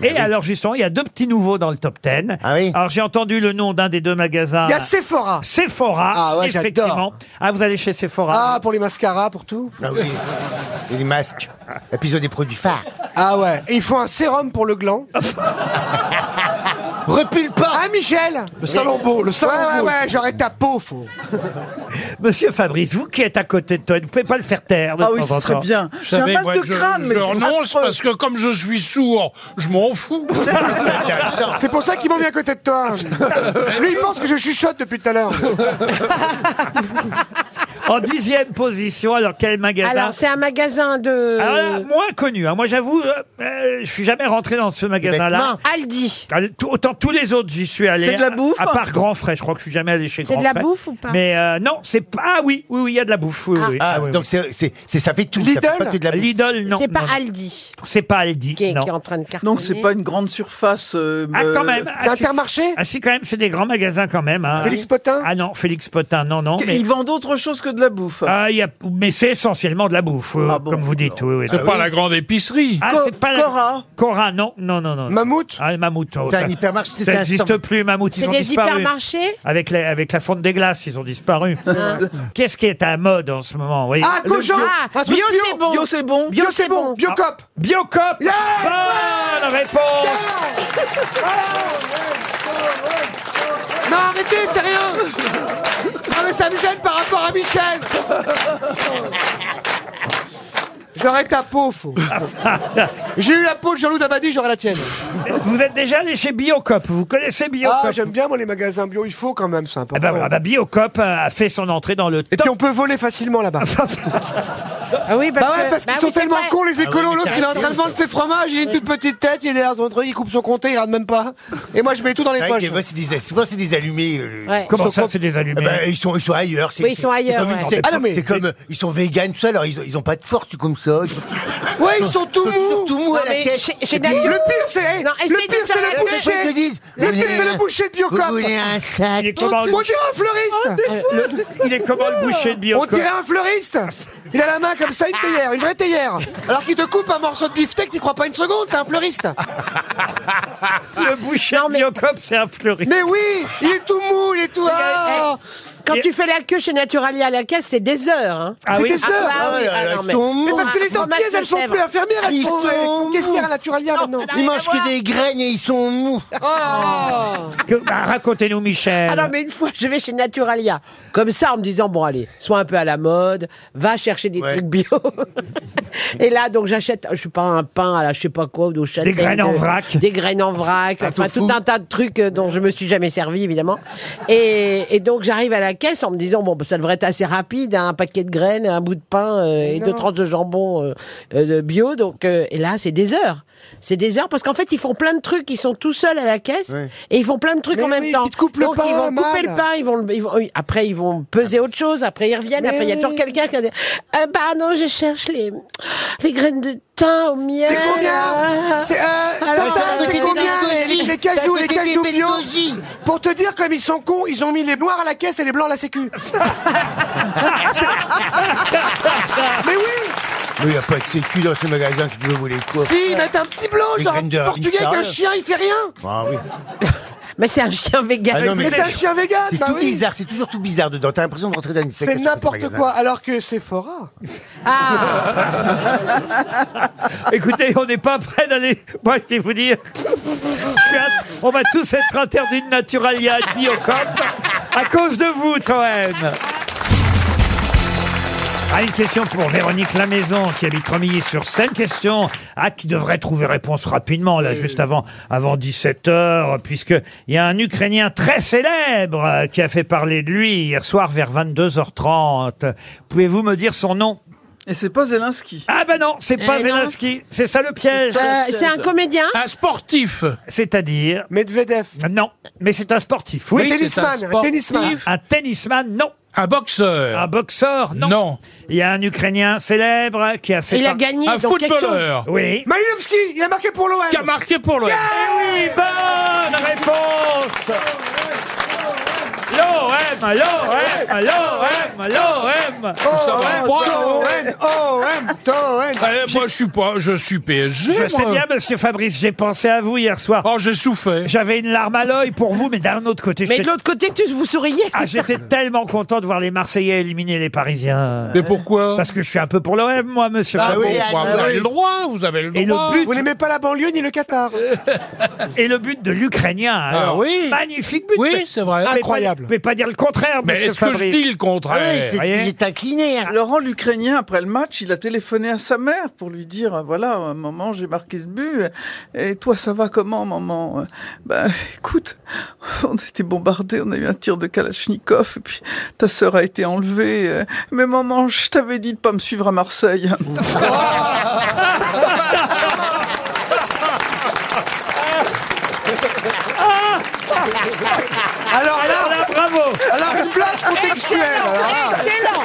[SPEAKER 2] Et alors, justement, il y a deux petits nouveaux dans le top 10. Alors, j'ai entendu le nom d'un des deux magasins.
[SPEAKER 4] Ah Il y a Sephora.
[SPEAKER 2] Sephora.
[SPEAKER 4] Ah ouais,
[SPEAKER 2] effectivement.
[SPEAKER 4] j'adore.
[SPEAKER 2] Ah, vous allez chez Sephora.
[SPEAKER 4] Ah, pour les mascaras, pour tout
[SPEAKER 6] Ah oui. Et les masques. Et puis ils ont des produits phares.
[SPEAKER 4] Ah ouais. Et il faut un sérum pour le gland. Repule pas Ah, Michel
[SPEAKER 8] Le salon beau, le salon
[SPEAKER 4] Ouais, ouais,
[SPEAKER 8] beau.
[SPEAKER 4] ouais, j'aurai ta peau, faux.
[SPEAKER 2] Monsieur Fabrice, vous qui êtes à côté de toi, vous pouvez pas le faire taire de
[SPEAKER 5] Ah oui,
[SPEAKER 2] temps
[SPEAKER 5] ce
[SPEAKER 2] en
[SPEAKER 5] serait
[SPEAKER 2] temps.
[SPEAKER 5] bien. J'ai un mal de crâne, mais
[SPEAKER 7] je
[SPEAKER 5] c'est
[SPEAKER 7] renonce parce que comme je suis sourd, je m'en fous.
[SPEAKER 4] C'est pour ça qu'ils m'ont mis à côté de toi. Lui, il pense que je chuchote depuis tout à l'heure.
[SPEAKER 2] En dixième position, alors quel magasin Ah,
[SPEAKER 3] Alors, c'est un magasin de.
[SPEAKER 2] Alors là, moins connu. hein. Moi, j'avoue, euh, euh, je suis jamais rentré dans ce magasin-là.
[SPEAKER 3] Aldi.
[SPEAKER 2] Ah, tout- Autant tous les autres, j'y suis allé.
[SPEAKER 3] C'est de la bouffe
[SPEAKER 2] À part Grand Frais, je crois que je suis jamais allé chez
[SPEAKER 3] C'est
[SPEAKER 2] Grand
[SPEAKER 3] de la
[SPEAKER 2] Frais.
[SPEAKER 3] bouffe ou pas
[SPEAKER 2] Mais euh, non, c'est pas. Ah oui, oui, oui, il y a de la bouffe. Oui, oui.
[SPEAKER 6] Ah,
[SPEAKER 2] oui,
[SPEAKER 6] donc
[SPEAKER 2] oui.
[SPEAKER 6] c'est- c'est- c'est- ça fait tout. ça fait pas que de la bouffe.
[SPEAKER 2] Lidl, non.
[SPEAKER 3] C'est pas
[SPEAKER 2] non, non.
[SPEAKER 3] Aldi.
[SPEAKER 2] C'est pas Aldi.
[SPEAKER 3] Qui est,
[SPEAKER 2] non.
[SPEAKER 3] qui est en train de cartonner.
[SPEAKER 5] Donc, c'est pas une grande surface. euh,
[SPEAKER 2] Ah,
[SPEAKER 5] euh,
[SPEAKER 2] quand même.
[SPEAKER 5] c'est un-
[SPEAKER 2] Intermarché Ah, si, quand même, c'est des grands magasins, quand même. hein.
[SPEAKER 5] Félix
[SPEAKER 4] Potin
[SPEAKER 2] Ah non, Félix Potin, non, Ah, non. Mais,
[SPEAKER 5] Ils vendent autre chose que de la bouffe.
[SPEAKER 2] Ah, il y a- mais c'est essentiellement de la bouffe,
[SPEAKER 5] Ah
[SPEAKER 2] euh, comme vous dites. Oui, oui,
[SPEAKER 7] C'est
[SPEAKER 2] Ah oui.
[SPEAKER 7] pas la grande épicerie.
[SPEAKER 2] Ah, c'est pas la-
[SPEAKER 5] Cora.
[SPEAKER 2] Cora, non, non, non, non.
[SPEAKER 4] Mammouth
[SPEAKER 2] Ah, Mammouth. oh,
[SPEAKER 6] C'est un
[SPEAKER 2] ça-
[SPEAKER 6] hypermarché, c'est
[SPEAKER 2] Ça
[SPEAKER 6] un
[SPEAKER 2] n'existe
[SPEAKER 6] stand.
[SPEAKER 2] plus, Mammouth. ils
[SPEAKER 3] C'est
[SPEAKER 2] ont
[SPEAKER 3] des
[SPEAKER 2] disparu.
[SPEAKER 3] hypermarchés
[SPEAKER 2] avec la, avec la fonte des glaces, ils ont disparu. Qu'est-ce qui est à la mode en ce moment vous voyez
[SPEAKER 4] Ah, Cogent
[SPEAKER 3] Ah,
[SPEAKER 4] Un truc
[SPEAKER 3] bio,
[SPEAKER 4] bio
[SPEAKER 3] c'est bon.
[SPEAKER 5] Bio, c'est bon.
[SPEAKER 4] Bio, c'est bon Biocop
[SPEAKER 2] Ah, Biocop
[SPEAKER 4] Yeah
[SPEAKER 2] Bonne réponse
[SPEAKER 6] Non, arrêtez, sérieux Non, mais ça me gêne par rapport à Michel
[SPEAKER 4] J'aurais ta peau, faux. J'ai eu la peau de Jean-Loup Dabadi, j'aurais la tienne.
[SPEAKER 2] Vous êtes déjà allé chez Biocop, vous connaissez Biocop
[SPEAKER 4] Ah, j'aime bien, moi, les magasins bio, il faut quand même, c'est important.
[SPEAKER 2] Ah bah, voilà, bah, Biocop a a fait son entrée dans le
[SPEAKER 4] Et puis on peut voler facilement là-bas.
[SPEAKER 2] Ah oui,
[SPEAKER 4] bah ouais, parce qu'ils sont tellement cons,
[SPEAKER 6] Ah
[SPEAKER 4] les écolos. L'autre, il est en train de vendre ses fromages, il a une toute petite tête, il est derrière son truc, il coupe son compté, il rate même pas. Et moi, je mets tout dans les
[SPEAKER 9] C'est vrai
[SPEAKER 4] poches.
[SPEAKER 9] que moi, c'est des, souvent, c'est des allumés. euh,
[SPEAKER 4] Ouais. Comment
[SPEAKER 9] ils sont
[SPEAKER 4] ça,
[SPEAKER 9] con-
[SPEAKER 4] c'est des allumés
[SPEAKER 9] Eh ben, ils, sont, ils sont ailleurs. c'est-
[SPEAKER 4] Oui, ils sont
[SPEAKER 9] c'est-
[SPEAKER 4] ailleurs,
[SPEAKER 9] C'est comme,
[SPEAKER 4] ouais.
[SPEAKER 9] c'est-
[SPEAKER 4] Ah non, mais-
[SPEAKER 9] c'est comme, euh, ils sont véganes, tout ça, alors ils, ont- ils ont pas de force, c'est comme ça.
[SPEAKER 4] Ouais, ils sont tout mous.
[SPEAKER 9] Tout mous à la caisse. Et puis-
[SPEAKER 4] Le pire, c'est
[SPEAKER 9] Non,
[SPEAKER 4] le
[SPEAKER 9] essayez
[SPEAKER 4] pire,
[SPEAKER 9] de
[SPEAKER 4] c'est
[SPEAKER 9] faire
[SPEAKER 4] le
[SPEAKER 9] la
[SPEAKER 4] boucher.
[SPEAKER 9] queue. Ils te disent,
[SPEAKER 4] Le
[SPEAKER 9] vous
[SPEAKER 4] pire, c'est le
[SPEAKER 9] voulez-
[SPEAKER 4] boucher de Biocop.
[SPEAKER 9] vous voulez un sac
[SPEAKER 2] Il est comment, le
[SPEAKER 4] On dirait un
[SPEAKER 2] Euh,
[SPEAKER 4] fleuriste.
[SPEAKER 2] le- il est comment, le boucher de Biocop
[SPEAKER 4] On dirait un fleuriste. Il a la main comme ça, une théière, une vraie théière. Alors qu'il te coupe un morceau de beefsteak, t'y crois pas une seconde, c'est un fleuriste.
[SPEAKER 2] Le boucher de Biocop, c'est un fleuri.
[SPEAKER 4] Mais oui, il est tout mou, il est tout. ah.
[SPEAKER 3] Quand tu fais la queue chez Naturalia à la caisse, c'est des heures. Hein.
[SPEAKER 4] Ah oui. C'est des heures.
[SPEAKER 3] Ah, bah oui,
[SPEAKER 4] Ah,
[SPEAKER 3] ah,
[SPEAKER 4] elles
[SPEAKER 3] non, mais-
[SPEAKER 4] sont Mais parce que les
[SPEAKER 3] Fromage
[SPEAKER 4] Antillaises,
[SPEAKER 3] de
[SPEAKER 4] elles sont
[SPEAKER 3] chèvre.
[SPEAKER 4] plus infirmières, elles
[SPEAKER 3] Ils
[SPEAKER 4] sont, euh,
[SPEAKER 3] sont
[SPEAKER 4] caissières
[SPEAKER 3] mous.
[SPEAKER 4] à Naturalia maintenant. Oh.
[SPEAKER 3] ça n'a rien à voir.
[SPEAKER 9] graines et ils sont mous.
[SPEAKER 3] Oh.
[SPEAKER 2] Que- bah, Racontez-nous, Michel.
[SPEAKER 3] Ah non, mais une fois, je vais chez Naturalia. Comme ça, en me disant, bon, allez, sois un peu à la mode, va chercher des trucs bio. et là, donc, j'achète, je sais pas, un pain à la je sais pas quoi, ou châtaignes.
[SPEAKER 2] graines
[SPEAKER 3] de-
[SPEAKER 2] en vrac.
[SPEAKER 3] Des graines en vrac. enfin, tout un tas de trucs euh, dont je me suis jamais servi, évidemment. Et, et donc, j'arrive à la caisse en me disant, bon, bah, ça devrait être assez rapide, hein, un paquet de graines, un bout de pain euh, et
[SPEAKER 4] non.
[SPEAKER 3] deux tranches de jambon euh, euh, de bio. Donc, euh, et là, c'est des heures. C'est des heures parce qu'en fait, ils font plein de trucs, ils sont tout seuls à la caisse
[SPEAKER 4] Ouais.
[SPEAKER 3] et ils font plein de trucs
[SPEAKER 4] Mais
[SPEAKER 3] en même
[SPEAKER 4] oui,
[SPEAKER 3] temps.
[SPEAKER 4] puis ils te coupent le
[SPEAKER 3] Donc,
[SPEAKER 4] pain,
[SPEAKER 3] ils vont couper
[SPEAKER 4] mal.
[SPEAKER 3] le pain, ils vont, le- ils vont- oui, après ils vont peser autre chose, après ils reviennent,
[SPEAKER 4] Mais
[SPEAKER 3] après il y a toujours
[SPEAKER 4] oui.
[SPEAKER 3] quelqu'un qui a dit euh, bah non, je cherche les les graines de thym au miel.
[SPEAKER 4] C'est combien C'est euh,
[SPEAKER 3] Alors,
[SPEAKER 4] Tata,
[SPEAKER 3] euh,
[SPEAKER 4] c'est combien les, les- les cajoux, les cajoux bio Pour te dire comme ils sont cons, ils ont mis les noirs à la caisse et les blancs à la sécu. Mais oui,
[SPEAKER 9] Mais il n'y a pas de sécu dans ces magasins que tu veux voler quoi.
[SPEAKER 4] si ils mettent un petit blanc,
[SPEAKER 9] Les
[SPEAKER 4] genre
[SPEAKER 9] graines de
[SPEAKER 4] un portugais avec
[SPEAKER 9] haricot.
[SPEAKER 4] un chien, il fait rien.
[SPEAKER 9] Ah oui.
[SPEAKER 3] Mais c'est un chien vegan.
[SPEAKER 9] Ah non,
[SPEAKER 4] mais c'est un chien vegan,
[SPEAKER 9] C'est
[SPEAKER 4] bah
[SPEAKER 9] tout
[SPEAKER 4] oui.
[SPEAKER 9] bizarre, c'est toujours tout bizarre dedans. T'as l'impression de rentrer dans une secte
[SPEAKER 4] C'est
[SPEAKER 9] dans ces
[SPEAKER 4] n'importe
[SPEAKER 9] magasins.
[SPEAKER 4] quoi, alors que Sephora.
[SPEAKER 2] Ah. Écoutez, on n'est pas prêt d'aller. Moi, je vais vous dire. je suis un- On va tous être interdits de Naturalia et de Biocop à cause de vous, quand même. Ah, une question pour Véronique Lamaison qui habite Romilly-sur-Seine. Question ah, qui devrait trouver réponse rapidement, là, juste avant, avant 17h, puisqu'il y a un Ukrainien très célèbre euh, qui a fait parler de lui hier soir vers 22h30. Pouvez-vous me dire son nom
[SPEAKER 5] Et c'est pas Zelensky.
[SPEAKER 2] Ah ben non, c'est pas
[SPEAKER 3] Eh non.
[SPEAKER 2] Zelensky. C'est ça le piège.
[SPEAKER 3] Euh, c'est un comédien
[SPEAKER 7] Un sportif.
[SPEAKER 2] C'est-à-dire
[SPEAKER 4] Medvedev.
[SPEAKER 2] Non, mais c'est un sportif.
[SPEAKER 4] Un
[SPEAKER 2] Oui,
[SPEAKER 4] tennisman,
[SPEAKER 2] c'est
[SPEAKER 4] un tennisman.
[SPEAKER 2] sportif. Un tennisman, non.
[SPEAKER 7] Un boxeur.
[SPEAKER 2] Un boxeur, non. Il y a un Ukrainien célèbre qui a fait.
[SPEAKER 3] Il a
[SPEAKER 2] par-
[SPEAKER 3] gagné Un dans quelque footballeur. chose.
[SPEAKER 2] Oui.
[SPEAKER 4] Malinovski, il a marqué pour l'OM.
[SPEAKER 7] Qui a marqué pour l'OM.
[SPEAKER 2] Eh oui, bonne réponse. L'OM, l'OM, l'OM,
[SPEAKER 5] Oh,
[SPEAKER 2] l'OM.
[SPEAKER 7] ouais, bravo.
[SPEAKER 4] OM, OM,
[SPEAKER 7] Eh, moi, je suis pas, je suis PSG.
[SPEAKER 2] Je sais
[SPEAKER 7] moi.
[SPEAKER 2] bien, monsieur Fabrice, j'ai pensé à vous hier soir.
[SPEAKER 7] Oh, j'ai souffert.
[SPEAKER 2] J'avais une larme à l'œil pour vous, mais d'un autre côté,
[SPEAKER 3] Mais
[SPEAKER 2] j'étais-
[SPEAKER 3] de l'autre côté, tu vous souriez.
[SPEAKER 2] Ah,
[SPEAKER 3] c'est ça
[SPEAKER 2] j'étais tellement content de voir les Marseillais éliminer les Parisiens.
[SPEAKER 7] Mais pourquoi
[SPEAKER 2] Parce que je suis un peu pour l'OM, moi, monsieur.
[SPEAKER 7] Ah
[SPEAKER 2] Pavot.
[SPEAKER 7] bon, bah, vous avez le droit, vous avez le
[SPEAKER 2] Et le
[SPEAKER 7] droit.
[SPEAKER 2] but,
[SPEAKER 4] Vous n'aimez pas la banlieue ni le Qatar.
[SPEAKER 2] et le but de l'Ukrainien. alors.
[SPEAKER 7] oui.
[SPEAKER 2] Magnifique but.
[SPEAKER 7] Oui, c'est vrai.
[SPEAKER 2] Mais pas-
[SPEAKER 4] Incroyable.
[SPEAKER 2] Mais pas dire le contraire,
[SPEAKER 7] Mais
[SPEAKER 2] monsieur
[SPEAKER 7] est-ce que je
[SPEAKER 2] Fabrice.
[SPEAKER 7] dis le contraire
[SPEAKER 2] Vous voyez
[SPEAKER 5] incliné. Laurent, l'Ukrainien, après le match, il a téléphoné à sa mère pour lui dire, euh, voilà, à un moment, j'ai marqué ce but. Et toi, ça va comment, maman Bah, écoute, on a été bombardés, on a eu un tir de Kalachnikov, et puis ta sœur a été enlevée. Euh, Mais maman, je t'avais dit de pas me suivre à Marseille.
[SPEAKER 7] Ah
[SPEAKER 4] Alors
[SPEAKER 2] Alors
[SPEAKER 4] là,
[SPEAKER 2] Ah là, bravo
[SPEAKER 4] alors une blague contextuelle. alors là.
[SPEAKER 3] Excellent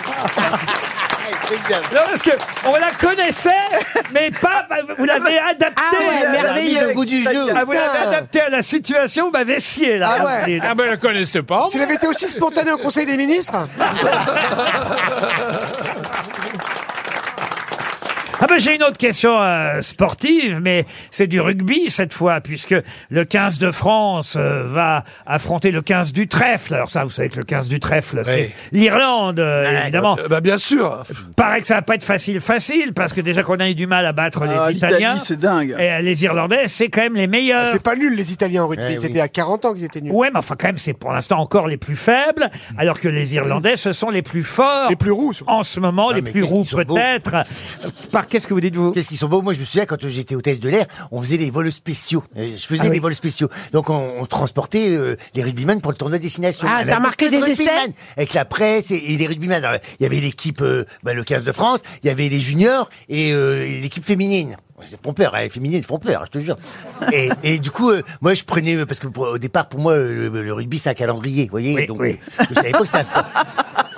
[SPEAKER 2] Non, parce que on la connaissait, mais pas. Vous l'avez adaptée.
[SPEAKER 3] Ah ouais, merveilleux.
[SPEAKER 9] du jeu.
[SPEAKER 2] Ah, vous l'avez
[SPEAKER 4] Putain.
[SPEAKER 2] adaptée à la situation, vous m'avez scié, là.
[SPEAKER 4] Ah ouais.
[SPEAKER 2] Roselyne.
[SPEAKER 7] Ah ben, je connaissais pas.
[SPEAKER 4] S'il avait été aussi spontané au Conseil des
[SPEAKER 2] Ah,
[SPEAKER 4] ministres.
[SPEAKER 2] Ah ben j'ai une autre question euh, sportive, mais c'est du rugby cette fois, puisque le 15 de France euh, va affronter le 15 du trèfle. Alors ça, vous savez que le 15 du trèfle, c'est
[SPEAKER 8] Oui.
[SPEAKER 2] l'Irlande, euh,
[SPEAKER 9] Ah,
[SPEAKER 2] évidemment.
[SPEAKER 9] bah,
[SPEAKER 8] bien sûr.
[SPEAKER 2] Paraît que ça va pas être facile, facile, parce que déjà qu'on a eu du mal à battre
[SPEAKER 5] Ah,
[SPEAKER 2] les
[SPEAKER 5] l'Italie,
[SPEAKER 2] Italiens,
[SPEAKER 5] c'est dingue.
[SPEAKER 2] et euh, les Irlandais, c'est quand même les meilleurs.
[SPEAKER 4] Ah, C'est pas nul les Italiens en rugby,
[SPEAKER 2] Eh oui.
[SPEAKER 4] c'était à 40 ans qu'ils étaient nuls.
[SPEAKER 2] Ouais, mais enfin, quand même, c'est pour l'instant encore les plus faibles, alors que les Irlandais, ce sont les plus forts. Les plus roux, En ce moment, les
[SPEAKER 9] Ah, mais
[SPEAKER 2] plus
[SPEAKER 9] qu'est-ce
[SPEAKER 2] roux,
[SPEAKER 9] qu'ils sont beaux.
[SPEAKER 2] peut-être. Par qu'est-ce que vous dites, vous
[SPEAKER 9] Qu'est-ce qu'ils sont beaux Moi, je me souviens, quand j'étais hôtesse de l'air, on faisait les vols spéciaux. Euh, Je faisais
[SPEAKER 3] Ah
[SPEAKER 9] des
[SPEAKER 3] oui.
[SPEAKER 9] vols spéciaux. Donc, on, on transportait euh, les rugbymen pour le tournoi destination.
[SPEAKER 3] Ah,
[SPEAKER 9] On
[SPEAKER 3] t'as
[SPEAKER 9] avait
[SPEAKER 3] marqué
[SPEAKER 9] plein de
[SPEAKER 3] des essais
[SPEAKER 9] rugbymen Avec la presse et, et les rugbymen. Alors, Il y avait l'équipe, euh, bah, le 15 de France, il y avait les juniors et euh, et l'équipe féminine. Ils font peur, hein, les féminines font peur, je te jure. Et, et du coup, euh, moi, je prenais, euh, parce que pour- au départ, pour moi, euh, le, le rugby, c'est un calendrier, vous voyez. donc, euh, Je savais pas que c'était un sport.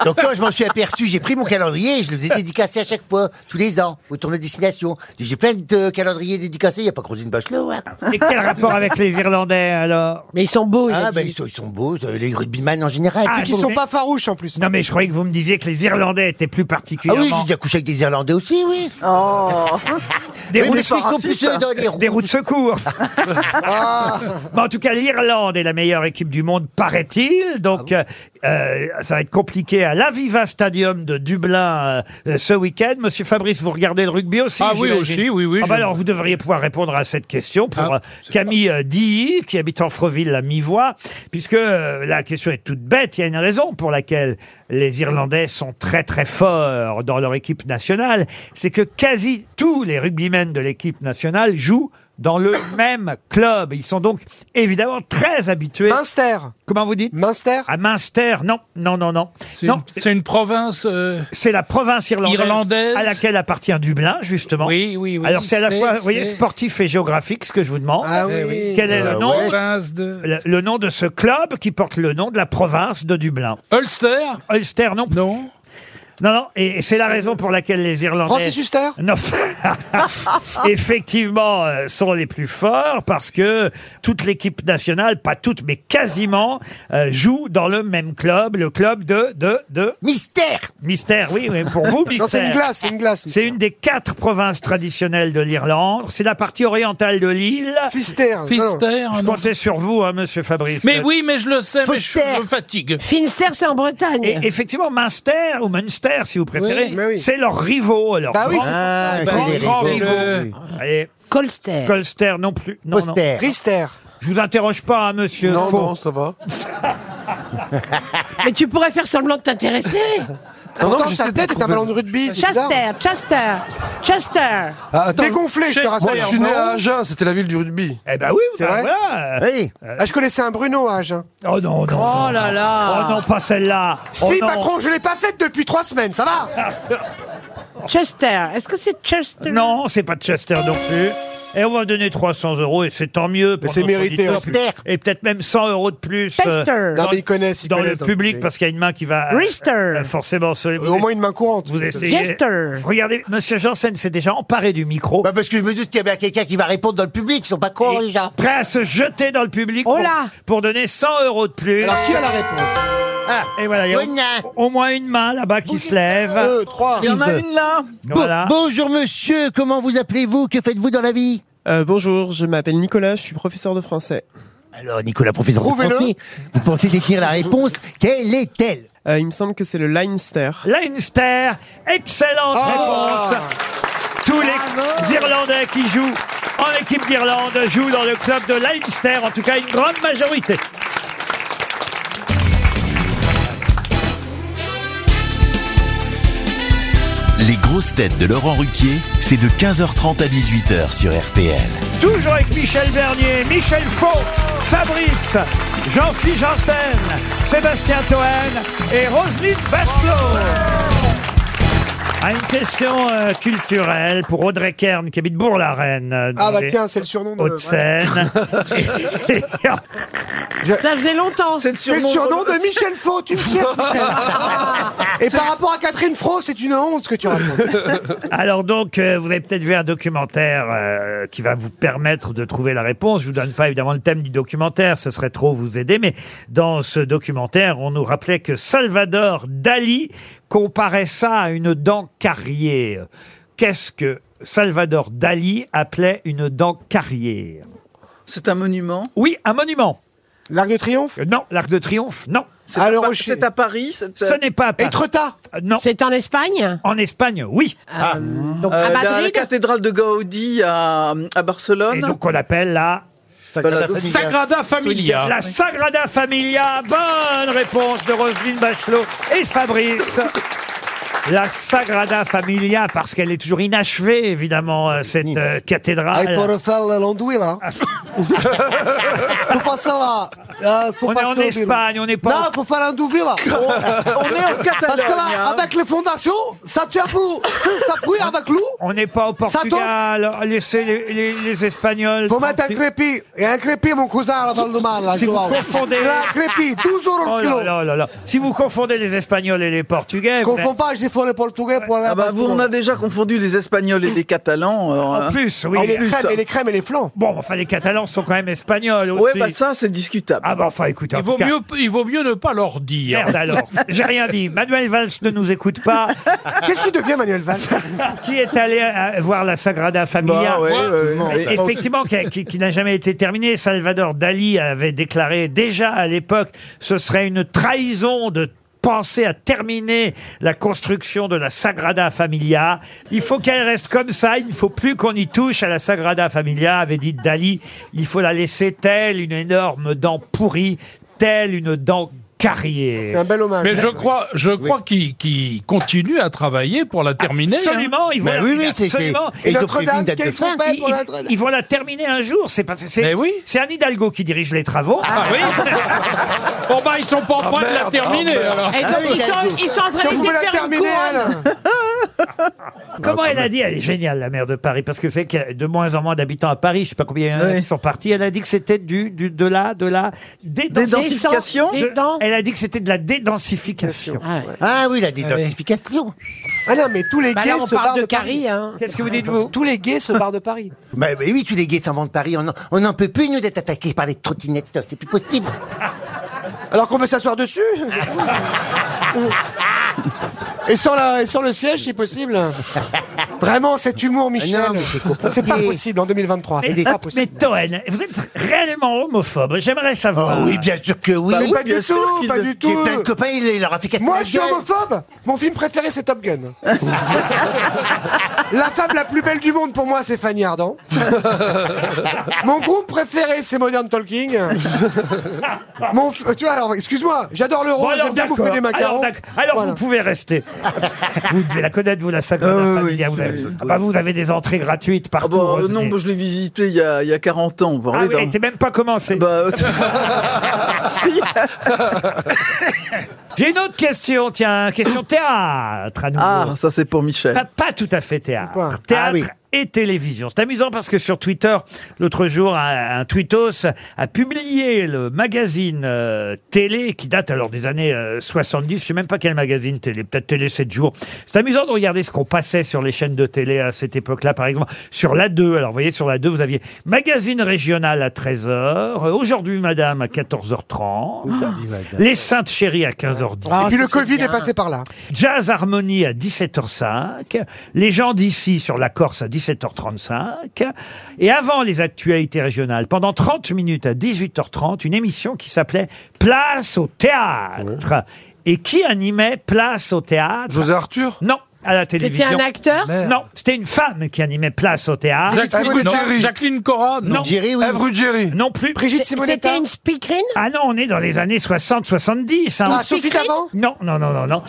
[SPEAKER 9] Donc quand je m'en suis aperçu, j'ai pris mon calendrier et je le faisais dédicacer à chaque fois, tous les ans, au tournoi de destination. J'ai plein de calendriers dédicacés, il n'y a pas Rosine Bachelot. Hein.
[SPEAKER 2] Et quel rapport avec les Irlandais alors
[SPEAKER 3] Mais ils sont beaux.
[SPEAKER 9] Ah ben ils sont, ils sont beaux, euh, les rugbyman en général.
[SPEAKER 2] Ah,
[SPEAKER 9] C'est qu'ils
[SPEAKER 2] vous-
[SPEAKER 9] sont pas-
[SPEAKER 2] farouches en plus. Non, mais je croyais que vous me disiez que les Irlandais étaient plus
[SPEAKER 9] Ah
[SPEAKER 2] particulièrement.
[SPEAKER 9] oui, j'ai déjà couché avec des Irlandais aussi, oui.
[SPEAKER 5] Oh.
[SPEAKER 2] Des
[SPEAKER 9] Oui,
[SPEAKER 2] roues de
[SPEAKER 9] mais parce qu'ils sont plus, euh, dans les
[SPEAKER 2] Des roues de secours.
[SPEAKER 6] oh
[SPEAKER 2] Mais en tout cas, l'Irlande est la meilleure équipe du monde, paraît-il. Donc,
[SPEAKER 9] Ah
[SPEAKER 2] euh, euh, ça va être compliqué à l'Aviva Stadium de Dublin euh, euh, ce week-end. Monsieur Fabrice, vous regardez le rugby aussi
[SPEAKER 7] Ah oui,
[SPEAKER 2] j'imagine
[SPEAKER 7] aussi, oui, oui,
[SPEAKER 2] Ah bah
[SPEAKER 7] je-
[SPEAKER 2] alors, vous devriez pouvoir répondre à cette question pour
[SPEAKER 7] Ah,
[SPEAKER 2] euh, Camille euh, Dilly, qui habite en Freville, la mi-voix, puisque euh, la question est toute bête. Il y a une raison pour laquelle les Irlandais sont très très forts dans leur équipe nationale. C'est que quasi tous les rugbymen de l'équipe nationale jouent dans le même club. Ils sont donc évidemment très habitués. Munster. Comment vous dites Munster. À Munster, non, non, non, non. Non,
[SPEAKER 7] C'est une province. euh,
[SPEAKER 2] c'est la province irlandaise,
[SPEAKER 7] Irlandaise.
[SPEAKER 2] à laquelle appartient Dublin, justement.
[SPEAKER 7] Oui, oui, oui,
[SPEAKER 2] Alors c'est à la
[SPEAKER 7] c'est-
[SPEAKER 2] fois, vous voyez,
[SPEAKER 7] c'est-
[SPEAKER 2] sportif et géographique, ce que je vous demande.
[SPEAKER 7] Ah oui. Eh oui.
[SPEAKER 2] Quel est
[SPEAKER 7] Ah
[SPEAKER 2] le nom
[SPEAKER 7] ouais. Province de-
[SPEAKER 2] le, le nom de ce club qui porte le nom de la province de Dublin.
[SPEAKER 7] Ulster
[SPEAKER 2] Ulster, non.
[SPEAKER 7] Non.
[SPEAKER 2] Non, non, et et c'est la raison pour laquelle les Irlandais...
[SPEAKER 4] Francis Huster
[SPEAKER 2] Non. Effectivement, euh, sont les plus forts parce que toute l'équipe nationale, pas toute, mais quasiment, euh, joue dans le même club, le club de... de, de...
[SPEAKER 9] Mystère
[SPEAKER 2] Mystère, oui, mais pour vous,
[SPEAKER 4] Non,
[SPEAKER 2] Mystère.
[SPEAKER 4] c'est une glace, c'est une glace.
[SPEAKER 2] C'est une des quatre provinces traditionnelles de l'Irlande. C'est la partie orientale de l'île.
[SPEAKER 4] Fister. non.
[SPEAKER 7] Finster,
[SPEAKER 2] Je comptais sur vous, hein, monsieur Fabrice.
[SPEAKER 7] Mais oui, mais je le sais, mais je,
[SPEAKER 2] Foster.
[SPEAKER 7] je me fatigue.
[SPEAKER 2] Finster, c'est en Bretagne. Et effectivement, Munster ou Munster, si vous préférez,
[SPEAKER 7] Oui, mais oui.
[SPEAKER 2] c'est leur rivaux. Leur
[SPEAKER 7] Bah oui,
[SPEAKER 2] grand-
[SPEAKER 7] c'est pour ça. Ah,
[SPEAKER 2] grand,
[SPEAKER 7] c'est les
[SPEAKER 2] grand
[SPEAKER 7] rivaux.
[SPEAKER 2] rivaux. Allez.
[SPEAKER 3] Colster.
[SPEAKER 2] Colster non plus. Non, non.
[SPEAKER 3] Colster.
[SPEAKER 2] Je vous interroge pas, hein, monsieur.
[SPEAKER 8] Non,
[SPEAKER 2] Faux.
[SPEAKER 8] non, ça va.
[SPEAKER 3] Mais tu pourrais faire semblant de t'intéresser.
[SPEAKER 8] Non, non, Pourtant, j'essaie sa de tête est un trouver- ballon de rugby, c'est
[SPEAKER 3] Chester, Chester, Chester.
[SPEAKER 8] Ah, attends,
[SPEAKER 4] Dégonflé, je te
[SPEAKER 8] Moi, je suis né à
[SPEAKER 4] rappelle.
[SPEAKER 8] Agen, c'était la ville du rugby.
[SPEAKER 2] Eh ben Euh, oui,
[SPEAKER 4] C'est vrai
[SPEAKER 2] Oui.
[SPEAKER 4] Ah, je connaissais un Bruno à Agen.
[SPEAKER 2] Oh non, non.
[SPEAKER 4] Oh
[SPEAKER 2] non,
[SPEAKER 4] là
[SPEAKER 2] non.
[SPEAKER 4] là.
[SPEAKER 2] Oh non, pas celle-là.
[SPEAKER 4] Si,
[SPEAKER 2] Oh non.
[SPEAKER 4] Macron, je l'ai pas faite depuis trois semaines, ça va
[SPEAKER 3] Chester, est-ce que c'est Chester
[SPEAKER 2] Non, c'est pas de Chester non plus. Et on va donner 300 euros, et c'est tant mieux. pour
[SPEAKER 4] Mais c'est
[SPEAKER 2] notre
[SPEAKER 4] mérité,
[SPEAKER 2] auditeur.
[SPEAKER 4] en fait.
[SPEAKER 2] Et peut-être même 100 euros de plus. euh,
[SPEAKER 4] Chester.
[SPEAKER 2] dans,
[SPEAKER 4] Non, mais ils connaissent, ils
[SPEAKER 2] dans
[SPEAKER 4] connaissent,
[SPEAKER 2] le
[SPEAKER 4] hein.
[SPEAKER 2] public,
[SPEAKER 4] Oui.
[SPEAKER 2] parce qu'il y a une main qui va. euh,
[SPEAKER 4] Rister.
[SPEAKER 2] euh, forcément. se- vous
[SPEAKER 4] Au moins une main courante.
[SPEAKER 2] Vous essayez.
[SPEAKER 4] Chester.
[SPEAKER 2] Regardez, monsieur Janssen s'est déjà emparé du micro.
[SPEAKER 9] Bah, parce que je me doute qu'il y avait quelqu'un qui va répondre dans le public, ils sont pas cons les gens.
[SPEAKER 2] Prêt à se jeter dans le public pour, pour donner 100 euros de plus.
[SPEAKER 4] Alors, qui a la réponse
[SPEAKER 2] Ah, et voilà, il y a au, au moins une main là-bas qui se lève.
[SPEAKER 4] Deux, trois.
[SPEAKER 5] Il y en a
[SPEAKER 9] Yves.
[SPEAKER 5] une là.
[SPEAKER 9] Bon-
[SPEAKER 2] Voilà.
[SPEAKER 9] bonjour monsieur, comment vous appelez-vous Que faites-vous dans la vie
[SPEAKER 22] Euh, bonjour, je m'appelle Nicolas, je suis professeur de français.
[SPEAKER 9] Alors Nicolas, professeur de
[SPEAKER 22] Prouvez-le.
[SPEAKER 9] français, vous pensez décrire la réponse Quelle est-elle
[SPEAKER 22] Euh, Il me semble que c'est le Leinster.
[SPEAKER 2] Leinster, excellente
[SPEAKER 4] Ah.
[SPEAKER 2] réponse. Tous les Irlandais qui jouent en équipe d'Irlande jouent dans le club de Leinster, en tout cas une grande majorité.
[SPEAKER 1] Les grosses têtes de Laurent Ruquier, c'est de 15h30 à 18h sur RTL.
[SPEAKER 2] Toujours avec Michel Bernier, Michel Faux, Fabrice, Jean-Philippe Janssen, Sébastien Toen et Roselyne Bachelot. À une question euh, culturelle pour Audrey Kern qui habite Bourg-la-Reine. euh, dans
[SPEAKER 4] Ah bah
[SPEAKER 2] les
[SPEAKER 4] tiens, c'est le surnom de...
[SPEAKER 2] Hauts-de-Seine.
[SPEAKER 3] Ça faisait longtemps.
[SPEAKER 5] C'est le
[SPEAKER 4] C'est le surnom de Michel Faux, tu me fiètes, Michel. Et par rapport à Catherine Fro, c'est une honte ce que tu racontes.
[SPEAKER 2] Alors donc, euh, vous avez peut-être vu un documentaire euh, qui va vous permettre de trouver la réponse. Je vous donne pas évidemment le thème du documentaire, ce serait trop vous aider, mais dans ce documentaire, on nous rappelait que Salvador Dali comparait ça à une dent carriée. Qu'est-ce que Salvador Dali appelait une dent carrière.
[SPEAKER 5] C'est un monument
[SPEAKER 2] Oui, un monument. Euh,
[SPEAKER 4] L'Arc de Triomphe
[SPEAKER 2] Non, l'Arc de Triomphe, non.
[SPEAKER 5] C'est à, Pa- c'est à Paris
[SPEAKER 2] Ce n'est pas à Paris. Euh, Non.
[SPEAKER 3] C'est en Espagne Euh,
[SPEAKER 2] En Espagne, oui. Ah.
[SPEAKER 4] Euh,
[SPEAKER 5] Donc,
[SPEAKER 2] à
[SPEAKER 5] Euh, la,
[SPEAKER 2] Madrid
[SPEAKER 5] cathédrale de Gaudi à, à Barcelone.
[SPEAKER 2] Et donc on l'appelle la
[SPEAKER 5] Sagrada Familia. Sagrada Familia.
[SPEAKER 2] La Sagrada Familia. Bonne réponse de Roselyne Bachelot et Fabrice. La Sagrada Familia, parce qu'elle est toujours inachevée, évidemment, euh, cette euh, cathédrale.
[SPEAKER 4] Aí pode falar l'anduila. faut passer là. Euh, faut
[SPEAKER 2] On
[SPEAKER 4] pas
[SPEAKER 2] est
[SPEAKER 4] se
[SPEAKER 2] en
[SPEAKER 4] dire.
[SPEAKER 2] Espagne, on n'est pas
[SPEAKER 4] Non,
[SPEAKER 2] en-
[SPEAKER 4] faut faire l'anduila. on,
[SPEAKER 5] est en Catalogne,
[SPEAKER 4] Parce que là,
[SPEAKER 2] hein.
[SPEAKER 4] avec les fondations, ça tue à vous. Ça fouille avec l'eau.
[SPEAKER 2] On n'est pas au Portugal. Oh, Laissez les, les- les Espagnols.
[SPEAKER 4] Faut mettre un
[SPEAKER 2] tranquilles.
[SPEAKER 4] crépi. Et un crépi, mon cousin, à la Val de Marne, là,
[SPEAKER 2] Si vous
[SPEAKER 4] Joao.
[SPEAKER 2] confondez.
[SPEAKER 4] Un crépi, 12 euros
[SPEAKER 2] Oh
[SPEAKER 4] le kilo.
[SPEAKER 2] là là là là. Si vous confondez les Espagnols et les Portugais.
[SPEAKER 4] Je
[SPEAKER 2] vous
[SPEAKER 4] confonds pas, je dis faut les portugais pour aller à
[SPEAKER 5] Ah bah, vous, on a déjà confondu les Espagnols et les Catalans. alors,
[SPEAKER 2] En
[SPEAKER 5] hein.
[SPEAKER 2] plus, oui.
[SPEAKER 5] En plus.
[SPEAKER 4] crèmes et les flancs.
[SPEAKER 2] Bon, enfin, les Catalans sont quand même espagnols aussi.
[SPEAKER 5] Ouais, bah ça, c'est discutable.
[SPEAKER 2] Ah bah enfin, écoutez, en
[SPEAKER 7] Il vaut,
[SPEAKER 2] tout cas-
[SPEAKER 7] mieux, il vaut mieux ne pas leur dire.
[SPEAKER 2] Merde alors, j'ai rien dit. Manuel Valls ne nous écoute pas.
[SPEAKER 4] Qu'est-ce qui devient Manuel Valls
[SPEAKER 2] Qui est allé euh, voir la Sagrada Familia
[SPEAKER 5] Bah ouais,
[SPEAKER 2] Moi,
[SPEAKER 5] ouais,
[SPEAKER 2] et-
[SPEAKER 5] ouais.
[SPEAKER 2] Effectivement, qui, qui- qui n'a jamais été terminée. Salvador Dali avait déclaré déjà à l'époque, ce serait une trahison de penser à terminer la construction de la Sagrada Familia. Il faut qu'elle reste comme ça, il ne faut plus qu'on y touche à la Sagrada Familia, avait dit Dali. Il faut la laisser telle une énorme dent pourrie, telle une dent carrière.
[SPEAKER 4] C'est un bel hommage.
[SPEAKER 7] Mais je crois, je crois qu'ils qu'ils continuent à travailler pour la terminer. hein.
[SPEAKER 2] Absolument, ils vont
[SPEAKER 9] Mais
[SPEAKER 2] la-
[SPEAKER 9] oui, oui, c'est-
[SPEAKER 2] absolument.
[SPEAKER 9] c'est- Et ils ont prévu une date de
[SPEAKER 4] qu'est-ce
[SPEAKER 9] fin.
[SPEAKER 4] qu'on fait
[SPEAKER 2] Ils,
[SPEAKER 4] pour la
[SPEAKER 2] ils- ils vont la terminer un jour. C'est parce que c'est
[SPEAKER 7] Mais oui.
[SPEAKER 2] c'est Anne Hidalgo qui dirige les travaux.
[SPEAKER 7] Ah oui Bon bah ils sont pas en train de la terminer alors.
[SPEAKER 3] Et donc, ils, sont, ils sont en
[SPEAKER 4] Si
[SPEAKER 3] train
[SPEAKER 4] on
[SPEAKER 3] d'essayer
[SPEAKER 4] pouvait
[SPEAKER 3] de
[SPEAKER 4] la
[SPEAKER 3] faire une
[SPEAKER 4] terminer,
[SPEAKER 3] couronne.
[SPEAKER 4] elle.
[SPEAKER 2] Comment elle a dit Elle est géniale, la maire de Paris, parce que c'est qu'il y a de moins en moins d'habitants à Paris. Je sais pas combien il y en a
[SPEAKER 5] Oui.
[SPEAKER 2] qui sont partis. Elle a dit que c'était du, du de la de la
[SPEAKER 5] Dédensification
[SPEAKER 2] de-
[SPEAKER 3] Des dents.
[SPEAKER 2] Elle a dit que c'était de la dédensification.
[SPEAKER 3] Ah ouais.
[SPEAKER 9] Ah oui, la dédensification.
[SPEAKER 4] Ah non, mais tous les
[SPEAKER 3] Bah
[SPEAKER 4] gays
[SPEAKER 3] là, on
[SPEAKER 4] se barrent
[SPEAKER 3] parle
[SPEAKER 4] de,
[SPEAKER 3] de
[SPEAKER 4] Paris.
[SPEAKER 3] caries, hein.
[SPEAKER 2] Qu'est-ce que vous dites vous
[SPEAKER 4] Tous les gays se barrent de Paris.
[SPEAKER 9] Bah, bah oui, tous les gays s'en vont de Paris. On en- On n'en peut plus, nous, d'être attaqués par les trottinettes. C'est plus possible.
[SPEAKER 4] Alors qu'on veut s'asseoir dessus. Et sans, la- et sans le siège, si possible.
[SPEAKER 9] Ah
[SPEAKER 4] Vraiment, cet humour, Michel.
[SPEAKER 9] Non, mais c'est compliqué.
[SPEAKER 4] C'est pas possible en 2023.
[SPEAKER 2] Mais,
[SPEAKER 4] Ah, C'est pas
[SPEAKER 2] mais
[SPEAKER 4] possible.
[SPEAKER 2] Toen, vous êtes réellement homophobe. J'aimerais
[SPEAKER 9] Oh
[SPEAKER 2] savoir.
[SPEAKER 9] oui, bien sûr que oui.
[SPEAKER 5] Bah
[SPEAKER 4] Mais
[SPEAKER 5] oui,
[SPEAKER 4] pas
[SPEAKER 5] bien
[SPEAKER 4] du
[SPEAKER 5] sûr
[SPEAKER 4] tout,
[SPEAKER 5] qu'il
[SPEAKER 4] pas
[SPEAKER 5] le-
[SPEAKER 4] du
[SPEAKER 9] J'ai
[SPEAKER 4] tout.
[SPEAKER 9] plein de copains, il leur a fait casser
[SPEAKER 4] Moi,
[SPEAKER 9] la
[SPEAKER 4] je suis
[SPEAKER 9] gueule.
[SPEAKER 4] homophobe. Mon film préféré, c'est Top Gun. la femme la plus belle du monde pour moi, c'est Fanny Ardant. Mon groupe préféré, c'est Modern Talking. Mon, f- tu vois, alors, excuse-moi, j'adore le
[SPEAKER 2] Bon,
[SPEAKER 4] rose, j'aime bien
[SPEAKER 2] d'accord.
[SPEAKER 4] bouffer des
[SPEAKER 2] alors,
[SPEAKER 4] macarons.
[SPEAKER 2] d'accord. Alors,
[SPEAKER 4] Voilà.
[SPEAKER 2] vous pouvez rester. vous devez la connaître, vous, la Sagrada
[SPEAKER 5] Euh, oui,
[SPEAKER 2] Familia.
[SPEAKER 5] oui,
[SPEAKER 2] vous, l'avez-
[SPEAKER 5] oui, oui.
[SPEAKER 2] Ah bah, vous avez des entrées gratuites
[SPEAKER 5] Ah
[SPEAKER 2] partout.
[SPEAKER 5] bah, euh,
[SPEAKER 2] Roselyne.
[SPEAKER 5] non, bah, je l'ai visité il y, a, il y a 40 ans. Vous
[SPEAKER 2] Ah
[SPEAKER 5] parlez
[SPEAKER 2] oui, elle
[SPEAKER 5] d'un-
[SPEAKER 2] n'était même pas commencée.
[SPEAKER 5] Bah,
[SPEAKER 2] hein.
[SPEAKER 5] si.
[SPEAKER 2] J'ai une autre question, tiens, question théâtre à nouveau.
[SPEAKER 5] Ah, ça c'est pour Michel.
[SPEAKER 2] Enfin, pas tout à fait théâtre.
[SPEAKER 4] Pourquoi
[SPEAKER 2] Théâtre
[SPEAKER 9] Ah oui.
[SPEAKER 2] et télévision. C'est amusant parce que sur Twitter, l'autre jour, un, un tweetos a publié le magazine euh, télé qui date alors des années euh, 70. Je sais même pas quel magazine télé, peut-être Télé 7 jours. C'est amusant de regarder ce qu'on passait sur les chaînes de télé à cette époque-là, par exemple. Sur la 2, alors vous voyez, sur la 2, vous aviez magazine régional à 13h, euh, aujourd'hui madame à 14h30, les Saintes Chéries à 15h10.
[SPEAKER 4] Et puis
[SPEAKER 3] Ah, ça,
[SPEAKER 4] le
[SPEAKER 3] c'est
[SPEAKER 4] Covid
[SPEAKER 3] bien.
[SPEAKER 4] est passé par là.
[SPEAKER 2] Jazz Harmonie à 17h05, les gens d'ici sur la Corse à 17h35, et avant les actualités régionales, pendant 30 minutes à 18h30, une émission qui s'appelait Place au théâtre. Et qui animait Place au théâtre
[SPEAKER 8] José Arthur
[SPEAKER 2] Non, à la
[SPEAKER 3] C'était
[SPEAKER 2] télévision.
[SPEAKER 3] un acteur
[SPEAKER 4] Ah,
[SPEAKER 8] Merde.
[SPEAKER 2] Non, c'était une femme qui animait Place au théâtre.
[SPEAKER 7] Jacqueline,
[SPEAKER 8] Jacqueline
[SPEAKER 7] Ah non,
[SPEAKER 8] Jerry.
[SPEAKER 7] Jacqueline Cora non.
[SPEAKER 2] Non,
[SPEAKER 9] Jerry, oui.
[SPEAKER 8] Ève Ruggieri.
[SPEAKER 2] non plus.
[SPEAKER 4] Brigitte Simonetta.
[SPEAKER 3] C'était une speakerine
[SPEAKER 2] Ah non, on est dans les années 60-70.
[SPEAKER 4] Ah, Sophie
[SPEAKER 3] Écrit
[SPEAKER 4] d'avant
[SPEAKER 2] Non, non, non, non, non.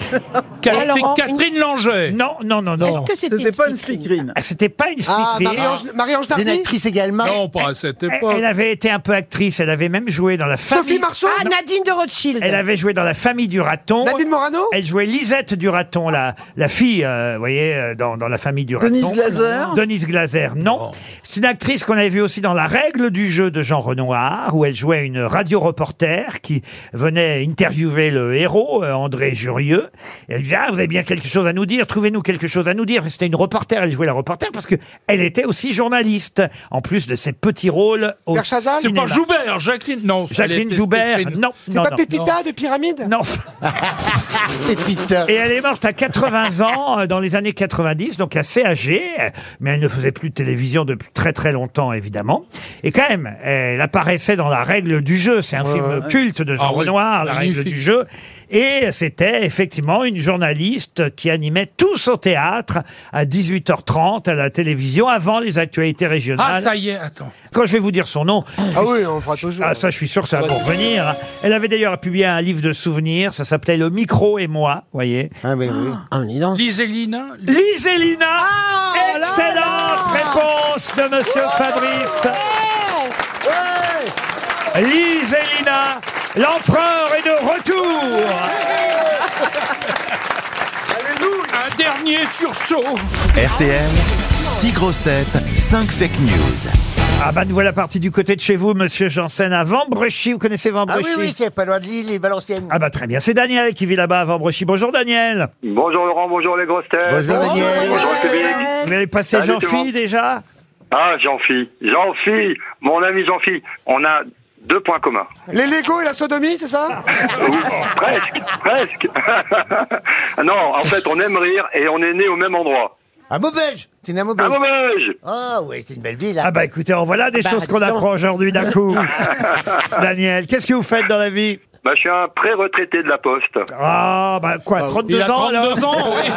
[SPEAKER 7] Catherine,
[SPEAKER 3] Alors, on-
[SPEAKER 7] Catherine Langer.
[SPEAKER 2] Non, non, non,
[SPEAKER 3] Est-ce
[SPEAKER 2] non.
[SPEAKER 3] que c'était
[SPEAKER 5] C'était pas une
[SPEAKER 3] speakerine
[SPEAKER 5] speakerine.
[SPEAKER 2] Ah, C'était pas une
[SPEAKER 4] Ah,
[SPEAKER 2] speakerine.
[SPEAKER 4] Marie-Ange Marie-Ange
[SPEAKER 9] Des
[SPEAKER 4] Dardy.
[SPEAKER 9] actrices également.
[SPEAKER 7] Non, pas à cette
[SPEAKER 2] Elle,
[SPEAKER 7] époque.
[SPEAKER 2] elle avait été un peu actrice, elle avait même joué dans la famille.
[SPEAKER 4] Euh, Sophie Marceau.
[SPEAKER 3] Ah, Nadine de Rothschild.
[SPEAKER 2] elle avait joué dans la famille du raton.
[SPEAKER 4] Nadine Morano.
[SPEAKER 2] Elle jouait Lisette du raton, la, la fille, euh, vous voyez, euh, dans, dans la famille du raton.
[SPEAKER 5] Denise Glaser
[SPEAKER 2] Denise Glaser, non. C'est une actrice qu'on avait vue aussi dans La règle du jeu de Jean Renoir, où elle jouait une radio-reporter qui venait interviewer le héros, euh, André Jurieux. Et elle lui disait ah vous avez bien quelque chose à nous dire, trouvez-nous quelque chose à nous dire. C'était une reporter, elle jouait la reporter parce que elle était aussi journaliste en plus de ses petits rôles. Au
[SPEAKER 7] C'est pas
[SPEAKER 2] cinéma.
[SPEAKER 7] Joubert, Jacqueline, non.
[SPEAKER 2] Jacqueline Joubert, non.
[SPEAKER 4] C'est
[SPEAKER 2] non,
[SPEAKER 4] pas
[SPEAKER 2] non.
[SPEAKER 4] Pépita de Pyramide
[SPEAKER 2] Non. Et elle est morte à 80 ans euh, dans les années 90, donc assez âgée, euh, mais elle ne faisait plus de télévision depuis très très longtemps, évidemment. Et quand même, elle apparaissait dans La règle du jeu, c'est un
[SPEAKER 7] Ouais,
[SPEAKER 2] film
[SPEAKER 7] ouais.
[SPEAKER 2] culte de Jean
[SPEAKER 7] Ah oui,
[SPEAKER 2] Renoir, La règle
[SPEAKER 7] magnifique.
[SPEAKER 2] du jeu. Et c'était effectivement une journaliste qui animait tous au théâtre à 18h30 à la télévision avant les actualités régionales.
[SPEAKER 7] Ah, ça y est, attends.
[SPEAKER 2] Quand je vais vous dire son nom. Ah oui, on fera toujours. Ah, ça, je suis sûr que ça va
[SPEAKER 7] Ouais.
[SPEAKER 2] revenir. Elle avait d'ailleurs publié un livre de souvenirs. Ça s'appelait Le micro et moi, voyez. Ah, oui, oui.
[SPEAKER 7] Liselina
[SPEAKER 2] Liselina Ah, Excellente réponse de Monsieur Fabrice. Liselina, l'empereur est de retour.
[SPEAKER 7] Un dernier sursaut.
[SPEAKER 1] RTL, 6 grosses têtes, 5 fake news.
[SPEAKER 2] Ah bah nous voilà partis du côté de chez vous, Monsieur Janssen, à Vambrechy. Vous connaissez
[SPEAKER 6] Ah
[SPEAKER 2] Vambrechy
[SPEAKER 6] oui, oui, c'est pas loin de Lille et Valenciennes.
[SPEAKER 2] Ah bah très bien, c'est Daniel qui vit là-bas à Vambrechy. Bonjour Daniel.
[SPEAKER 23] Bonjour Laurent, bonjour les grosses têtes.
[SPEAKER 2] Bonjour, Daniel.
[SPEAKER 23] Bonjour le public.
[SPEAKER 2] Vous avez passé
[SPEAKER 23] Salut, tout le
[SPEAKER 2] Jean-Phi
[SPEAKER 23] monde.
[SPEAKER 2] déjà
[SPEAKER 23] Ah, Jean-Phi. Jean-Phi, mon ami Jean-Phi. On a deux points communs.
[SPEAKER 4] Les Lego et la sodomie, c'est ça
[SPEAKER 23] presque, presque. non, en fait, on aime rire et on est né au même endroit.
[SPEAKER 6] À Maubeuge T'es né à Maubeuge
[SPEAKER 23] À Maubeuge
[SPEAKER 6] Ah oui, c'est une belle ville.
[SPEAKER 2] Ah bah écoutez, en voilà des
[SPEAKER 6] Ah bah,
[SPEAKER 2] choses qu'on
[SPEAKER 6] dis donc.
[SPEAKER 2] apprend aujourd'hui d'un coup. Daniel, qu'est-ce que vous faites dans la vie
[SPEAKER 23] Bah, je suis un pré-retraité de la Poste.
[SPEAKER 2] Ah bah quoi, 32
[SPEAKER 23] il a
[SPEAKER 2] ans
[SPEAKER 23] 32
[SPEAKER 2] alors
[SPEAKER 23] ans, oui.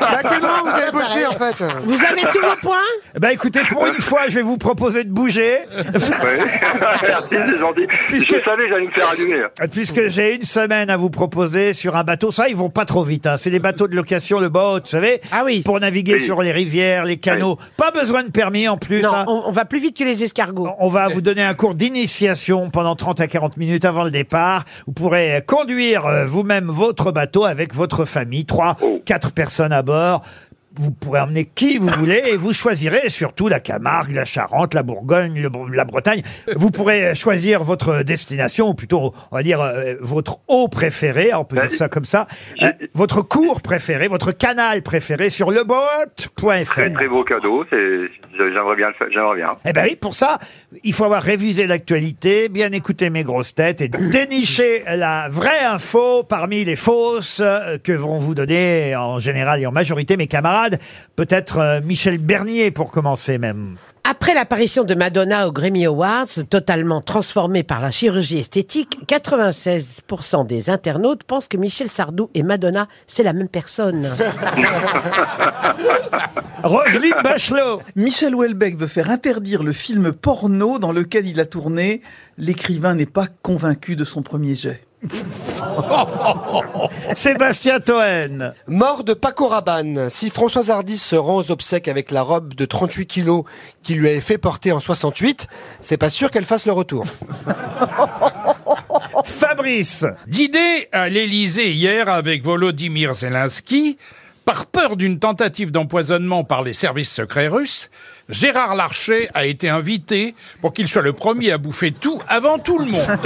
[SPEAKER 4] Bah, À quel moment vous
[SPEAKER 9] Ah,
[SPEAKER 4] avez bossé en fait
[SPEAKER 2] Vous avez tous vos points Bah écoutez, pour une fois, je vais vous proposer de bouger.
[SPEAKER 23] Oui. Merci, c'est gentil. Je savais que j'allais me faire allumer.
[SPEAKER 2] Puisque j'ai une semaine à vous proposer sur un bateau, ça ils vont pas trop vite. hein. C'est des bateaux de location, le boat, vous savez. Ah oui. Pour naviguer
[SPEAKER 6] Oui.
[SPEAKER 2] sur les rivières, les canaux. Pas besoin de permis en plus.
[SPEAKER 3] Non,
[SPEAKER 2] hein.
[SPEAKER 3] on, on va plus vite que les escargots.
[SPEAKER 2] On va vous donner un cours d'initiation pendant 30 à 40 minutes avant le départ. Vous pourrez conduire euh, vous-même votre bateau avec votre famille, trois, quatre personnes à bord. Vous pourrez emmener qui vous voulez et vous choisirez surtout la Camargue, la Charente, la Bourgogne, le Bre- la Bretagne. Vous pourrez choisir votre destination, ou plutôt, on va dire, euh, votre eau préférée, on peut dire ça comme ça, Euh, votre cours préféré, votre canal préféré sur leboat.fr.
[SPEAKER 23] Très, très beau cadeau. c'est- J'aimerais bien le faire. J'aimerais bien.
[SPEAKER 2] Eh ben oui, pour ça, il faut avoir révisé l'actualité, bien écouter mes grosses têtes et dénicher la vraie info parmi les fausses euh, que vont vous donner en général et en majorité mes camarades. Peut-être euh, Michel Bernier pour commencer même.
[SPEAKER 3] Après l'apparition de Madonna aux Grammy Awards, totalement transformée par la chirurgie esthétique, 96% des internautes pensent que Michel Sardou et Madonna, c'est la même personne.
[SPEAKER 2] Roselyne Bachelot.
[SPEAKER 5] Michel Houellebecq veut faire interdire le film porno dans lequel il a tourné. L'écrivain n'est pas convaincu de son premier jet.
[SPEAKER 2] Sébastien Toen.
[SPEAKER 4] Mort de Paco Rabanne. Si Françoise Hardy se rend aux obsèques avec la robe de 38 kilos qu'il lui avait fait porter en 68, c'est pas sûr qu'elle fasse le retour.
[SPEAKER 2] Fabrice
[SPEAKER 7] Dîner à l'Élysée hier avec Volodymyr Zelensky, par peur d'une tentative d'empoisonnement par les services secrets russes, Gérard Larcher a été invité pour qu'il soit le premier à bouffer tout avant tout le monde.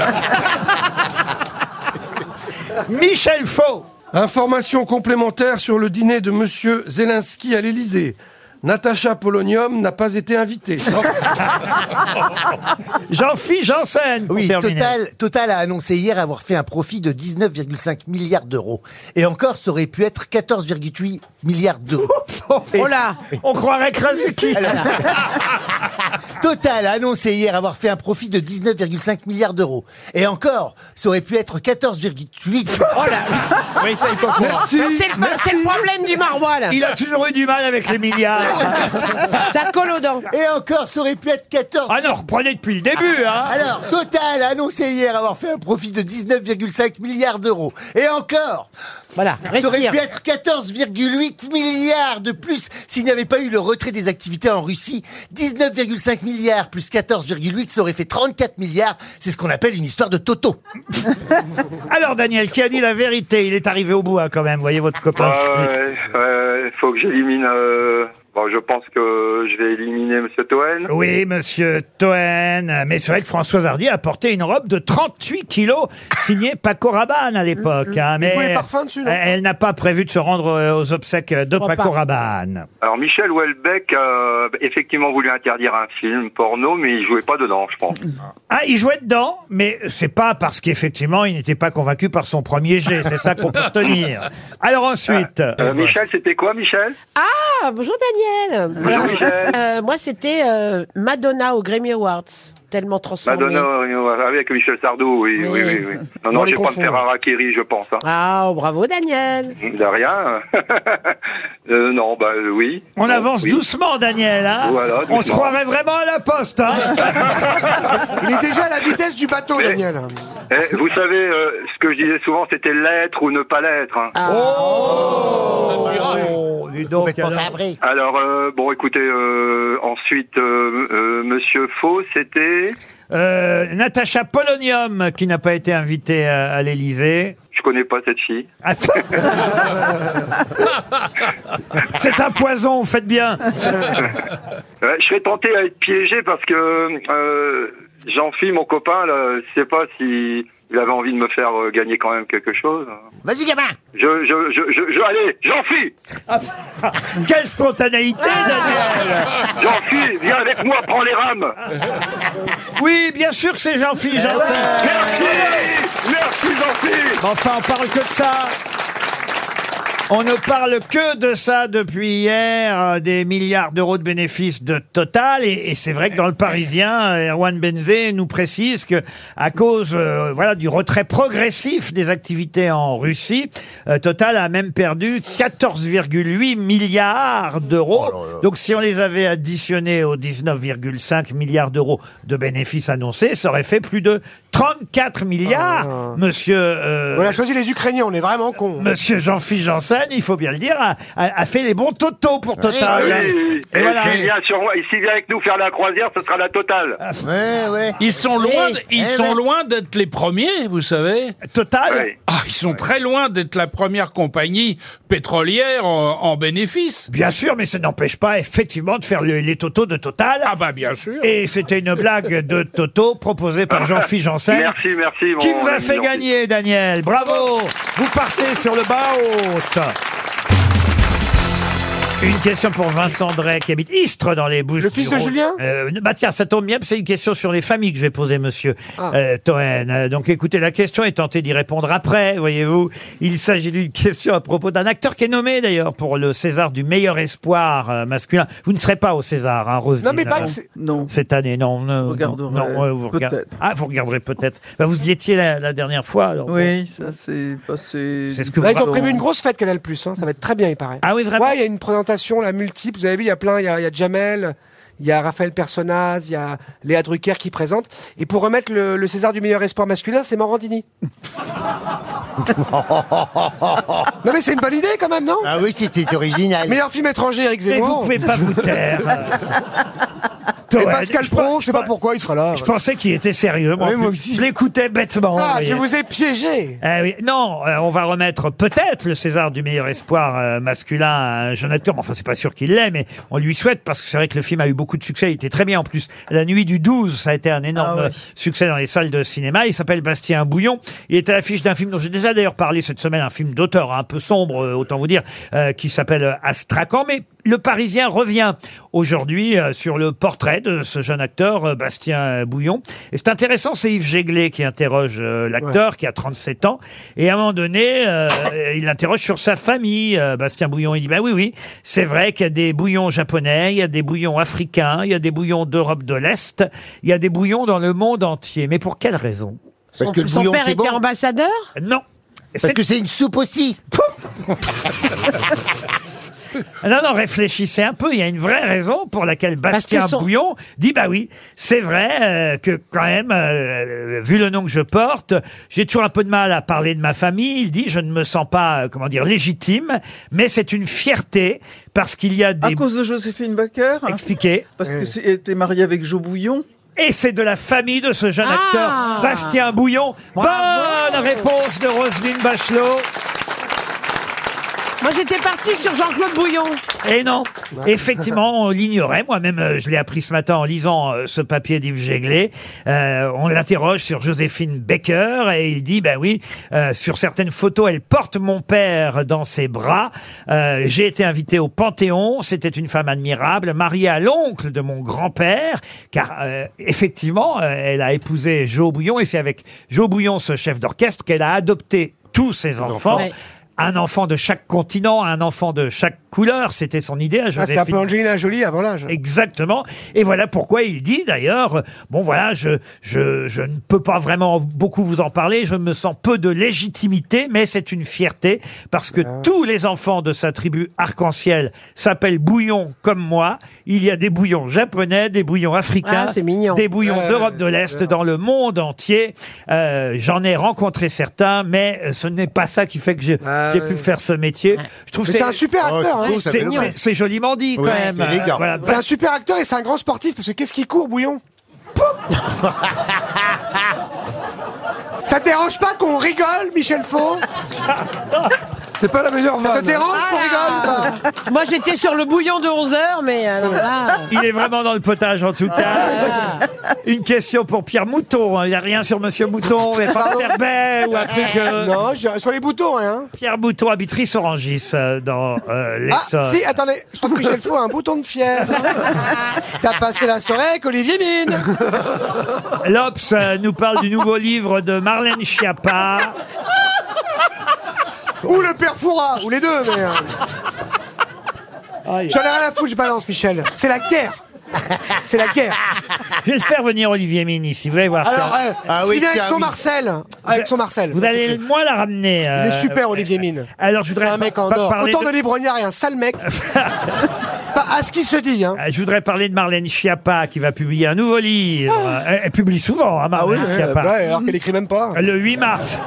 [SPEAKER 2] Michel Faux.
[SPEAKER 8] Information complémentaire sur le dîner de Monsieur Zelensky à l'Élysée. Natacha Polonium n'a pas été invitée.
[SPEAKER 2] Jean-Philippe Janssen.
[SPEAKER 9] Oui,
[SPEAKER 8] terminer.
[SPEAKER 9] Total, Total a annoncé hier avoir fait un profit de 19,5 milliards d'euros. Et encore, ça aurait pu être 14,8 milliards d'euros.
[SPEAKER 2] oh là On croirait Krasuki
[SPEAKER 9] Total a annoncé hier avoir fait un profit de 19,5 milliards d'euros. Et encore, ça aurait pu être 14,8. Oh
[SPEAKER 7] Oui, ça, il faut
[SPEAKER 9] Merci.
[SPEAKER 3] C'est le, c'est le problème du marois, là.
[SPEAKER 2] Il a toujours eu du mal avec les milliards.
[SPEAKER 3] Ça colle aux dents.
[SPEAKER 9] Et encore, ça aurait pu être 14.
[SPEAKER 2] Ah non, reprenez depuis le début, hein.
[SPEAKER 9] Alors, Total a annoncé hier avoir fait un profit de 19,5 milliards d'euros. Et encore
[SPEAKER 3] Voilà,
[SPEAKER 9] Ça aurait
[SPEAKER 3] respire.
[SPEAKER 9] pu être 14,8 milliards de plus s'il n'y avait pas eu le retrait des activités en Russie. 19,5 milliards plus 14,8, ça aurait fait 34 milliards. C'est ce qu'on appelle une histoire de Toto.
[SPEAKER 2] Alors Daniel, qui a dit la
[SPEAKER 23] Ah
[SPEAKER 2] vérité Il est arrivé au bout hein, quand même, voyez votre copain.
[SPEAKER 23] Ouais, ouais, ouais, faut que j'élimine euh, Bon, je pense que je vais éliminer Monsieur Toen.
[SPEAKER 2] Oui, monsieur Toen. Mais c'est vrai que Françoise Hardy a porté une robe de 38 kilos signée Paco Rabanne à l'époque. hein,
[SPEAKER 4] Mm, il
[SPEAKER 2] mais
[SPEAKER 4] voulait parfum dessus, non
[SPEAKER 2] elle, elle n'a pas prévu de se rendre euh, aux obsèques de Paco Rabanne.
[SPEAKER 23] Alors Michel Houellebecq euh, effectivement voulu interdire un film porno, mais il jouait pas dedans, je pense.
[SPEAKER 2] Ah, il jouait dedans, mais c'est pas parce qu'effectivement il n'était pas convaincu par son premier jet. C'est ça qu'on peut retenir. Alors ensuite.
[SPEAKER 23] Euh, Michel, c'était quoi, Michel
[SPEAKER 3] Ah, bonjour Daniel.
[SPEAKER 23] Bonjour, Michel.
[SPEAKER 3] Euh, moi, c'était euh, Madonna au Grammy Awards. Tellement transformée.
[SPEAKER 23] Madonna, euh, avec Michel Sardou, oui, oui, oui. oui. Non,
[SPEAKER 3] On
[SPEAKER 23] non,
[SPEAKER 3] les
[SPEAKER 23] je vais prendre
[SPEAKER 3] confond,
[SPEAKER 23] Ferrara Rakiri, je pense. hein.
[SPEAKER 3] Ah, oh, bravo Daniel.
[SPEAKER 23] De rien. Euh, non, bah euh, oui.
[SPEAKER 2] On
[SPEAKER 23] Non,
[SPEAKER 2] avance
[SPEAKER 23] oui.
[SPEAKER 2] doucement, Daniel. hein.
[SPEAKER 23] Voilà,
[SPEAKER 2] On se
[SPEAKER 23] doucement.
[SPEAKER 2] croirait vraiment à la poste. hein.
[SPEAKER 4] Il est déjà à la vitesse du bateau,
[SPEAKER 23] Mais-
[SPEAKER 4] Daniel.
[SPEAKER 23] Eh, vous savez, euh, ce que je disais souvent, c'était l'être ou ne pas l'être. hein.
[SPEAKER 3] Ah.
[SPEAKER 2] Oh, dis donc. alors.
[SPEAKER 23] Alors, euh, bon, écoutez, euh, ensuite, euh, euh, Monsieur Faux, c'était...
[SPEAKER 2] Euh, Natacha Polonium, qui n'a pas été invitée à, à l'Élysée.
[SPEAKER 23] Je connais pas cette fille.
[SPEAKER 2] Ah, ça- C'est un poison, faites bien.
[SPEAKER 23] Ouais, je serais tenté à être piégé parce que euh, Jean-Phi, mon copain, là, je sais pas si il avait envie de me faire euh, gagner quand même quelque chose.
[SPEAKER 2] Vas-y, gamin.
[SPEAKER 23] Je, je, je, je, je allez, Jean-Phi
[SPEAKER 2] Quelle spontanéité, Daniel
[SPEAKER 23] Jean-Phi, viens avec moi, prends les rames
[SPEAKER 2] Oui, bien sûr que c'est Jean-Philippe Janssen.
[SPEAKER 23] Merci Merci Jean-Phi
[SPEAKER 2] Mais Enfin, on parle que de ça. On ne parle que de ça depuis hier, euh, des milliards d'euros de bénéfices de Total. Et, et c'est vrai que dans le Parisien, euh, Erwan Benzé nous précise que à cause euh, voilà, du retrait progressif des activités en Russie, euh, Total a même perdu 14,8 milliards d'euros. Donc si on les avait additionnés aux 19,5 milliards d'euros de bénéfices annoncés, ça aurait fait plus de 34 milliards, monsieur... euh,
[SPEAKER 4] On a choisi les Ukrainiens, on est vraiment cons.
[SPEAKER 2] Monsieur Jean-Philippe Janssen, il faut bien le dire, a, a- a fait les bons totos pour Total.
[SPEAKER 23] Ah Oui,
[SPEAKER 2] Et
[SPEAKER 23] Et
[SPEAKER 2] voilà.
[SPEAKER 23] s'il vient sur moi, et s'il vient avec nous faire la croisière, ce sera la totale
[SPEAKER 7] Ils sont loin,
[SPEAKER 23] Eh,
[SPEAKER 7] d- ils
[SPEAKER 23] eh
[SPEAKER 7] sont
[SPEAKER 23] ben.
[SPEAKER 7] loin d'être les premiers, vous savez.
[SPEAKER 2] Total.
[SPEAKER 7] Ah, ils sont très loin d'être la première compagnie pétrolière en, en bénéfice.
[SPEAKER 2] Bien sûr, mais ça n'empêche pas effectivement de faire le- les totos de Total. Ah
[SPEAKER 7] bah bien sûr.
[SPEAKER 2] Et c'était une blague de Toto proposée par Jean-Philippe Janssen.
[SPEAKER 23] Merci, merci, mon
[SPEAKER 2] Qui vous a
[SPEAKER 23] ami
[SPEAKER 2] fait
[SPEAKER 23] Jean-Phi.
[SPEAKER 2] gagner, Daniel Bravo Vous partez sur le bas haute une question pour Vincent Drey qui habite Istres dans les Bouches. Le
[SPEAKER 4] fils de Julien
[SPEAKER 2] Bah tiens, ça tombe bien, parce que c'est une question sur les familles que je vais poser, monsieur
[SPEAKER 4] Ah.
[SPEAKER 2] euh, Toen. Euh, Donc écoutez la question et tentez d'y répondre après, voyez-vous. Il s'agit d'une question à propos d'un acteur qui est nommé d'ailleurs pour le César du meilleur espoir euh, masculin. Vous ne serez pas au César, hein, Rose
[SPEAKER 4] Non, mais pas que c'est-
[SPEAKER 2] non. Cette année, non. non,
[SPEAKER 5] regarderai
[SPEAKER 2] non, euh, vous regard-
[SPEAKER 5] peut-être.
[SPEAKER 2] Ah, vous regarderez peut-être. Bah, vous y étiez la, la dernière fois. alors bon.
[SPEAKER 5] Oui, ça c'est passé.
[SPEAKER 2] C'est ce que
[SPEAKER 4] Là,
[SPEAKER 2] vous-
[SPEAKER 4] ils ont prévu une grosse fête Canal Plus, hein, ça va être très bien, il paraît.
[SPEAKER 2] Ah oui, vraiment
[SPEAKER 4] Ouais, il y a une présentation, la multiple, vous avez vu, il y a plein, il y a, il y a Jamel, il y a Raphaël Personnaz, il y a Léa Drucker qui présente. Et pour remettre le, le César du meilleur espoir masculin, c'est Morandini. non mais c'est une bonne idée quand même, non
[SPEAKER 9] Ah oui, c'était original.
[SPEAKER 4] Meilleur film étranger, Eric
[SPEAKER 2] Mais
[SPEAKER 4] Zemmour.
[SPEAKER 2] vous pouvez pas vous taire.
[SPEAKER 4] Et
[SPEAKER 2] Toen,
[SPEAKER 4] Pascal
[SPEAKER 2] je-
[SPEAKER 4] Pro, je sais pas pourquoi, il sera là.
[SPEAKER 2] Je pensais qu'il était sérieux. Moi, en
[SPEAKER 4] Oui, moi
[SPEAKER 2] plus, Je l'écoutais bêtement.
[SPEAKER 4] Ah,
[SPEAKER 2] voyez.
[SPEAKER 4] je vous ai piégé
[SPEAKER 2] Eh oui. Non, euh, on va remettre peut-être le César du meilleur espoir euh, masculin à un jeune acteur. Mais Enfin, c'est pas sûr qu'il l'ait, mais on lui souhaite parce que c'est vrai que le film a eu beaucoup de succès. Il était très bien en plus. La nuit du 12, ça a été un énorme
[SPEAKER 5] Ah ouais.
[SPEAKER 2] succès dans les salles de cinéma. Il s'appelle Bastien Bouillon. Il était à l'affiche d'un film dont j'ai déjà d'ailleurs parlé cette semaine, un film d'auteur hein, un peu sombre, euh, autant vous dire, euh, qui s'appelle euh, Astrakhan. Mais le Parisien revient aujourd'hui euh, sur le portrait de ce jeune acteur, euh, Bastien Bouillon. Et c'est intéressant, c'est Yves Jéglé qui interroge euh, l'acteur, qui a 37 ans. Et à un moment donné, euh, il l'interroge sur sa famille, euh, Bastien Bouillon. Il dit, bah oui, oui, c'est vrai qu'il y a des bouillons japonais, il y a des bouillons africains, il y a des bouillons d'Europe de l'Est, il y a des bouillons dans le monde entier. Mais pour quelle raison
[SPEAKER 3] Son, son père était ambassadeur
[SPEAKER 2] Non.
[SPEAKER 9] Parce que c'est une soupe aussi.
[SPEAKER 2] Non, non, réfléchissez un peu. Il y a une vraie raison pour laquelle Bastien
[SPEAKER 3] que son-
[SPEAKER 2] Bouillon dit bah oui, c'est vrai euh, que quand même, euh, vu le nom que je porte, j'ai toujours un peu de mal à parler de ma famille. Il dit je ne me sens pas, euh, comment dire, légitime, mais c'est une fierté parce qu'il y a
[SPEAKER 5] À
[SPEAKER 2] des.
[SPEAKER 5] cause de Joséphine Baker. hein
[SPEAKER 2] Expliquez.
[SPEAKER 5] Parce que c'est- elle était mariée avec Joe Bouillon. Ah
[SPEAKER 2] Et c'est de la famille de ce jeune acteur, Bastien Bouillon. Bonne réponse de Roselyne Bachelot.
[SPEAKER 3] Moi, j'étais parti sur Jean-Claude Bouillon.
[SPEAKER 2] Et Eh non, effectivement, on l'ignorait. Moi-même, euh, je l'ai appris ce matin en lisant euh, ce papier d'Yves Jéglé. Euh, on l'interroge sur Joséphine Baker et il dit, ben oui, euh, sur certaines photos, elle porte mon père dans ses bras. Euh, J'ai été invité au Panthéon. C'était une femme admirable, mariée à l'oncle de mon grand-père, car euh, effectivement, euh, elle a épousé Jo Bouillon et c'est avec Jo Bouillon, ce chef d'orchestre, qu'elle a adopté tous ses enfants.
[SPEAKER 4] enfants.
[SPEAKER 2] Un enfant de chaque continent, un enfant de chaque couleur, c'était son idée à
[SPEAKER 4] Ah, c'est un peu
[SPEAKER 2] Joséphine.
[SPEAKER 4] Angelina Jolie avant l'âge.
[SPEAKER 2] Exactement. Et voilà pourquoi il dit d'ailleurs, euh, bon voilà, je, je, je ne peux pas vraiment beaucoup vous en parler, je me sens peu de légitimité, mais c'est une fierté parce que
[SPEAKER 4] Ah.
[SPEAKER 2] tous les enfants de sa tribu arc-en-ciel s'appellent bouillon comme moi. Il y a des bouillons japonais, des bouillons africains,
[SPEAKER 3] Ah, c'est mignon.
[SPEAKER 2] des bouillons
[SPEAKER 3] Ouais,
[SPEAKER 2] d'Europe de l'Est, dans le monde entier. Euh, J'en ai rencontré certains, mais euh, ce n'est pas ça qui fait que j'ai j'ai pu
[SPEAKER 4] Ah ouais.
[SPEAKER 2] faire ce métier. Je trouve
[SPEAKER 4] Mais
[SPEAKER 2] que
[SPEAKER 4] c'est un super acteur, hein.
[SPEAKER 2] c'est-
[SPEAKER 4] Ça fait
[SPEAKER 2] c'est-
[SPEAKER 4] mignon.
[SPEAKER 2] c'est- C'est joliment dit quand
[SPEAKER 4] Ouais,
[SPEAKER 2] même.
[SPEAKER 4] c'est élégant.
[SPEAKER 2] Euh, voilà.
[SPEAKER 4] C'est un super acteur et c'est un grand sportif parce que qu'est-ce qu'il court, Bouillon Pouf Ça te dérange pas qu'on rigole, Michel Faux
[SPEAKER 8] C'est pas la meilleure vanne.
[SPEAKER 2] hein.
[SPEAKER 4] Ça te dérange qu'on rigole ou pas
[SPEAKER 3] Ah. Moi, j'étais sur le bouillon de 11h, mais alors là.
[SPEAKER 2] Il est vraiment dans le potage en tout
[SPEAKER 4] Ah
[SPEAKER 2] cas. Une question pour Pierre Mouton. hein. Il n'y a rien sur Monsieur Mouton, mais pas
[SPEAKER 4] Pardon
[SPEAKER 2] Pierre Bay ou un truc. euh,
[SPEAKER 4] Non, je- sur les boutons, hein.
[SPEAKER 2] Pierre Mouton habiterie Orangis euh, dans euh, l'Essonne.
[SPEAKER 4] Ah, si, attendez, je trouve que Michel Faux a un bouton de fièvre. T'as passé la soirée avec Olivier Mine.
[SPEAKER 2] L'Obs euh, nous parle du nouveau livre de Marlène Schiappa.
[SPEAKER 4] Ou le père Foura, ou les deux, mais. euh, J'en ai rien à foutre, je balance, Michel. C'est la guerre. C'est la guerre.
[SPEAKER 2] J'espère venir Olivier Mine ici. Vous allez voir.
[SPEAKER 4] Alors,
[SPEAKER 2] ça.
[SPEAKER 4] euh, s'il vient avec son Marcel, avec son Marcel.
[SPEAKER 2] Vous allez moins la ramener.
[SPEAKER 4] Il est super, Olivier
[SPEAKER 2] Mine. Alors je voudrais
[SPEAKER 4] C'est un mec en
[SPEAKER 2] pas
[SPEAKER 4] or.
[SPEAKER 2] parler
[SPEAKER 4] Autant
[SPEAKER 2] de-
[SPEAKER 4] de, Librognard et un sale mec. Pas à ce qui se dit, hein.
[SPEAKER 2] Euh, Je voudrais parler de Marlène Schiappa qui va publier un nouveau livre. Elle, elle publie souvent, hein, Marlène
[SPEAKER 4] Ah. Ouais,
[SPEAKER 2] Schiappa.
[SPEAKER 4] bah, alors qu'elle écrit même pas.
[SPEAKER 2] Le 8 mars.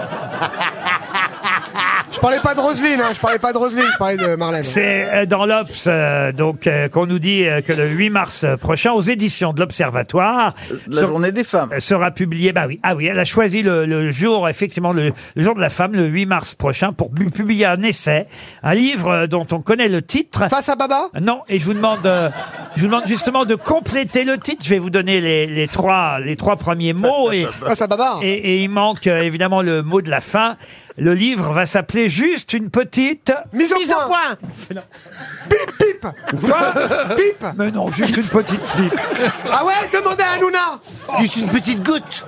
[SPEAKER 4] Je parlais pas de Roselyne, hein. Je parlais pas de Roselyne, je parlais de Marlène.
[SPEAKER 2] C'est euh, dans l'Obs, euh, donc, euh, qu'on nous dit euh, que le 8 mars euh, prochain, aux éditions de l'Observatoire.
[SPEAKER 5] Euh, La journée des femmes.
[SPEAKER 2] Sera publié, bah oui, ah oui, elle a choisi le, le jour, effectivement, le, le jour de la femme, le 8 mars prochain, pour pu- publier un essai, un livre euh, dont on connaît le titre.
[SPEAKER 4] Face à Baba
[SPEAKER 2] Non, et je vous demande, euh, je vous demande justement de compléter le titre. Je vais vous donner les, les trois, les trois premiers mots. Et,
[SPEAKER 4] Face à Baba.
[SPEAKER 2] et, et il manque euh, évidemment le mot de la fin. Le livre va s'appeler juste une petite.
[SPEAKER 4] Mise au point. Pip, pip. Quoi Pip.
[SPEAKER 2] Mais non, juste une petite pipe.
[SPEAKER 4] Ah ouais, demandez à Hanouna.
[SPEAKER 5] Juste une petite goutte.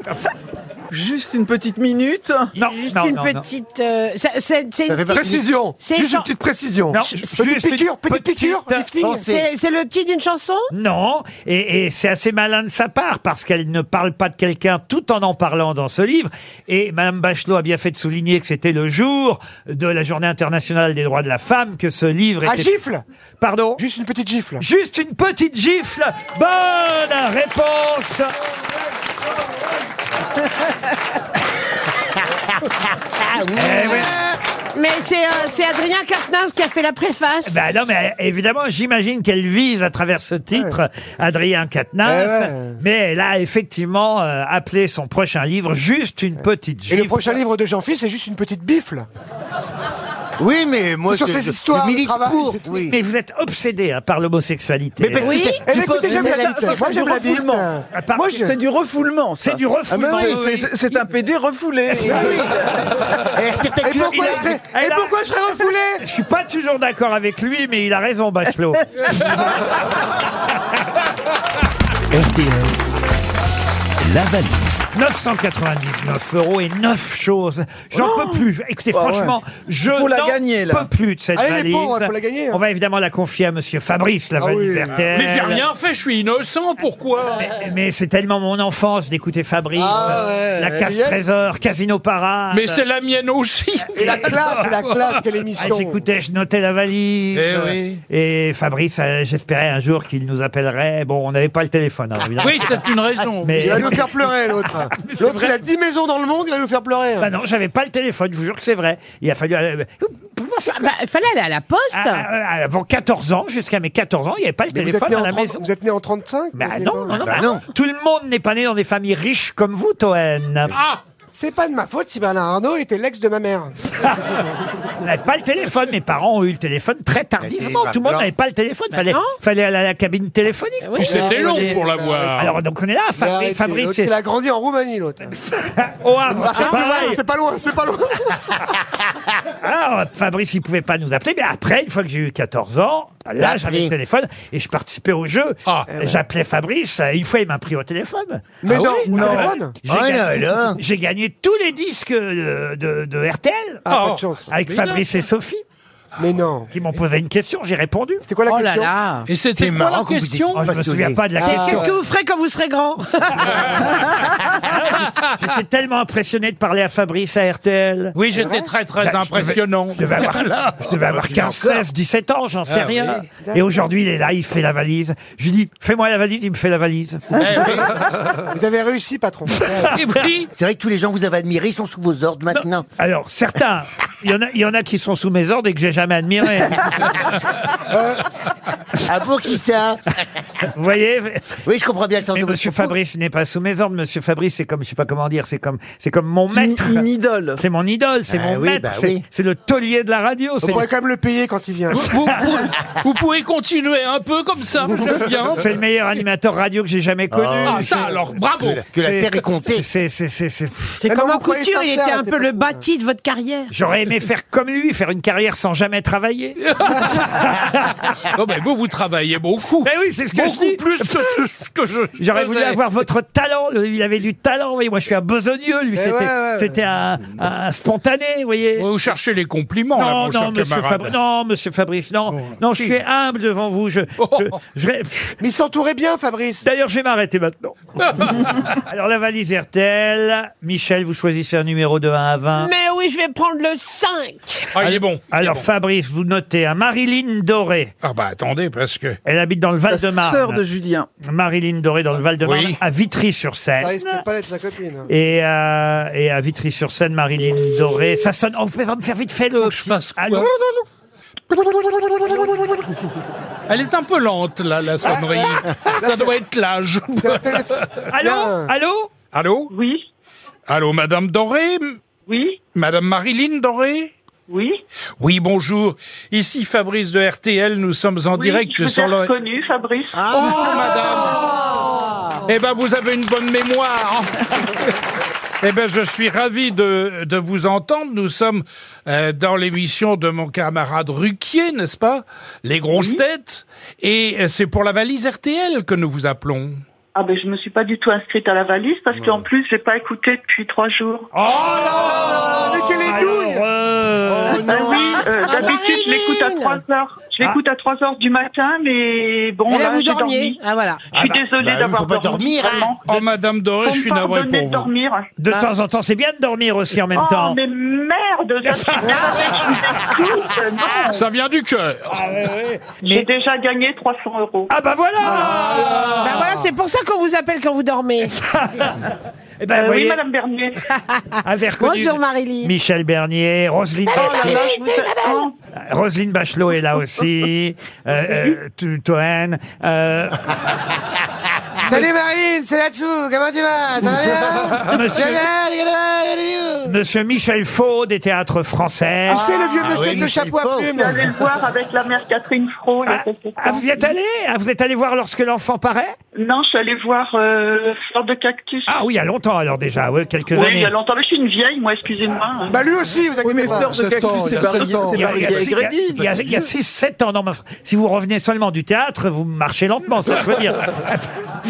[SPEAKER 5] Juste une petite minute.
[SPEAKER 2] Non,
[SPEAKER 3] Juste une petite. euh, ça- c'est- c'est une petite- c'est genre-
[SPEAKER 8] précision.
[SPEAKER 2] Non,
[SPEAKER 3] Petite
[SPEAKER 2] juste une
[SPEAKER 3] piqûre, petite piqûre, lifting.
[SPEAKER 2] Non,
[SPEAKER 3] C'est- c'est le titre d'une chanson
[SPEAKER 2] Non, et, et c'est assez malin de sa part parce qu'elle ne parle pas de quelqu'un tout en en parlant dans ce livre. Et Madame Bachelot a bien fait de souligner que c'était le jour de la Journée internationale des droits de la femme que ce livre
[SPEAKER 4] Ah,
[SPEAKER 2] était.
[SPEAKER 4] gifle
[SPEAKER 2] Pardon.
[SPEAKER 4] Juste une petite gifle.
[SPEAKER 2] Juste une petite gifle. Bonne réponse. Eh oui.
[SPEAKER 3] Mais c'est euh, c'est Adrien Quatennens qui a fait la préface.
[SPEAKER 2] Ben non, mais euh, évidemment, j'imagine qu'elle vise à travers ce titre, Adrien Quatennens.
[SPEAKER 4] Eh ouais.
[SPEAKER 2] Mais elle a effectivement euh, appelé son prochain livre juste une petite
[SPEAKER 4] Et
[SPEAKER 2] gifle.
[SPEAKER 4] le prochain livre de Jean-Fils, c'est juste une petite bifle.
[SPEAKER 9] Oui, mais moi,
[SPEAKER 4] C'est sur
[SPEAKER 9] je-
[SPEAKER 4] ces
[SPEAKER 9] je-
[SPEAKER 4] histoires
[SPEAKER 9] je
[SPEAKER 4] de
[SPEAKER 9] milite
[SPEAKER 4] travail.
[SPEAKER 9] pour, oui.
[SPEAKER 2] Mais vous êtes obsédé hein, par l'homosexualité.
[SPEAKER 9] Mais parce que Oui, c'est-
[SPEAKER 4] Eh ben, écoutez, j'aime la
[SPEAKER 5] C'est-
[SPEAKER 4] bite.
[SPEAKER 5] c'est-
[SPEAKER 4] Moi,
[SPEAKER 5] c'est
[SPEAKER 4] j'aime
[SPEAKER 5] du
[SPEAKER 4] la bite.
[SPEAKER 9] Euh,
[SPEAKER 5] refoulement.
[SPEAKER 2] Ah, par-
[SPEAKER 5] Moi, je- C'est du refoulement. ça.
[SPEAKER 2] C'est du refoulement, Ah
[SPEAKER 5] Ah, mais oui,
[SPEAKER 2] oui.
[SPEAKER 5] c'est- C'est un PD refoulé.
[SPEAKER 9] Eh,
[SPEAKER 4] Et pourquoi,
[SPEAKER 2] Il a-
[SPEAKER 4] je serais,
[SPEAKER 2] elle
[SPEAKER 4] et
[SPEAKER 2] a-
[SPEAKER 4] pourquoi je serais refoulé
[SPEAKER 2] Je suis pas toujours d'accord avec lui, mais il a raison, Bachelot.
[SPEAKER 1] RTL, la valise.
[SPEAKER 2] 999 euros et 9 choses. J'en peux plus. Je- Écoutez,
[SPEAKER 5] Ah ouais.
[SPEAKER 2] franchement, je
[SPEAKER 5] Faut la
[SPEAKER 2] n'en
[SPEAKER 5] gagner, là.
[SPEAKER 2] peux plus de cette
[SPEAKER 4] Allez,
[SPEAKER 2] valise.
[SPEAKER 4] les pauvres, faut la gagner, hein.
[SPEAKER 2] On va évidemment la confier à Monsieur Fabrice, la
[SPEAKER 4] Ah oui.
[SPEAKER 2] valise RTL.
[SPEAKER 7] Mais j'ai rien fait, je suis innocent, pourquoi
[SPEAKER 2] Ah, Mais c'est tellement mon enfance d'écouter Fabrice,
[SPEAKER 4] Ah ouais,
[SPEAKER 2] la
[SPEAKER 4] elle
[SPEAKER 2] casse
[SPEAKER 4] y est.
[SPEAKER 2] trésor, Casino Parade.
[SPEAKER 7] Mais c'est la mienne aussi
[SPEAKER 4] Et la classe, et la classe, quelle
[SPEAKER 2] bah. Ah,
[SPEAKER 4] émission.
[SPEAKER 2] J'écoutais, je notais la valise.
[SPEAKER 7] Eh oui.
[SPEAKER 2] Et Fabrice, euh, j'espérais un jour qu'il nous appellerait. Bon, on n'avait pas le téléphone, hein, évidemment.
[SPEAKER 7] Oui, c'est une raison.
[SPEAKER 2] Mais-
[SPEAKER 4] Il va nous faire pleurer, l'autre. L'autre, il a 10 maisons dans le monde, il va nous faire pleurer. hein.
[SPEAKER 2] Bah non, j'avais pas le téléphone, je vous jure que c'est vrai. Il a fallu. euh,
[SPEAKER 3] Ah, bah, fallait aller à la poste.
[SPEAKER 2] à- à- à- avant 14 ans, jusqu'à mes 14 ans, il n'y avait pas le
[SPEAKER 4] Mais vous, êtes
[SPEAKER 2] téléphone
[SPEAKER 4] né
[SPEAKER 2] à
[SPEAKER 4] en
[SPEAKER 2] la
[SPEAKER 4] 30
[SPEAKER 2] maison.
[SPEAKER 4] vous êtes né en Bah 35
[SPEAKER 2] Bah
[SPEAKER 4] vous êtes né
[SPEAKER 2] non,
[SPEAKER 4] dans-
[SPEAKER 2] non, non, bah, Tout le monde n'est pas né dans des familles riches comme vous, Toen.
[SPEAKER 7] Ah
[SPEAKER 4] C'est pas de ma faute si Bernard Arnault était l'ex de ma mère.
[SPEAKER 2] On n'avait pas le téléphone. Mes parents ont eu le téléphone très tardivement.
[SPEAKER 4] télé-
[SPEAKER 2] Tout le monde
[SPEAKER 4] blanc.
[SPEAKER 2] n'avait pas le téléphone. Fallait,
[SPEAKER 4] Bah non. Eh
[SPEAKER 2] fallait aller à la cabine téléphonique. Euh,
[SPEAKER 4] oui. Puis c'était long pour l'avoir.
[SPEAKER 2] Alors donc on est là.
[SPEAKER 4] Mais arrêtez,
[SPEAKER 2] Fabrice, Fabrice
[SPEAKER 4] l'autre, Il a grandi en Roumanie, l'autre. Bah,
[SPEAKER 2] au Havre, c'est
[SPEAKER 4] c'est plus
[SPEAKER 2] pareil.
[SPEAKER 4] loin, c'est pas loin, c'est pas loin.
[SPEAKER 2] Alors, Fabrice, il pouvait pas nous appeler, mais après, une fois que j'ai eu 14 ans, là, j'avais le téléphone et je participais au jeu.
[SPEAKER 4] Ah.
[SPEAKER 2] J'appelais Fabrice, euh, une fois, il m'a pris au téléphone.
[SPEAKER 4] Eh Mais
[SPEAKER 2] Ah
[SPEAKER 4] non,
[SPEAKER 2] oui
[SPEAKER 4] non.
[SPEAKER 2] Ah,
[SPEAKER 4] non.
[SPEAKER 2] J'ai
[SPEAKER 4] Oh là
[SPEAKER 2] gagné,
[SPEAKER 4] là.
[SPEAKER 2] j'ai gagné tous les disques euh, de, de, de RTL
[SPEAKER 4] Ah, pas de chance.
[SPEAKER 2] avec
[SPEAKER 4] Mais
[SPEAKER 2] Fabrice
[SPEAKER 4] non.
[SPEAKER 2] et Sophie.
[SPEAKER 4] Mais non.
[SPEAKER 2] Qui m'ont posé une question, j'ai répondu. C'était
[SPEAKER 4] quoi la Oh là question là.
[SPEAKER 2] Et
[SPEAKER 4] C'est
[SPEAKER 2] c'était
[SPEAKER 4] marrant que vous dites
[SPEAKER 2] Oh, Je me
[SPEAKER 4] passionné.
[SPEAKER 2] souviens pas de la
[SPEAKER 4] Ah.
[SPEAKER 2] question.
[SPEAKER 4] Qu'est-ce que
[SPEAKER 3] vous ferez quand vous serez grand
[SPEAKER 2] J'étais tellement impressionné de parler à Fabrice à RTL.
[SPEAKER 7] Oui, j'étais très, très
[SPEAKER 2] Bah, je devais-
[SPEAKER 7] impressionnant.
[SPEAKER 2] Je devais avoir,
[SPEAKER 7] Voilà.
[SPEAKER 2] je devais avoir
[SPEAKER 7] Bah,
[SPEAKER 2] 15,
[SPEAKER 7] encore.
[SPEAKER 2] 16, 17 ans, j'en sais
[SPEAKER 7] Ah,
[SPEAKER 2] rien.
[SPEAKER 7] oui.
[SPEAKER 2] Et aujourd'hui, il est là, il fait la valise. Je lui dis, fais-moi la valise, il me fait la valise.
[SPEAKER 4] Vous avez réussi, patron.
[SPEAKER 9] C'est vrai que tous les gens que vous avez admirés sont sous vos ordres maintenant.
[SPEAKER 2] Alors, certains, il y, en a, il y en a qui sont sous mes ordres et que j'ai jamais admiré.
[SPEAKER 9] Euh, Ah bon, qui ça
[SPEAKER 2] Vous voyez
[SPEAKER 9] Oui, je comprends bien le sens
[SPEAKER 2] Mais
[SPEAKER 9] de votre
[SPEAKER 2] Monsieur
[SPEAKER 9] propos.
[SPEAKER 2] Fabrice n'est pas sous mes ordres. Monsieur Fabrice, c'est comme, je sais pas comment dire, c'est comme, c'est comme mon maître. Une, idole. C'est mon idole, c'est
[SPEAKER 9] Ah
[SPEAKER 2] mon
[SPEAKER 9] oui,
[SPEAKER 2] maître,
[SPEAKER 9] bah
[SPEAKER 2] c'est
[SPEAKER 9] oui.
[SPEAKER 2] c'est le taulier de la radio.
[SPEAKER 4] Vous
[SPEAKER 2] c'est-
[SPEAKER 4] pourrez quand même le payer quand il vient.
[SPEAKER 7] Vous, vous- vous pouvez continuer un peu comme ça, j'aime bien.
[SPEAKER 2] C'est le meilleur animateur radio que j'ai jamais connu.
[SPEAKER 7] Ah, ça, alors, bravo.
[SPEAKER 9] Que la terre est
[SPEAKER 2] comptée. C'est c'est- c'est- c'est-
[SPEAKER 3] C'est comme en couture, il était un peu le bâti de votre carrière.
[SPEAKER 2] J'aurais aimé faire comme lui, faire une carrière sans jamais travailler.
[SPEAKER 7] Non, Oh, mais vous, vous travaillez beaucoup.
[SPEAKER 2] Mais oui, c'est ce que
[SPEAKER 7] Beaucoup
[SPEAKER 2] je dis.
[SPEAKER 7] plus que ce que je.
[SPEAKER 2] J'aurais voulu
[SPEAKER 7] faisais.
[SPEAKER 2] avoir votre talent. Lui, il avait du talent. Vous voyez, moi, je suis un besogneux. Lui,
[SPEAKER 7] Eh
[SPEAKER 2] c'était
[SPEAKER 7] ouais, ouais, ouais.
[SPEAKER 2] c'était un, un spontané. Vous voyez.
[SPEAKER 7] Vous cherchez les compliments, là,
[SPEAKER 2] Non,
[SPEAKER 7] mon
[SPEAKER 2] non,
[SPEAKER 7] cher
[SPEAKER 2] monsieur
[SPEAKER 7] camarade.
[SPEAKER 2] Fabrice, non, monsieur Fabrice, non,
[SPEAKER 7] Oh,
[SPEAKER 2] non, je suis humble devant vous. Je, je- je-
[SPEAKER 4] Mais il s'entourait bien, Fabrice.
[SPEAKER 2] D'ailleurs, je vais m'arrêter maintenant. Alors, la valise RTL. Michel, vous choisissez un numéro de 1 à 20.
[SPEAKER 3] Mais oui, je vais prendre le 5.
[SPEAKER 7] Ah, il est bon. il est
[SPEAKER 2] Alors,
[SPEAKER 7] bon.
[SPEAKER 2] Fabrice, vous notez un Marilyn Doré.
[SPEAKER 7] Ah, bah attendez, parce que.
[SPEAKER 2] Elle habite dans le Val-de-Marne.
[SPEAKER 5] sœur de Julien.
[SPEAKER 2] Marilyn Doré dans le Val-de-Marne,
[SPEAKER 7] Oui.
[SPEAKER 2] à Vitry-sur-Seine.
[SPEAKER 4] Ça risque de pas d'être sa copine.
[SPEAKER 2] Et, euh, et à Vitry-sur-Seine, Marilyn Doré. Ça sonne. Oh, vous pouvez pas me faire vite fait le. Je fasse
[SPEAKER 7] quoi Elle est un peu lente, là, la sonnerie. Ça doit être l'âge.
[SPEAKER 2] Allô Allô
[SPEAKER 7] Allô
[SPEAKER 12] Oui.
[SPEAKER 7] Allô, Madame Doré M-
[SPEAKER 12] Oui.
[SPEAKER 7] Madame Marilyn Doré
[SPEAKER 12] Oui.
[SPEAKER 7] Oui, bonjour. Ici Fabrice de RTL, nous sommes en
[SPEAKER 12] Oui,
[SPEAKER 7] direct
[SPEAKER 12] je vous
[SPEAKER 7] sur
[SPEAKER 12] ai
[SPEAKER 7] le...
[SPEAKER 12] reconnu, Fabrice.
[SPEAKER 14] Ah,
[SPEAKER 7] Eh ben, vous avez une bonne mémoire. Eh ben, je suis ravi de, de vous entendre. Nous sommes euh, dans l'émission de mon camarade Ruquier, n'est-ce pas Les grosses têtes. Et euh, c'est pour la valise RTL que nous vous appelons.
[SPEAKER 12] Ah ben je me suis pas du tout inscrite à la valise parce qu'en plus j'ai pas écouté depuis trois jours.
[SPEAKER 2] Oh là
[SPEAKER 4] là Mais quelle Oh, est douille
[SPEAKER 12] Ben oui, euh, d'habitude je l'écoute à trois heures. Je l'écoute
[SPEAKER 4] Ah.
[SPEAKER 12] à trois heures du matin, mais bon
[SPEAKER 3] Et là, Eh ben, vous
[SPEAKER 12] j'ai
[SPEAKER 3] dormiez.
[SPEAKER 12] dormi.
[SPEAKER 3] Ah voilà.
[SPEAKER 4] bah.
[SPEAKER 12] Je
[SPEAKER 2] bah,
[SPEAKER 12] suis désolée d'avoir dormi. vraiment.
[SPEAKER 7] Oh, Madame Doré,
[SPEAKER 12] Faut
[SPEAKER 7] je
[SPEAKER 12] me
[SPEAKER 7] suis navré
[SPEAKER 12] pardonner
[SPEAKER 7] pour
[SPEAKER 12] de
[SPEAKER 7] vous.
[SPEAKER 12] dormir.
[SPEAKER 2] hein. De
[SPEAKER 3] Bah.
[SPEAKER 2] temps en temps, c'est bien de dormir aussi en même
[SPEAKER 12] oh,
[SPEAKER 2] temps.
[SPEAKER 12] mais merde, ça, c'est une excuse, non.
[SPEAKER 7] Ça vient du cœur.
[SPEAKER 2] Ah, ouais, ouais.
[SPEAKER 12] J'ai déjà gagné 300 euros.
[SPEAKER 2] Ah bah voilà
[SPEAKER 3] Ben voilà, c'est pour ça qu'on vous appelle quand vous dormez. Ah,
[SPEAKER 2] Eh ben, vous
[SPEAKER 12] Euh, oui,
[SPEAKER 2] voyez,
[SPEAKER 12] Madame Bernier.
[SPEAKER 2] avait Ah, reconnu
[SPEAKER 3] Bonjour Ah, Marilyn.
[SPEAKER 2] Michel Bernier, Roselyne,
[SPEAKER 12] Oh là là, je vous attends.
[SPEAKER 2] Bach- Roselyne Bachelot est là aussi, euh, euh, Tu- Toen, euh, Ah,
[SPEAKER 4] Salut Marine, c'est là-dessous. Comment tu vas Ça va bien
[SPEAKER 2] Monsieur-
[SPEAKER 4] Ça va, les gars, les gars, les gars
[SPEAKER 2] Monsieur Michel Faux des théâtres français.
[SPEAKER 4] Tu sais, le vieux
[SPEAKER 9] Ah
[SPEAKER 4] monsieur
[SPEAKER 9] oui,
[SPEAKER 4] avec le
[SPEAKER 9] Michel
[SPEAKER 4] chapeau à
[SPEAKER 9] Pau.
[SPEAKER 4] plumes.
[SPEAKER 12] Je suis allée le voir avec la mère Catherine Fro. il y a quelque
[SPEAKER 2] Ah,
[SPEAKER 12] temps.
[SPEAKER 2] vous y êtes allé Ah, Vous êtes allé voir lorsque l'enfant paraît
[SPEAKER 12] Non, je suis allée voir euh, Fleur de Cactus.
[SPEAKER 2] Ah oui, il y a longtemps alors déjà, oui, quelques
[SPEAKER 12] oui, il
[SPEAKER 2] années.
[SPEAKER 12] y a longtemps, mais je suis une vieille, moi, excusez-moi.
[SPEAKER 4] Bah lui aussi, vous
[SPEAKER 5] Oui, mais
[SPEAKER 4] inquiétez pas.
[SPEAKER 5] Fleur de Cactus, c'est Barry c'est
[SPEAKER 2] Il y a- il
[SPEAKER 5] Barry
[SPEAKER 2] y a- il y a-
[SPEAKER 5] Agredi.
[SPEAKER 2] il y a- il y a 6-7 ans. Non, mais enfin, si vous revenez seulement du théâtre, vous marchez lentement, ça je veux dire.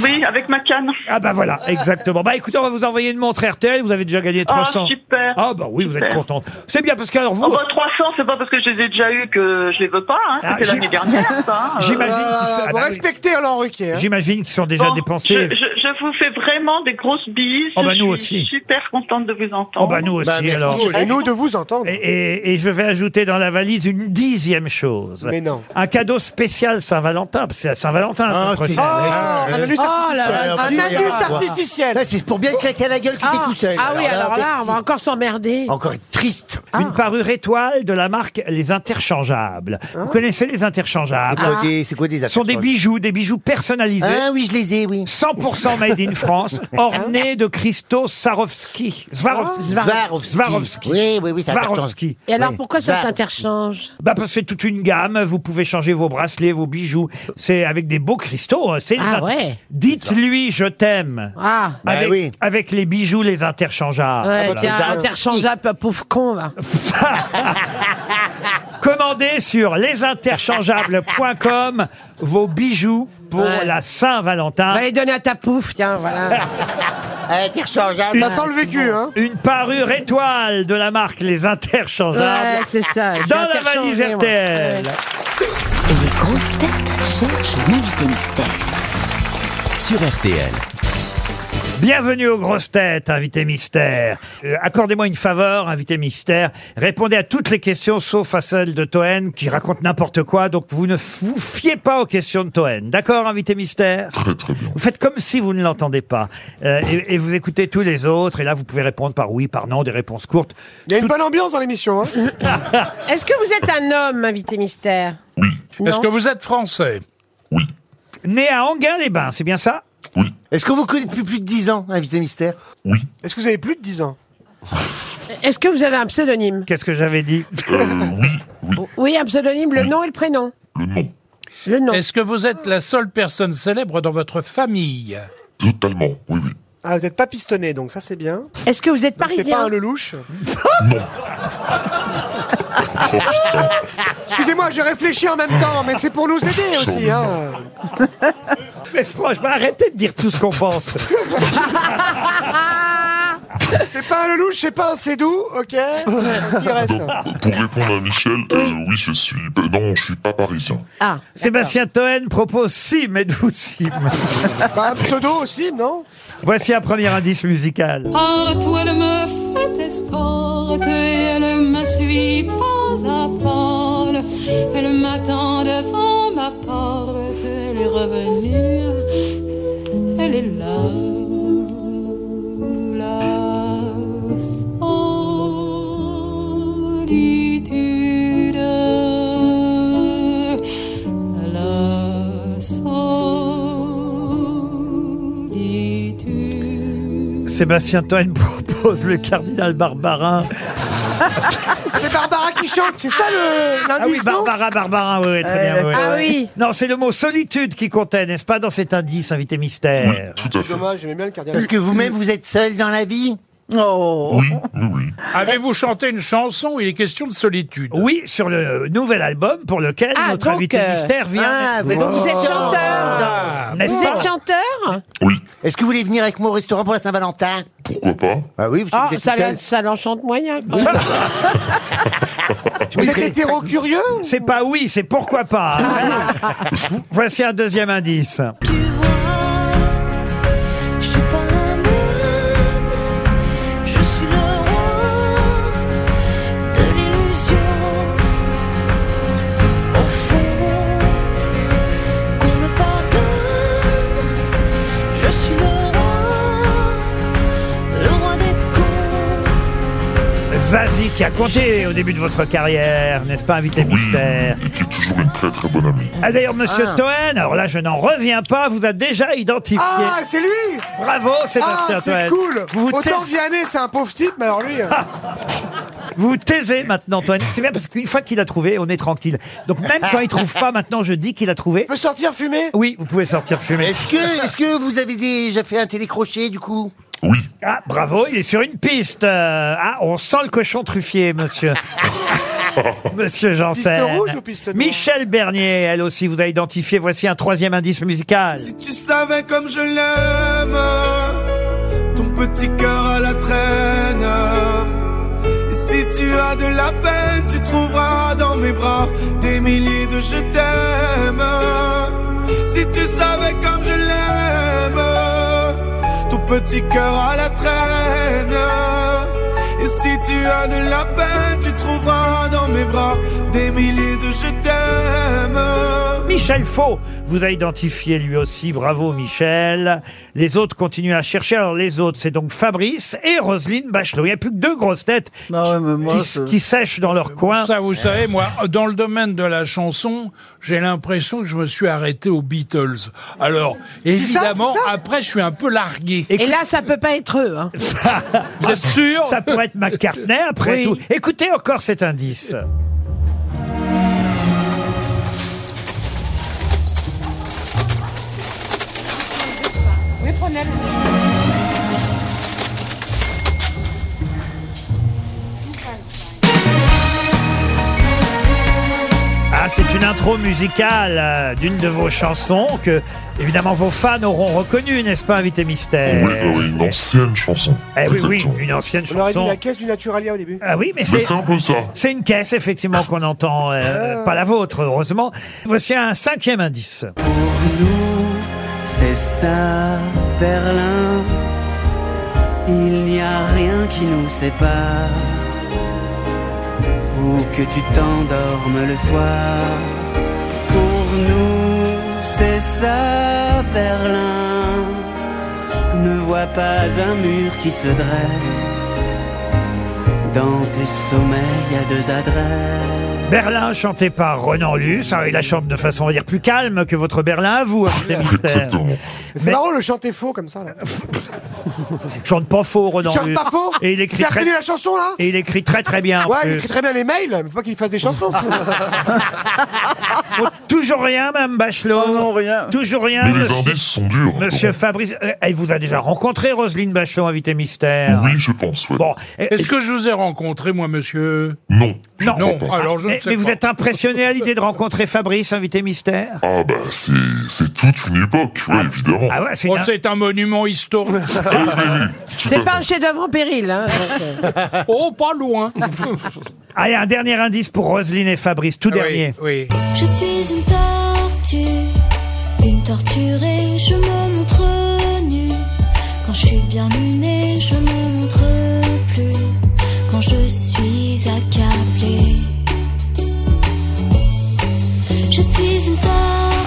[SPEAKER 12] Oui, avec ma canne.
[SPEAKER 2] Ah bah voilà, exactement. Bah écoutez, on va vous envoyer une montre RTL, vous avez déjà gagné
[SPEAKER 12] Ah,
[SPEAKER 2] 300.
[SPEAKER 12] super.
[SPEAKER 2] Ah bah oui, vous êtes
[SPEAKER 12] Super.
[SPEAKER 2] contente. C'est bien parce que alors vous,
[SPEAKER 12] Oh, bah, 300, c'est pas parce que je les ai déjà eu que je les veux pas. Hein.
[SPEAKER 2] Ah,
[SPEAKER 12] C'était
[SPEAKER 2] j'im-
[SPEAKER 12] l'année dernière, ça. hein. Euh,
[SPEAKER 2] J'imagine.
[SPEAKER 4] Ah,
[SPEAKER 2] Ah,
[SPEAKER 4] vous
[SPEAKER 2] bah oui.
[SPEAKER 4] respectez Alain Ruquier. hein.
[SPEAKER 2] j'imagine qu'ils sont déjà
[SPEAKER 12] bon,
[SPEAKER 2] dépensés.
[SPEAKER 12] Je, je- je vous fais vraiment des grosses bises.
[SPEAKER 2] Oh, bah, nous
[SPEAKER 12] je suis
[SPEAKER 2] aussi.
[SPEAKER 12] super contente de vous entendre.
[SPEAKER 2] Oh bah nous aussi
[SPEAKER 9] Bah, merci.
[SPEAKER 2] alors.
[SPEAKER 4] Et nous de vous entendre.
[SPEAKER 2] Et, et- et je vais ajouter dans la valise une dixième chose.
[SPEAKER 4] Mais non.
[SPEAKER 2] Un cadeau spécial Saint-Valentin, parce que c'est Ah, à Saint-Valentin la semaine
[SPEAKER 9] Ah,
[SPEAKER 4] Oh,
[SPEAKER 2] prochaine.
[SPEAKER 4] un anus artificiel.
[SPEAKER 9] vache. Ah,
[SPEAKER 4] Un anus
[SPEAKER 2] Ah.
[SPEAKER 9] Là,
[SPEAKER 4] artificiel.
[SPEAKER 9] c'est pour bien te claquer à la gueule que t'es
[SPEAKER 3] Ah,
[SPEAKER 9] tout seul.
[SPEAKER 3] ah oui, alors là,
[SPEAKER 9] merci.
[SPEAKER 3] on va encore s'emmerder.
[SPEAKER 9] Encore être triste.
[SPEAKER 4] Ah.
[SPEAKER 2] Une parure étoile de la marque Les Interchangeables.
[SPEAKER 4] Ah.
[SPEAKER 2] Vous connaissez les
[SPEAKER 9] C'est
[SPEAKER 2] Interchangeables
[SPEAKER 9] quoi, des, c'est quoi des
[SPEAKER 2] Ce sont des
[SPEAKER 9] affaires
[SPEAKER 2] bijoux, des bijoux personnalisés.
[SPEAKER 9] Ah oui, Ah. je les ai, oui.
[SPEAKER 2] 100% Made in France, orné de cristaux Swarovski. Swarov- Swarov-
[SPEAKER 9] Ah. Swarovski.
[SPEAKER 2] Swarovski.
[SPEAKER 9] Oui, oui, oui, ça
[SPEAKER 2] Swarovski.
[SPEAKER 3] Et alors pourquoi ça s'interchange
[SPEAKER 2] Bah parce que c'est toute une gamme, vous pouvez changer vos bracelets, vos bijoux, c'est avec des beaux cristaux. hein, c'est
[SPEAKER 3] Ah
[SPEAKER 2] les in-
[SPEAKER 3] ouais.
[SPEAKER 2] Dites-lui je t'aime.
[SPEAKER 3] Ah. Bah
[SPEAKER 2] avec,
[SPEAKER 3] oui.
[SPEAKER 2] avec les bijoux les interchangeables.
[SPEAKER 3] Ouais,
[SPEAKER 2] Voilà.
[SPEAKER 3] tiens, interchangeable, pas pauvre con, va.
[SPEAKER 2] Commandez sur lesinterchangeables.com vos bijoux pour
[SPEAKER 3] Ouais.
[SPEAKER 2] la Saint-Valentin.
[SPEAKER 3] Va les donner à ta pouf, tiens, voilà.
[SPEAKER 2] Une-
[SPEAKER 9] Ah,
[SPEAKER 3] interchangeable. hein.
[SPEAKER 2] Une parure étoile de la marque Les Interchangeables.
[SPEAKER 15] Ouais, c'est ça, je vais
[SPEAKER 2] Dans la
[SPEAKER 15] interchanger,
[SPEAKER 2] valise
[SPEAKER 15] moi.
[SPEAKER 2] RTL.
[SPEAKER 15] Les grosses têtes cherchent l'invité mystère.
[SPEAKER 1] Sur RTL.
[SPEAKER 2] Bienvenue aux grosses têtes, invité mystère. Euh, Accordez-moi une faveur, invité mystère. Répondez à toutes les questions sauf à celle de Toen qui raconte n'importe quoi. Donc vous ne f- vous fiez pas aux questions de Toen. D'accord, invité mystère Très très bien. Vous faites comme si vous ne l'entendez pas. Euh, et, et vous écoutez tous les autres. Et là, vous pouvez répondre par oui, par non, des réponses courtes.
[SPEAKER 4] Il y a une bonne ambiance dans l'émission. Hein
[SPEAKER 3] Est-ce que vous êtes un homme, invité mystère
[SPEAKER 7] Est-ce que vous êtes français
[SPEAKER 2] Né à Anguin-les-Bains, c'est bien ça
[SPEAKER 9] Oui. Est-ce que vous connaissez depuis plus de 10 ans, invité mystère Oui.
[SPEAKER 4] Est-ce que vous avez plus de 10 ans
[SPEAKER 3] Est-ce que vous avez un pseudonyme
[SPEAKER 2] Qu'est-ce que j'avais dit
[SPEAKER 3] Oui, un pseudonyme, le nom et le prénom.
[SPEAKER 7] Le nom.
[SPEAKER 3] Le nom.
[SPEAKER 7] Est-ce que vous êtes la seule personne célèbre dans votre famille Totalement, oui, oui.
[SPEAKER 4] Ah, vous n'êtes pas pistonné, donc ça c'est bien.
[SPEAKER 3] Est-ce que vous êtes
[SPEAKER 4] Donc, C'est
[SPEAKER 3] parisien Ah.
[SPEAKER 4] pas un Lelouch Excusez-moi, j'ai réfléchi en même temps, mais c'est pour nous aider aussi. Hein.
[SPEAKER 2] Mais franchement, arrêtez de dire tout ce qu'on pense.
[SPEAKER 4] C'est pas un Lelouch, c'est pas un Cédou, ok
[SPEAKER 9] Ah,
[SPEAKER 4] Qui
[SPEAKER 9] euh,
[SPEAKER 4] reste
[SPEAKER 13] Pour répondre à Michel, euh, oui, je suis. bah, non, je suis pas parisien.
[SPEAKER 3] Ah,
[SPEAKER 2] Sébastien Toen propose Sim, êtes-vous Sim
[SPEAKER 4] Bah, un pseudo aussi, non
[SPEAKER 2] Voici un premier indice musical.
[SPEAKER 24] Par toi, elle me fait escorte et elle me suit pas à pas. Elle m'attend devant ma porte. Elle est revenue, elle est là. La solitude, la solitude.
[SPEAKER 2] Sébastien Toen propose le cardinal Barbarin.
[SPEAKER 4] C'est Barbara qui chante, c'est ça le-
[SPEAKER 2] Ah oui,
[SPEAKER 4] l'indice, non
[SPEAKER 2] Barbara Barbarin, oui, oui, très bien. oui, oui.
[SPEAKER 4] Ah oui.
[SPEAKER 2] Non, c'est le mot solitude qui comptait, n'est-ce pas, dans cet indice, invité mystère
[SPEAKER 4] Dommage, j'aimais bien le cardinal.
[SPEAKER 9] Est-ce que vous-même, vous êtes seul dans la vie
[SPEAKER 5] Oh
[SPEAKER 7] Avez-vous chanté une chanson où il est question de solitude
[SPEAKER 2] Oui, sur le nouvel album pour lequel
[SPEAKER 7] Ah,
[SPEAKER 2] notre
[SPEAKER 7] donc,
[SPEAKER 2] invité
[SPEAKER 7] euh,
[SPEAKER 2] mystère vient.
[SPEAKER 9] ah, mais donc vous êtes chanteur.
[SPEAKER 2] Ah, n'est-ce
[SPEAKER 9] Vous
[SPEAKER 2] pas
[SPEAKER 9] êtes
[SPEAKER 3] chanteur
[SPEAKER 9] Oui. Est-ce que vous voulez venir avec moi au restaurant pour la Saint-Valentin Pourquoi pas Ah oui, parce
[SPEAKER 3] Ah,
[SPEAKER 9] que vous êtes
[SPEAKER 3] ça,
[SPEAKER 9] tout seul.
[SPEAKER 3] l'en- ça l'enchante moyen. quoi.
[SPEAKER 2] Vous êtes hétéro-curieux C'est pas oui, c'est pourquoi pas. Vo- Voici un deuxième indice.
[SPEAKER 16] Je suis pas un moine, je suis le roi de l'illusion. Au fond, qu'on me pardonne, je suis le roi, le roi des
[SPEAKER 2] Zazie qui a compté au début de votre carrière, n'est-ce pas, invité mystère
[SPEAKER 13] Toujours une très très bonne amie.
[SPEAKER 2] Ah, D'ailleurs, Monsieur
[SPEAKER 13] Ah.
[SPEAKER 2] Toen, alors là, je n'en reviens pas, vous a déjà identifié.
[SPEAKER 4] Ah, c'est lui
[SPEAKER 2] Bravo, Sébastien
[SPEAKER 4] Ah, c'est
[SPEAKER 2] Toen.
[SPEAKER 4] cool
[SPEAKER 2] Vous vous
[SPEAKER 4] Autant
[SPEAKER 2] taisez-
[SPEAKER 4] Vianney, c'est un pauvre type, mais alors lui... euh,
[SPEAKER 2] Vous vous taisez maintenant, Toen. C'est bien parce qu'une fois qu'il a trouvé, on est tranquille. Donc même quand il trouve pas, maintenant, je dis qu'il a trouvé.
[SPEAKER 4] peut sortir fumer
[SPEAKER 2] Oui, vous pouvez sortir fumer.
[SPEAKER 9] Est-ce que, est-ce que vous avez déjà fait un télécrochet du coup
[SPEAKER 2] Ah, bravo, il est sur une piste. Euh, ah, on sent le cochon truffier, monsieur. Monsieur Janssen.
[SPEAKER 16] Piste rouge ou piste noire
[SPEAKER 2] Michel Bernier, elle aussi, vous a identifié. Voici un troisième indice musical.
[SPEAKER 25] Tu savais comme je l'aime, ton petit cœur à la traîne. Et si tu as de la peine, tu trouveras dans mes bras des milliers de je t'aime. Si tu savais comme je l'aime, ton petit cœur à la traîne. Et si tu as de la peine, tu trouveras dans mes bras des milliers de je t'aime.
[SPEAKER 2] Euh, Michel Faux, vous a identifié lui aussi. Bravo Michel. Les autres continuent à chercher. Alors les autres, c'est donc Fabrice et Roselyne Bachelot. Il n'y a plus que deux grosses têtes
[SPEAKER 4] Bah
[SPEAKER 2] qui,
[SPEAKER 7] ça-
[SPEAKER 2] qui sèchent dans leur coin.
[SPEAKER 7] Ça, vous savez, moi, dans le domaine de la chanson, j'ai l'impression que je me suis arrêté aux Beatles. Alors, évidemment, après, je suis un peu largué.
[SPEAKER 3] Et là, ça peut pas être eux. Hein.
[SPEAKER 7] Bien sûr
[SPEAKER 2] Ça pourrait être McCartney après
[SPEAKER 3] Oui.
[SPEAKER 2] tout. Écoutez encore cet indice.
[SPEAKER 16] Oui, prenez-le.
[SPEAKER 2] Ah, c'est une intro musicale euh, d'une de vos chansons que, évidemment, vos fans auront reconnue, n'est-ce pas, invité mystère
[SPEAKER 13] Oui, bah oui, une ancienne chanson.
[SPEAKER 2] Eh oui, oui,
[SPEAKER 13] Exactement.
[SPEAKER 2] une ancienne
[SPEAKER 4] On aurait dit
[SPEAKER 2] chanson.
[SPEAKER 4] la caisse du Naturalia au début.
[SPEAKER 2] Ah oui, mais
[SPEAKER 13] Mais
[SPEAKER 2] c'est.
[SPEAKER 13] c'est un peu ça.
[SPEAKER 2] C'est une caisse, effectivement, qu'on entend,
[SPEAKER 14] Ah.
[SPEAKER 2] euh, pas la vôtre, heureusement. Voici un cinquième indice.
[SPEAKER 14] C'est ça, Berlin. Il n'y a rien qui nous sépare. Ou que tu t'endormes le soir. Pour nous, c'est ça, Berlin. Ne vois pas un mur qui se dresse. Dans tes sommeils à deux adresses.
[SPEAKER 2] Berlin, chanté par Renan Luce. Ah, il la chante de façon, on va dire, plus calme que votre Berlin, à vous, hein, invité mystère.
[SPEAKER 13] Exactement.
[SPEAKER 4] C'est marrant le chanter faux comme ça. Là.
[SPEAKER 2] Chante pas faux, Renan
[SPEAKER 4] Chante
[SPEAKER 2] Luce.
[SPEAKER 4] pas faux
[SPEAKER 2] Et il écrit
[SPEAKER 4] T'as
[SPEAKER 2] très...
[SPEAKER 4] reconnu la chanson là
[SPEAKER 2] Et il écrit très très bien. en
[SPEAKER 4] Ouais, il
[SPEAKER 2] plus. Ah.
[SPEAKER 4] écrit très bien les mails, mais faut pas qu'il fasse des chansons.
[SPEAKER 2] Oh, toujours rien, Mme Bachelot. Oh non, rien. Toujours rien.
[SPEAKER 13] Mais les
[SPEAKER 2] monsieur-
[SPEAKER 13] indices sont durs. hein.
[SPEAKER 2] Monsieur Fabrice, euh, elle vous a déjà rencontré, Roselyne Bachelot, invité mystère Oh, eh,
[SPEAKER 13] Oui, je pense, ouais.
[SPEAKER 2] Bon,
[SPEAKER 7] Est-ce que je vous ai rencontré, moi, monsieur
[SPEAKER 13] Non.
[SPEAKER 2] Non,
[SPEAKER 13] Non, alors je ne
[SPEAKER 2] mais,
[SPEAKER 13] sais
[SPEAKER 2] eh, mais vous
[SPEAKER 13] pas.
[SPEAKER 2] êtes impressionné à l'idée de rencontrer Fabrice, invité mystère
[SPEAKER 13] Ah bah, c'est c'est toute une époque, ouais, évidemment.
[SPEAKER 2] Ah ouais, c'est
[SPEAKER 7] Oh, c'est un monument historique.
[SPEAKER 3] C'est pas un chef-d'œuvre en péril. Hein.
[SPEAKER 7] oh, pas loin.
[SPEAKER 2] Allez, un dernier indice pour Roselyne et Fabrice, tout dernier.
[SPEAKER 7] Oui.
[SPEAKER 16] Je suis une tortue, une torturée, je me montre nue. Quand je suis bien lunée, je me montre plus. Quand je suis accablée, je suis une tortue.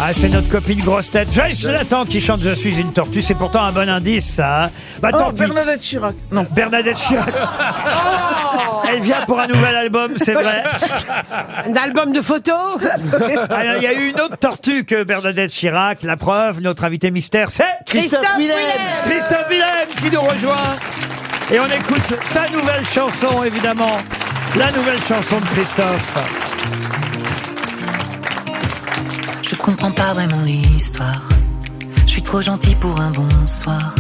[SPEAKER 2] Ah, c'est notre copine grosse tête, Joyce Jonathan, qui chante Je suis une tortue. C'est pourtant un bon indice, ça. hein. Bah,
[SPEAKER 5] Oh,
[SPEAKER 2] tant pis.
[SPEAKER 5] Bernadette Chirac.
[SPEAKER 2] Non, Bernadette Chirac. Elle vient pour un nouvel album, c'est vrai.
[SPEAKER 3] Un album de photos.
[SPEAKER 2] Alors, Ah il y a eu une autre tortue que Bernadette Chirac. La preuve, notre invité mystère, c'est
[SPEAKER 3] Christophe Willem.
[SPEAKER 2] Christophe Willem qui nous rejoint. Et on écoute sa nouvelle chanson, évidemment. La nouvelle chanson de Christophe.
[SPEAKER 17] Je comprends pas vraiment l'histoire. Je suis trop gentil pour un bonsoir.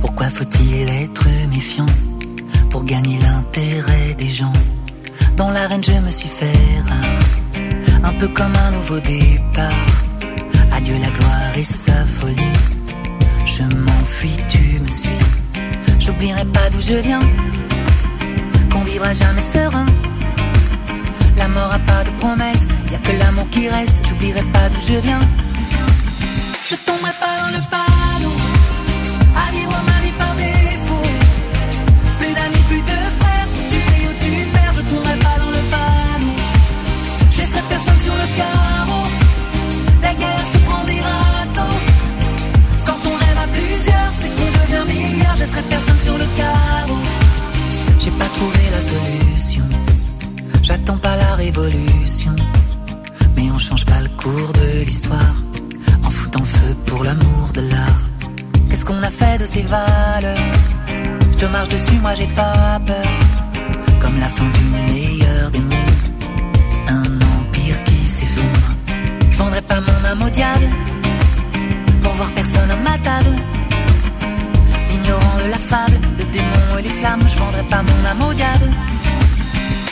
[SPEAKER 17] Pourquoi faut-il être méfiant pour gagner l'intérêt des gens Dans l'arène, je me suis fait rare, un peu comme un nouveau départ. Adieu la gloire et sa folie. Je m'enfuis, tu me suis. J'oublierai pas d'où je viens, qu'on vivra jamais serein. La mort a pas de promesse, y a que l'amour qui reste, j'oublierai pas d'où je viens. Je tomberai pas dans le panneau, à vivre ma vie par défaut. Plus d'amis, plus de frères, tu payes ou tu perds, je tomberai pas dans le panneau. Je laisserai personne sur le carreau, la galère se prend des râteaux. Quand on rêve à plusieurs, c'est qu'on devient meilleur, je laisserai personne sur le carreau. J'ai pas trouvé la solution. J'attends pas la révolution. Mais on change pas le cours de l'histoire. En foutant le feu pour l'amour de l'art. Qu'est-ce qu'on a fait de ces valeurs Je te marche dessus, moi j'ai pas peur. Comme la fin du meilleur des mondes. Un empire qui s'effondre. Je vendrai pas mon âme au diable. Pour voir personne à ma table. Ignorant de la fable, le démon et les flammes, je vendrai pas mon âme au diable.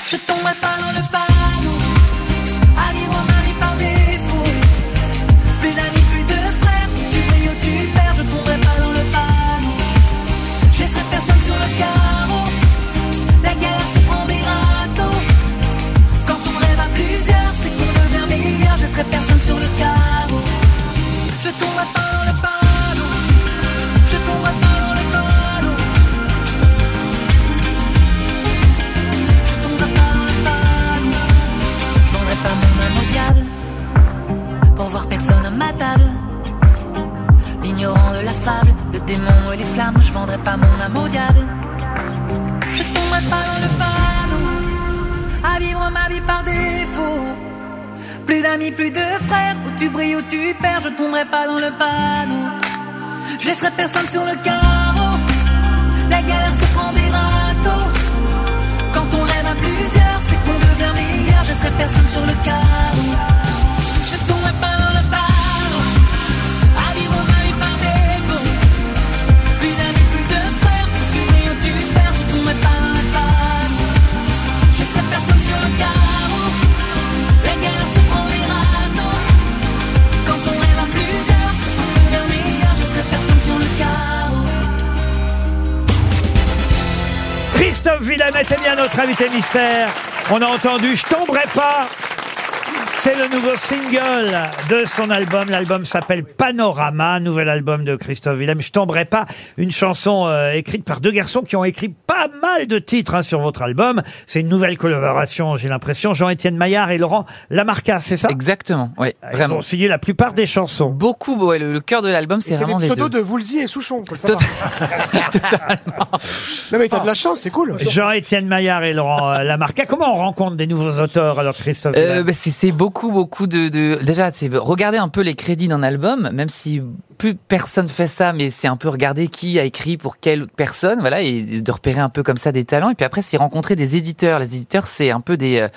[SPEAKER 17] Je tomberai pas dans le panneau, à vivre ma vie par défaut. Plus d'amis, plus de frères, tu payes ou tu perds, je tomberai pas dans le panneau. Je laisserai personne sur le carreau. La galère se prend des râteaux. Quand on rêve à plusieurs, c'est qu'on devient meilleur. Je laisserai personne sur le carreau. Je tomberai pas dans le panneau. Je tomberai pas dans le panneau. Je tomberai pas dans le panneau. l'ignorant de la fable, le démon et les flammes, je vendrai pas mon âme au diable. Je tomberai pas dans le panneau, à vivre ma vie par défaut. Plus d'amis, plus de frères, où tu brilles, où tu perds, je tomberai pas dans le panneau. Je laisserai personne sur le carreau, la galère se prend des râteaux. Quand on rêve à plusieurs, c'est qu'on devient meilleur, je laisserai personne sur le carreau. Je tomberai pas dans le panneau, à vivre ma vie par défaut. Plus d'amis, plus de frères, où tu brilles, où tu perds, je tomberai pas dans le panneau. Je laisserai personne sur le carreau. La galère se prend les râteaux. Quand on rêve à plusieurs, c'est qu'on devient meilleur. Je serai personne sur le carreau.
[SPEAKER 2] Christophe Villanet est bien notre invité mystère. On a entendu Je tomberai pas. C'est le nouveau single de son album. L'album s'appelle Panorama, nouvel album de Christophe Willem. Je tomberai pas. Une chanson euh, écrite par deux garçons qui ont écrit pas mal de titres hein, sur votre album. C'est une nouvelle collaboration, j'ai l'impression. Jean-Étienne Maillard et Laurent Lamarca, c'est ça
[SPEAKER 18] Exactement, oui.
[SPEAKER 2] Ils ont signé la plupart des chansons.
[SPEAKER 18] Beaucoup, ouais, le, le cœur de l'album, c'est
[SPEAKER 4] Et C'est les
[SPEAKER 18] vraiment les deux.
[SPEAKER 4] pseudos de Woolsey et Souchon, faut le savoir. Non mais t'as de la chance, c'est cool.
[SPEAKER 2] Jean-Étienne Maillard et Laurent euh, Lamarca. Comment on rencontre des nouveaux auteurs alors, Christophe
[SPEAKER 18] Euh, bah, c'est c'est beaucoup, beaucoup de. de- Déjà, c'est regarder un peu les crédits d'un album, même si plus personne fait ça, mais c'est un peu regarder qui a écrit pour quelle personne, voilà, et de repérer un peu comme ça des talents. Et puis après, c'est rencontrer des éditeurs. Les éditeurs, c'est un peu des, euh,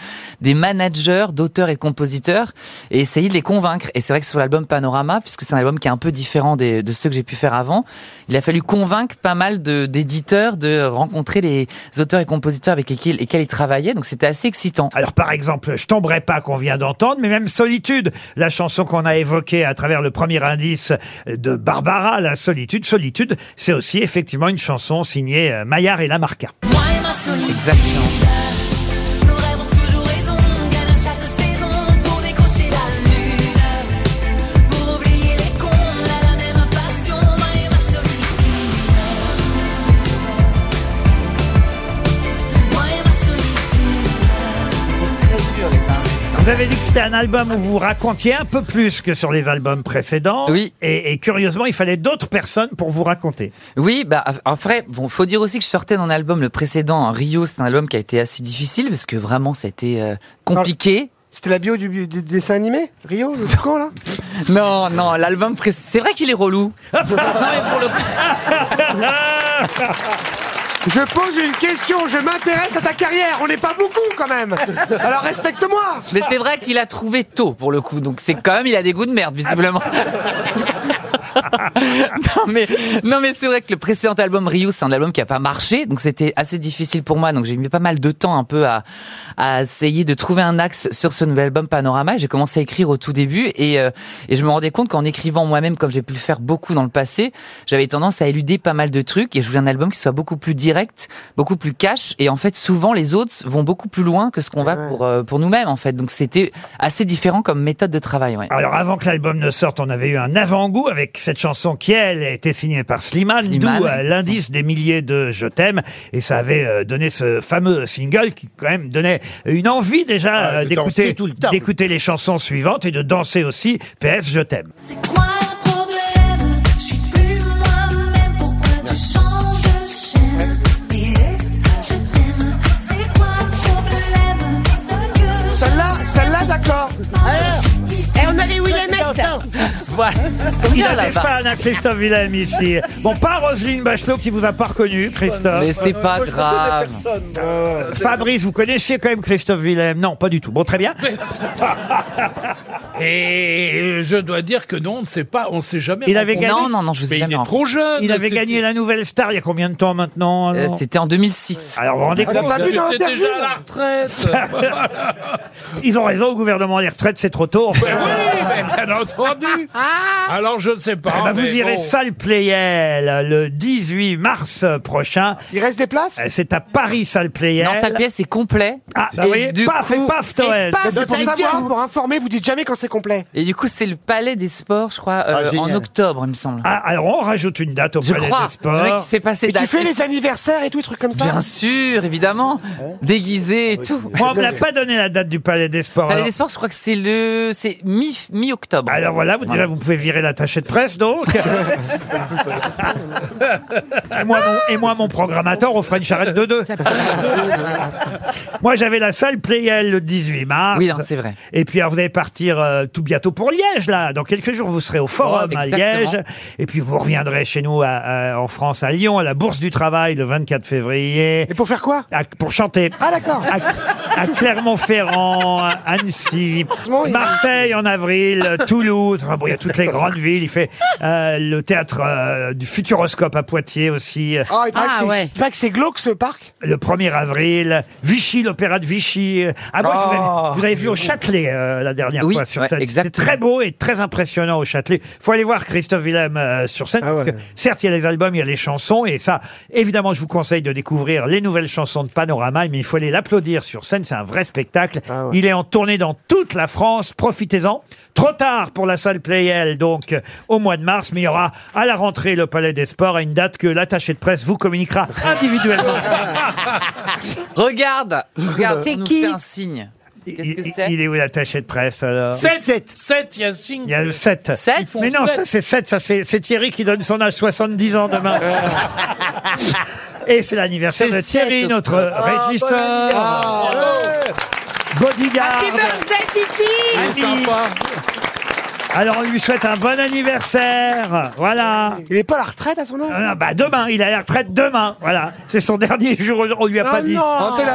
[SPEAKER 18] des managers d'auteurs et de compositeurs, et essayer de les convaincre. Et c'est vrai que sur l'album Panorama, puisque c'est un album qui est un peu différent des- de ceux que j'ai pu faire avant, il a fallu convaincre pas mal de- d'éditeurs de, rencontrer les auteurs et compositeurs avec lesquels, lesquels ils travaillaient. Donc c'était assez excitant.
[SPEAKER 2] Alors par exemple, Je tomberai pas qu'on vient d'entendre, mais même Solitude, la chanson qu'on a évoquée à travers le premier indice de Barbara, la Solitude. Solitude, c'est aussi effectivement une chanson signée euh, Maillard et Lamarca.
[SPEAKER 18] Moi et ma solitude. Nous rêvons toujours raison, on gagne à chaque saison pour décrocher la lune. Pour oublier les cons, on a la même passion, moi et ma solitude. Moi et ma solitude.
[SPEAKER 2] Vous avez dit que c'était un album où vous racontiez un peu plus que sur les albums précédents. Oui. Et, et curieusement, il fallait d'autres personnes pour vous raconter.
[SPEAKER 18] Oui, bah après, bon, faut dire aussi que je sortais d'un album, le précédent, hein, Rio, c'est un album qui a été assez difficile parce que vraiment, ça a été euh, compliqué.
[SPEAKER 4] C'était la bio du, du- du dessin animé Rio, le con là
[SPEAKER 18] Non, non, l'album pré- c'est vrai qu'il est relou. Non, mais pour le
[SPEAKER 2] Ah
[SPEAKER 4] Je pose une question, je m'intéresse à ta carrière, on n'est pas beaucoup quand même Alors respecte-moi
[SPEAKER 18] Mais c'est vrai qu'il a trouvé tôt pour le coup, donc c'est quand même il a des goûts de merde visiblement. non mais non mais c'est vrai que le précédent album Rio c'est un album qui a pas marché, donc c'était assez difficile pour moi, donc j'ai mis pas mal de temps un peu à, à essayer de trouver un axe sur ce nouvel album Panorama. Et J'ai commencé à écrire au tout début et euh, et je me rendais compte qu'en écrivant moi-même comme j'ai pu le faire beaucoup dans le passé, j'avais tendance à éluder pas mal de trucs et je voulais un album qui soit beaucoup plus direct, beaucoup plus cash et en fait souvent les autres vont beaucoup plus loin que ce qu'on va pour euh, pour nous-mêmes en fait. Donc c'était assez différent comme méthode de travail. Ouais.
[SPEAKER 2] Alors avant que l'album ne sorte, on avait eu un avant-goût avec cette chanson qui, elle, a été signée par Slimane,
[SPEAKER 18] Slimane,
[SPEAKER 2] d'où euh,
[SPEAKER 18] exactement.
[SPEAKER 2] l'indice des milliers de Je t'aime, et ça avait euh, donné ce fameux single qui quand même donnait une envie déjà euh, d'écouter d'écouter les chansons suivantes et de danser aussi PS Je t'aime.
[SPEAKER 24] Quoi le problème Je suis plus moi-même. Pourquoi tu changes de chaîne PS, je t'aime. C'est quoi le problème Ce que
[SPEAKER 4] Celle-là, celle-là d'accord
[SPEAKER 3] Alors, et on a les Willemettes
[SPEAKER 18] Voilà.
[SPEAKER 2] Il a des fans, hein, Christophe Willem, ici. Bon, pas Roselyne Bachelot qui vous a pas reconnu, Christophe.
[SPEAKER 18] Mais c'est pas grave.
[SPEAKER 2] Fabrice, vous connaissiez quand même Christophe Willem Non, pas du tout. Bon, très bien.
[SPEAKER 7] Et je dois dire que non, on ne sait pas, on ne sait jamais.
[SPEAKER 2] Il avait gagné.
[SPEAKER 7] rencontré. Mais il est trop jeune.
[SPEAKER 2] Il avait
[SPEAKER 7] c'est-
[SPEAKER 2] gagné la nouvelle star il y a combien de temps maintenant
[SPEAKER 18] Euh,
[SPEAKER 2] alors Ah,
[SPEAKER 18] c'était en 2006.
[SPEAKER 2] Alors vous vous rendez
[SPEAKER 7] Ah
[SPEAKER 18] Ah On l'a
[SPEAKER 2] compte
[SPEAKER 18] pas vu dans
[SPEAKER 7] J'étais
[SPEAKER 18] l'interview,
[SPEAKER 7] déjà à la retraite.
[SPEAKER 2] Ils ont raison, au gouvernement des retraites, c'est trop tôt. Ah,
[SPEAKER 7] Ben oui, mais bien entendu. Alors je ne sais pas.
[SPEAKER 2] Eh ben,
[SPEAKER 7] mais
[SPEAKER 2] vous irez
[SPEAKER 7] bon.
[SPEAKER 2] salle Playel le 18 mars prochain. Euh,
[SPEAKER 4] Il reste des
[SPEAKER 18] Ah,
[SPEAKER 4] places
[SPEAKER 2] C'est à Paris, salle Playel.
[SPEAKER 18] Non, salle Playel, c'est complet.
[SPEAKER 2] Ah, bah,
[SPEAKER 18] Et
[SPEAKER 2] vous voyez,
[SPEAKER 18] du
[SPEAKER 2] paf, et
[SPEAKER 18] coup-
[SPEAKER 2] paf, Toël.
[SPEAKER 4] Bah, Mais C'est pour savoir, pour informer, vous dites jamais quand c'est c'est complet.
[SPEAKER 18] Et du coup, c'est le Palais des Sports, je crois, euh,
[SPEAKER 4] Ah, génial.
[SPEAKER 18] en octobre, il me semble.
[SPEAKER 2] Ah, alors on rajoute une date au
[SPEAKER 18] Je
[SPEAKER 2] Palais
[SPEAKER 18] crois.
[SPEAKER 2] des Sports.
[SPEAKER 18] Le mec qui s'est passé
[SPEAKER 4] Et tu
[SPEAKER 18] date.
[SPEAKER 4] fais les anniversaires et tout, les trucs comme ça
[SPEAKER 18] Bien sûr, évidemment. Déguisé et tout.
[SPEAKER 2] Moi, on ne me l'a pas donné la date du Palais des Sports.
[SPEAKER 18] Palais
[SPEAKER 2] alors.
[SPEAKER 18] des Sports, je crois que c'est le, c'est mi, mi-octobre.
[SPEAKER 2] Alors voilà, vous, déjà, vous pouvez virer l'attaché de presse, donc. et, moi, mon, et moi, mon programmateur, on fera une charrette de deux. moi, j'avais la salle Playel le 18 mars.
[SPEAKER 18] Oui, non, c'est vrai.
[SPEAKER 2] Et puis, alors, vous allez partir euh, tout bientôt pour Liège, là. Dans quelques jours, vous serez au Forum
[SPEAKER 18] Oh,
[SPEAKER 2] à
[SPEAKER 18] exactement.
[SPEAKER 2] Liège. Et puis, vous reviendrez chez nous à- à- en France, à Lyon, à la Bourse du Travail, le 24 février. Et
[SPEAKER 4] pour faire quoi
[SPEAKER 2] Pour chanter.
[SPEAKER 4] Ah d'accord.
[SPEAKER 2] à, à Clermont-Ferrand, à Annecy, Marseille en avril, Toulouse, enfin bon, il y a toutes les grandes villes. Il fait euh, le théâtre euh, du Futuroscope à Poitiers aussi.
[SPEAKER 4] Ah, il paraît que c'est- il paraît que c'est glauque ce parc.
[SPEAKER 2] Le 1er avril, Vichy, l'opéra de Vichy. Ah, moi, je vous,
[SPEAKER 4] Oh.
[SPEAKER 2] avez, vous avez vu au Châtelet euh, la dernière
[SPEAKER 18] Oui,
[SPEAKER 2] fois sur
[SPEAKER 18] ouais,
[SPEAKER 2] scène. C'était
[SPEAKER 18] exactement.
[SPEAKER 2] très beau et très impressionnant au Châtelet. Faut aller voir Christophe Willem euh, sur scène. parce que certes, il y a les albums, il y a les chansons, et ça, évidemment, je vous conseille de découvrir les nouvelles chansons de Panorama, mais il faut aller l'applaudir sur scène. C'est un vrai spectacle. Il est en tournée dans toute la France. Profitez-en. Trop tard pour la salle Playel, donc euh, au mois de mars, mais il y aura à la rentrée le Palais des Sports à une date que l'attaché de presse vous communiquera individuellement.
[SPEAKER 18] Regarde, regarde,
[SPEAKER 2] C'est
[SPEAKER 18] on nous
[SPEAKER 2] qui
[SPEAKER 18] fait un signe. Qu'est-ce que c'est
[SPEAKER 2] il est où l'attaché de presse alors
[SPEAKER 7] 7 7, il y a signe.
[SPEAKER 2] Il y a le 7. Mais non, ça c'est 7, ça c'est c'est Thierry qui donne son âge 70 ans demain. Et c'est l'anniversaire de Thierry, notre
[SPEAKER 18] Ah,
[SPEAKER 2] régisseur. Ah.
[SPEAKER 18] Ah,
[SPEAKER 2] Bodyguard. Ami. Alors on lui souhaite un bon anniversaire. Voilà.
[SPEAKER 4] Il n'est pas à la retraite à son âge
[SPEAKER 2] Ah, bah demain, il est à la retraite demain. Voilà. C'est son dernier jour, on
[SPEAKER 4] Ah
[SPEAKER 2] lui a pas dit.
[SPEAKER 4] En, télé-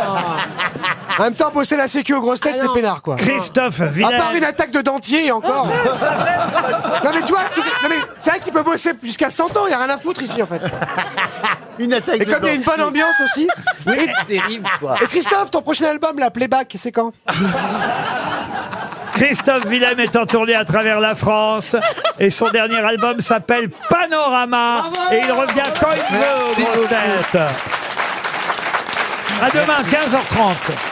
[SPEAKER 4] en même temps, bosser la sécu aux grosses têtes, c'est pénard, quoi.
[SPEAKER 2] Christophe
[SPEAKER 4] À
[SPEAKER 2] Villers.
[SPEAKER 4] part une attaque de dentier, encore. non, mais toi, tu... non, mais c'est vrai qu'il peut bosser jusqu'à 100 ans, il n'y a rien à foutre ici, en fait. Une attaque Et
[SPEAKER 9] de
[SPEAKER 4] comme il y a une
[SPEAKER 9] dentier.
[SPEAKER 4] bonne ambiance aussi.
[SPEAKER 9] C'est
[SPEAKER 4] et...
[SPEAKER 9] terrible, quoi.
[SPEAKER 4] Et Christophe, ton prochain album, la Playback, c'est quand
[SPEAKER 2] Christophe Willem est en tournée à travers la France et son dernier album s'appelle Panorama et il revient quand il veut aux grosses têtes. À demain, 15h30.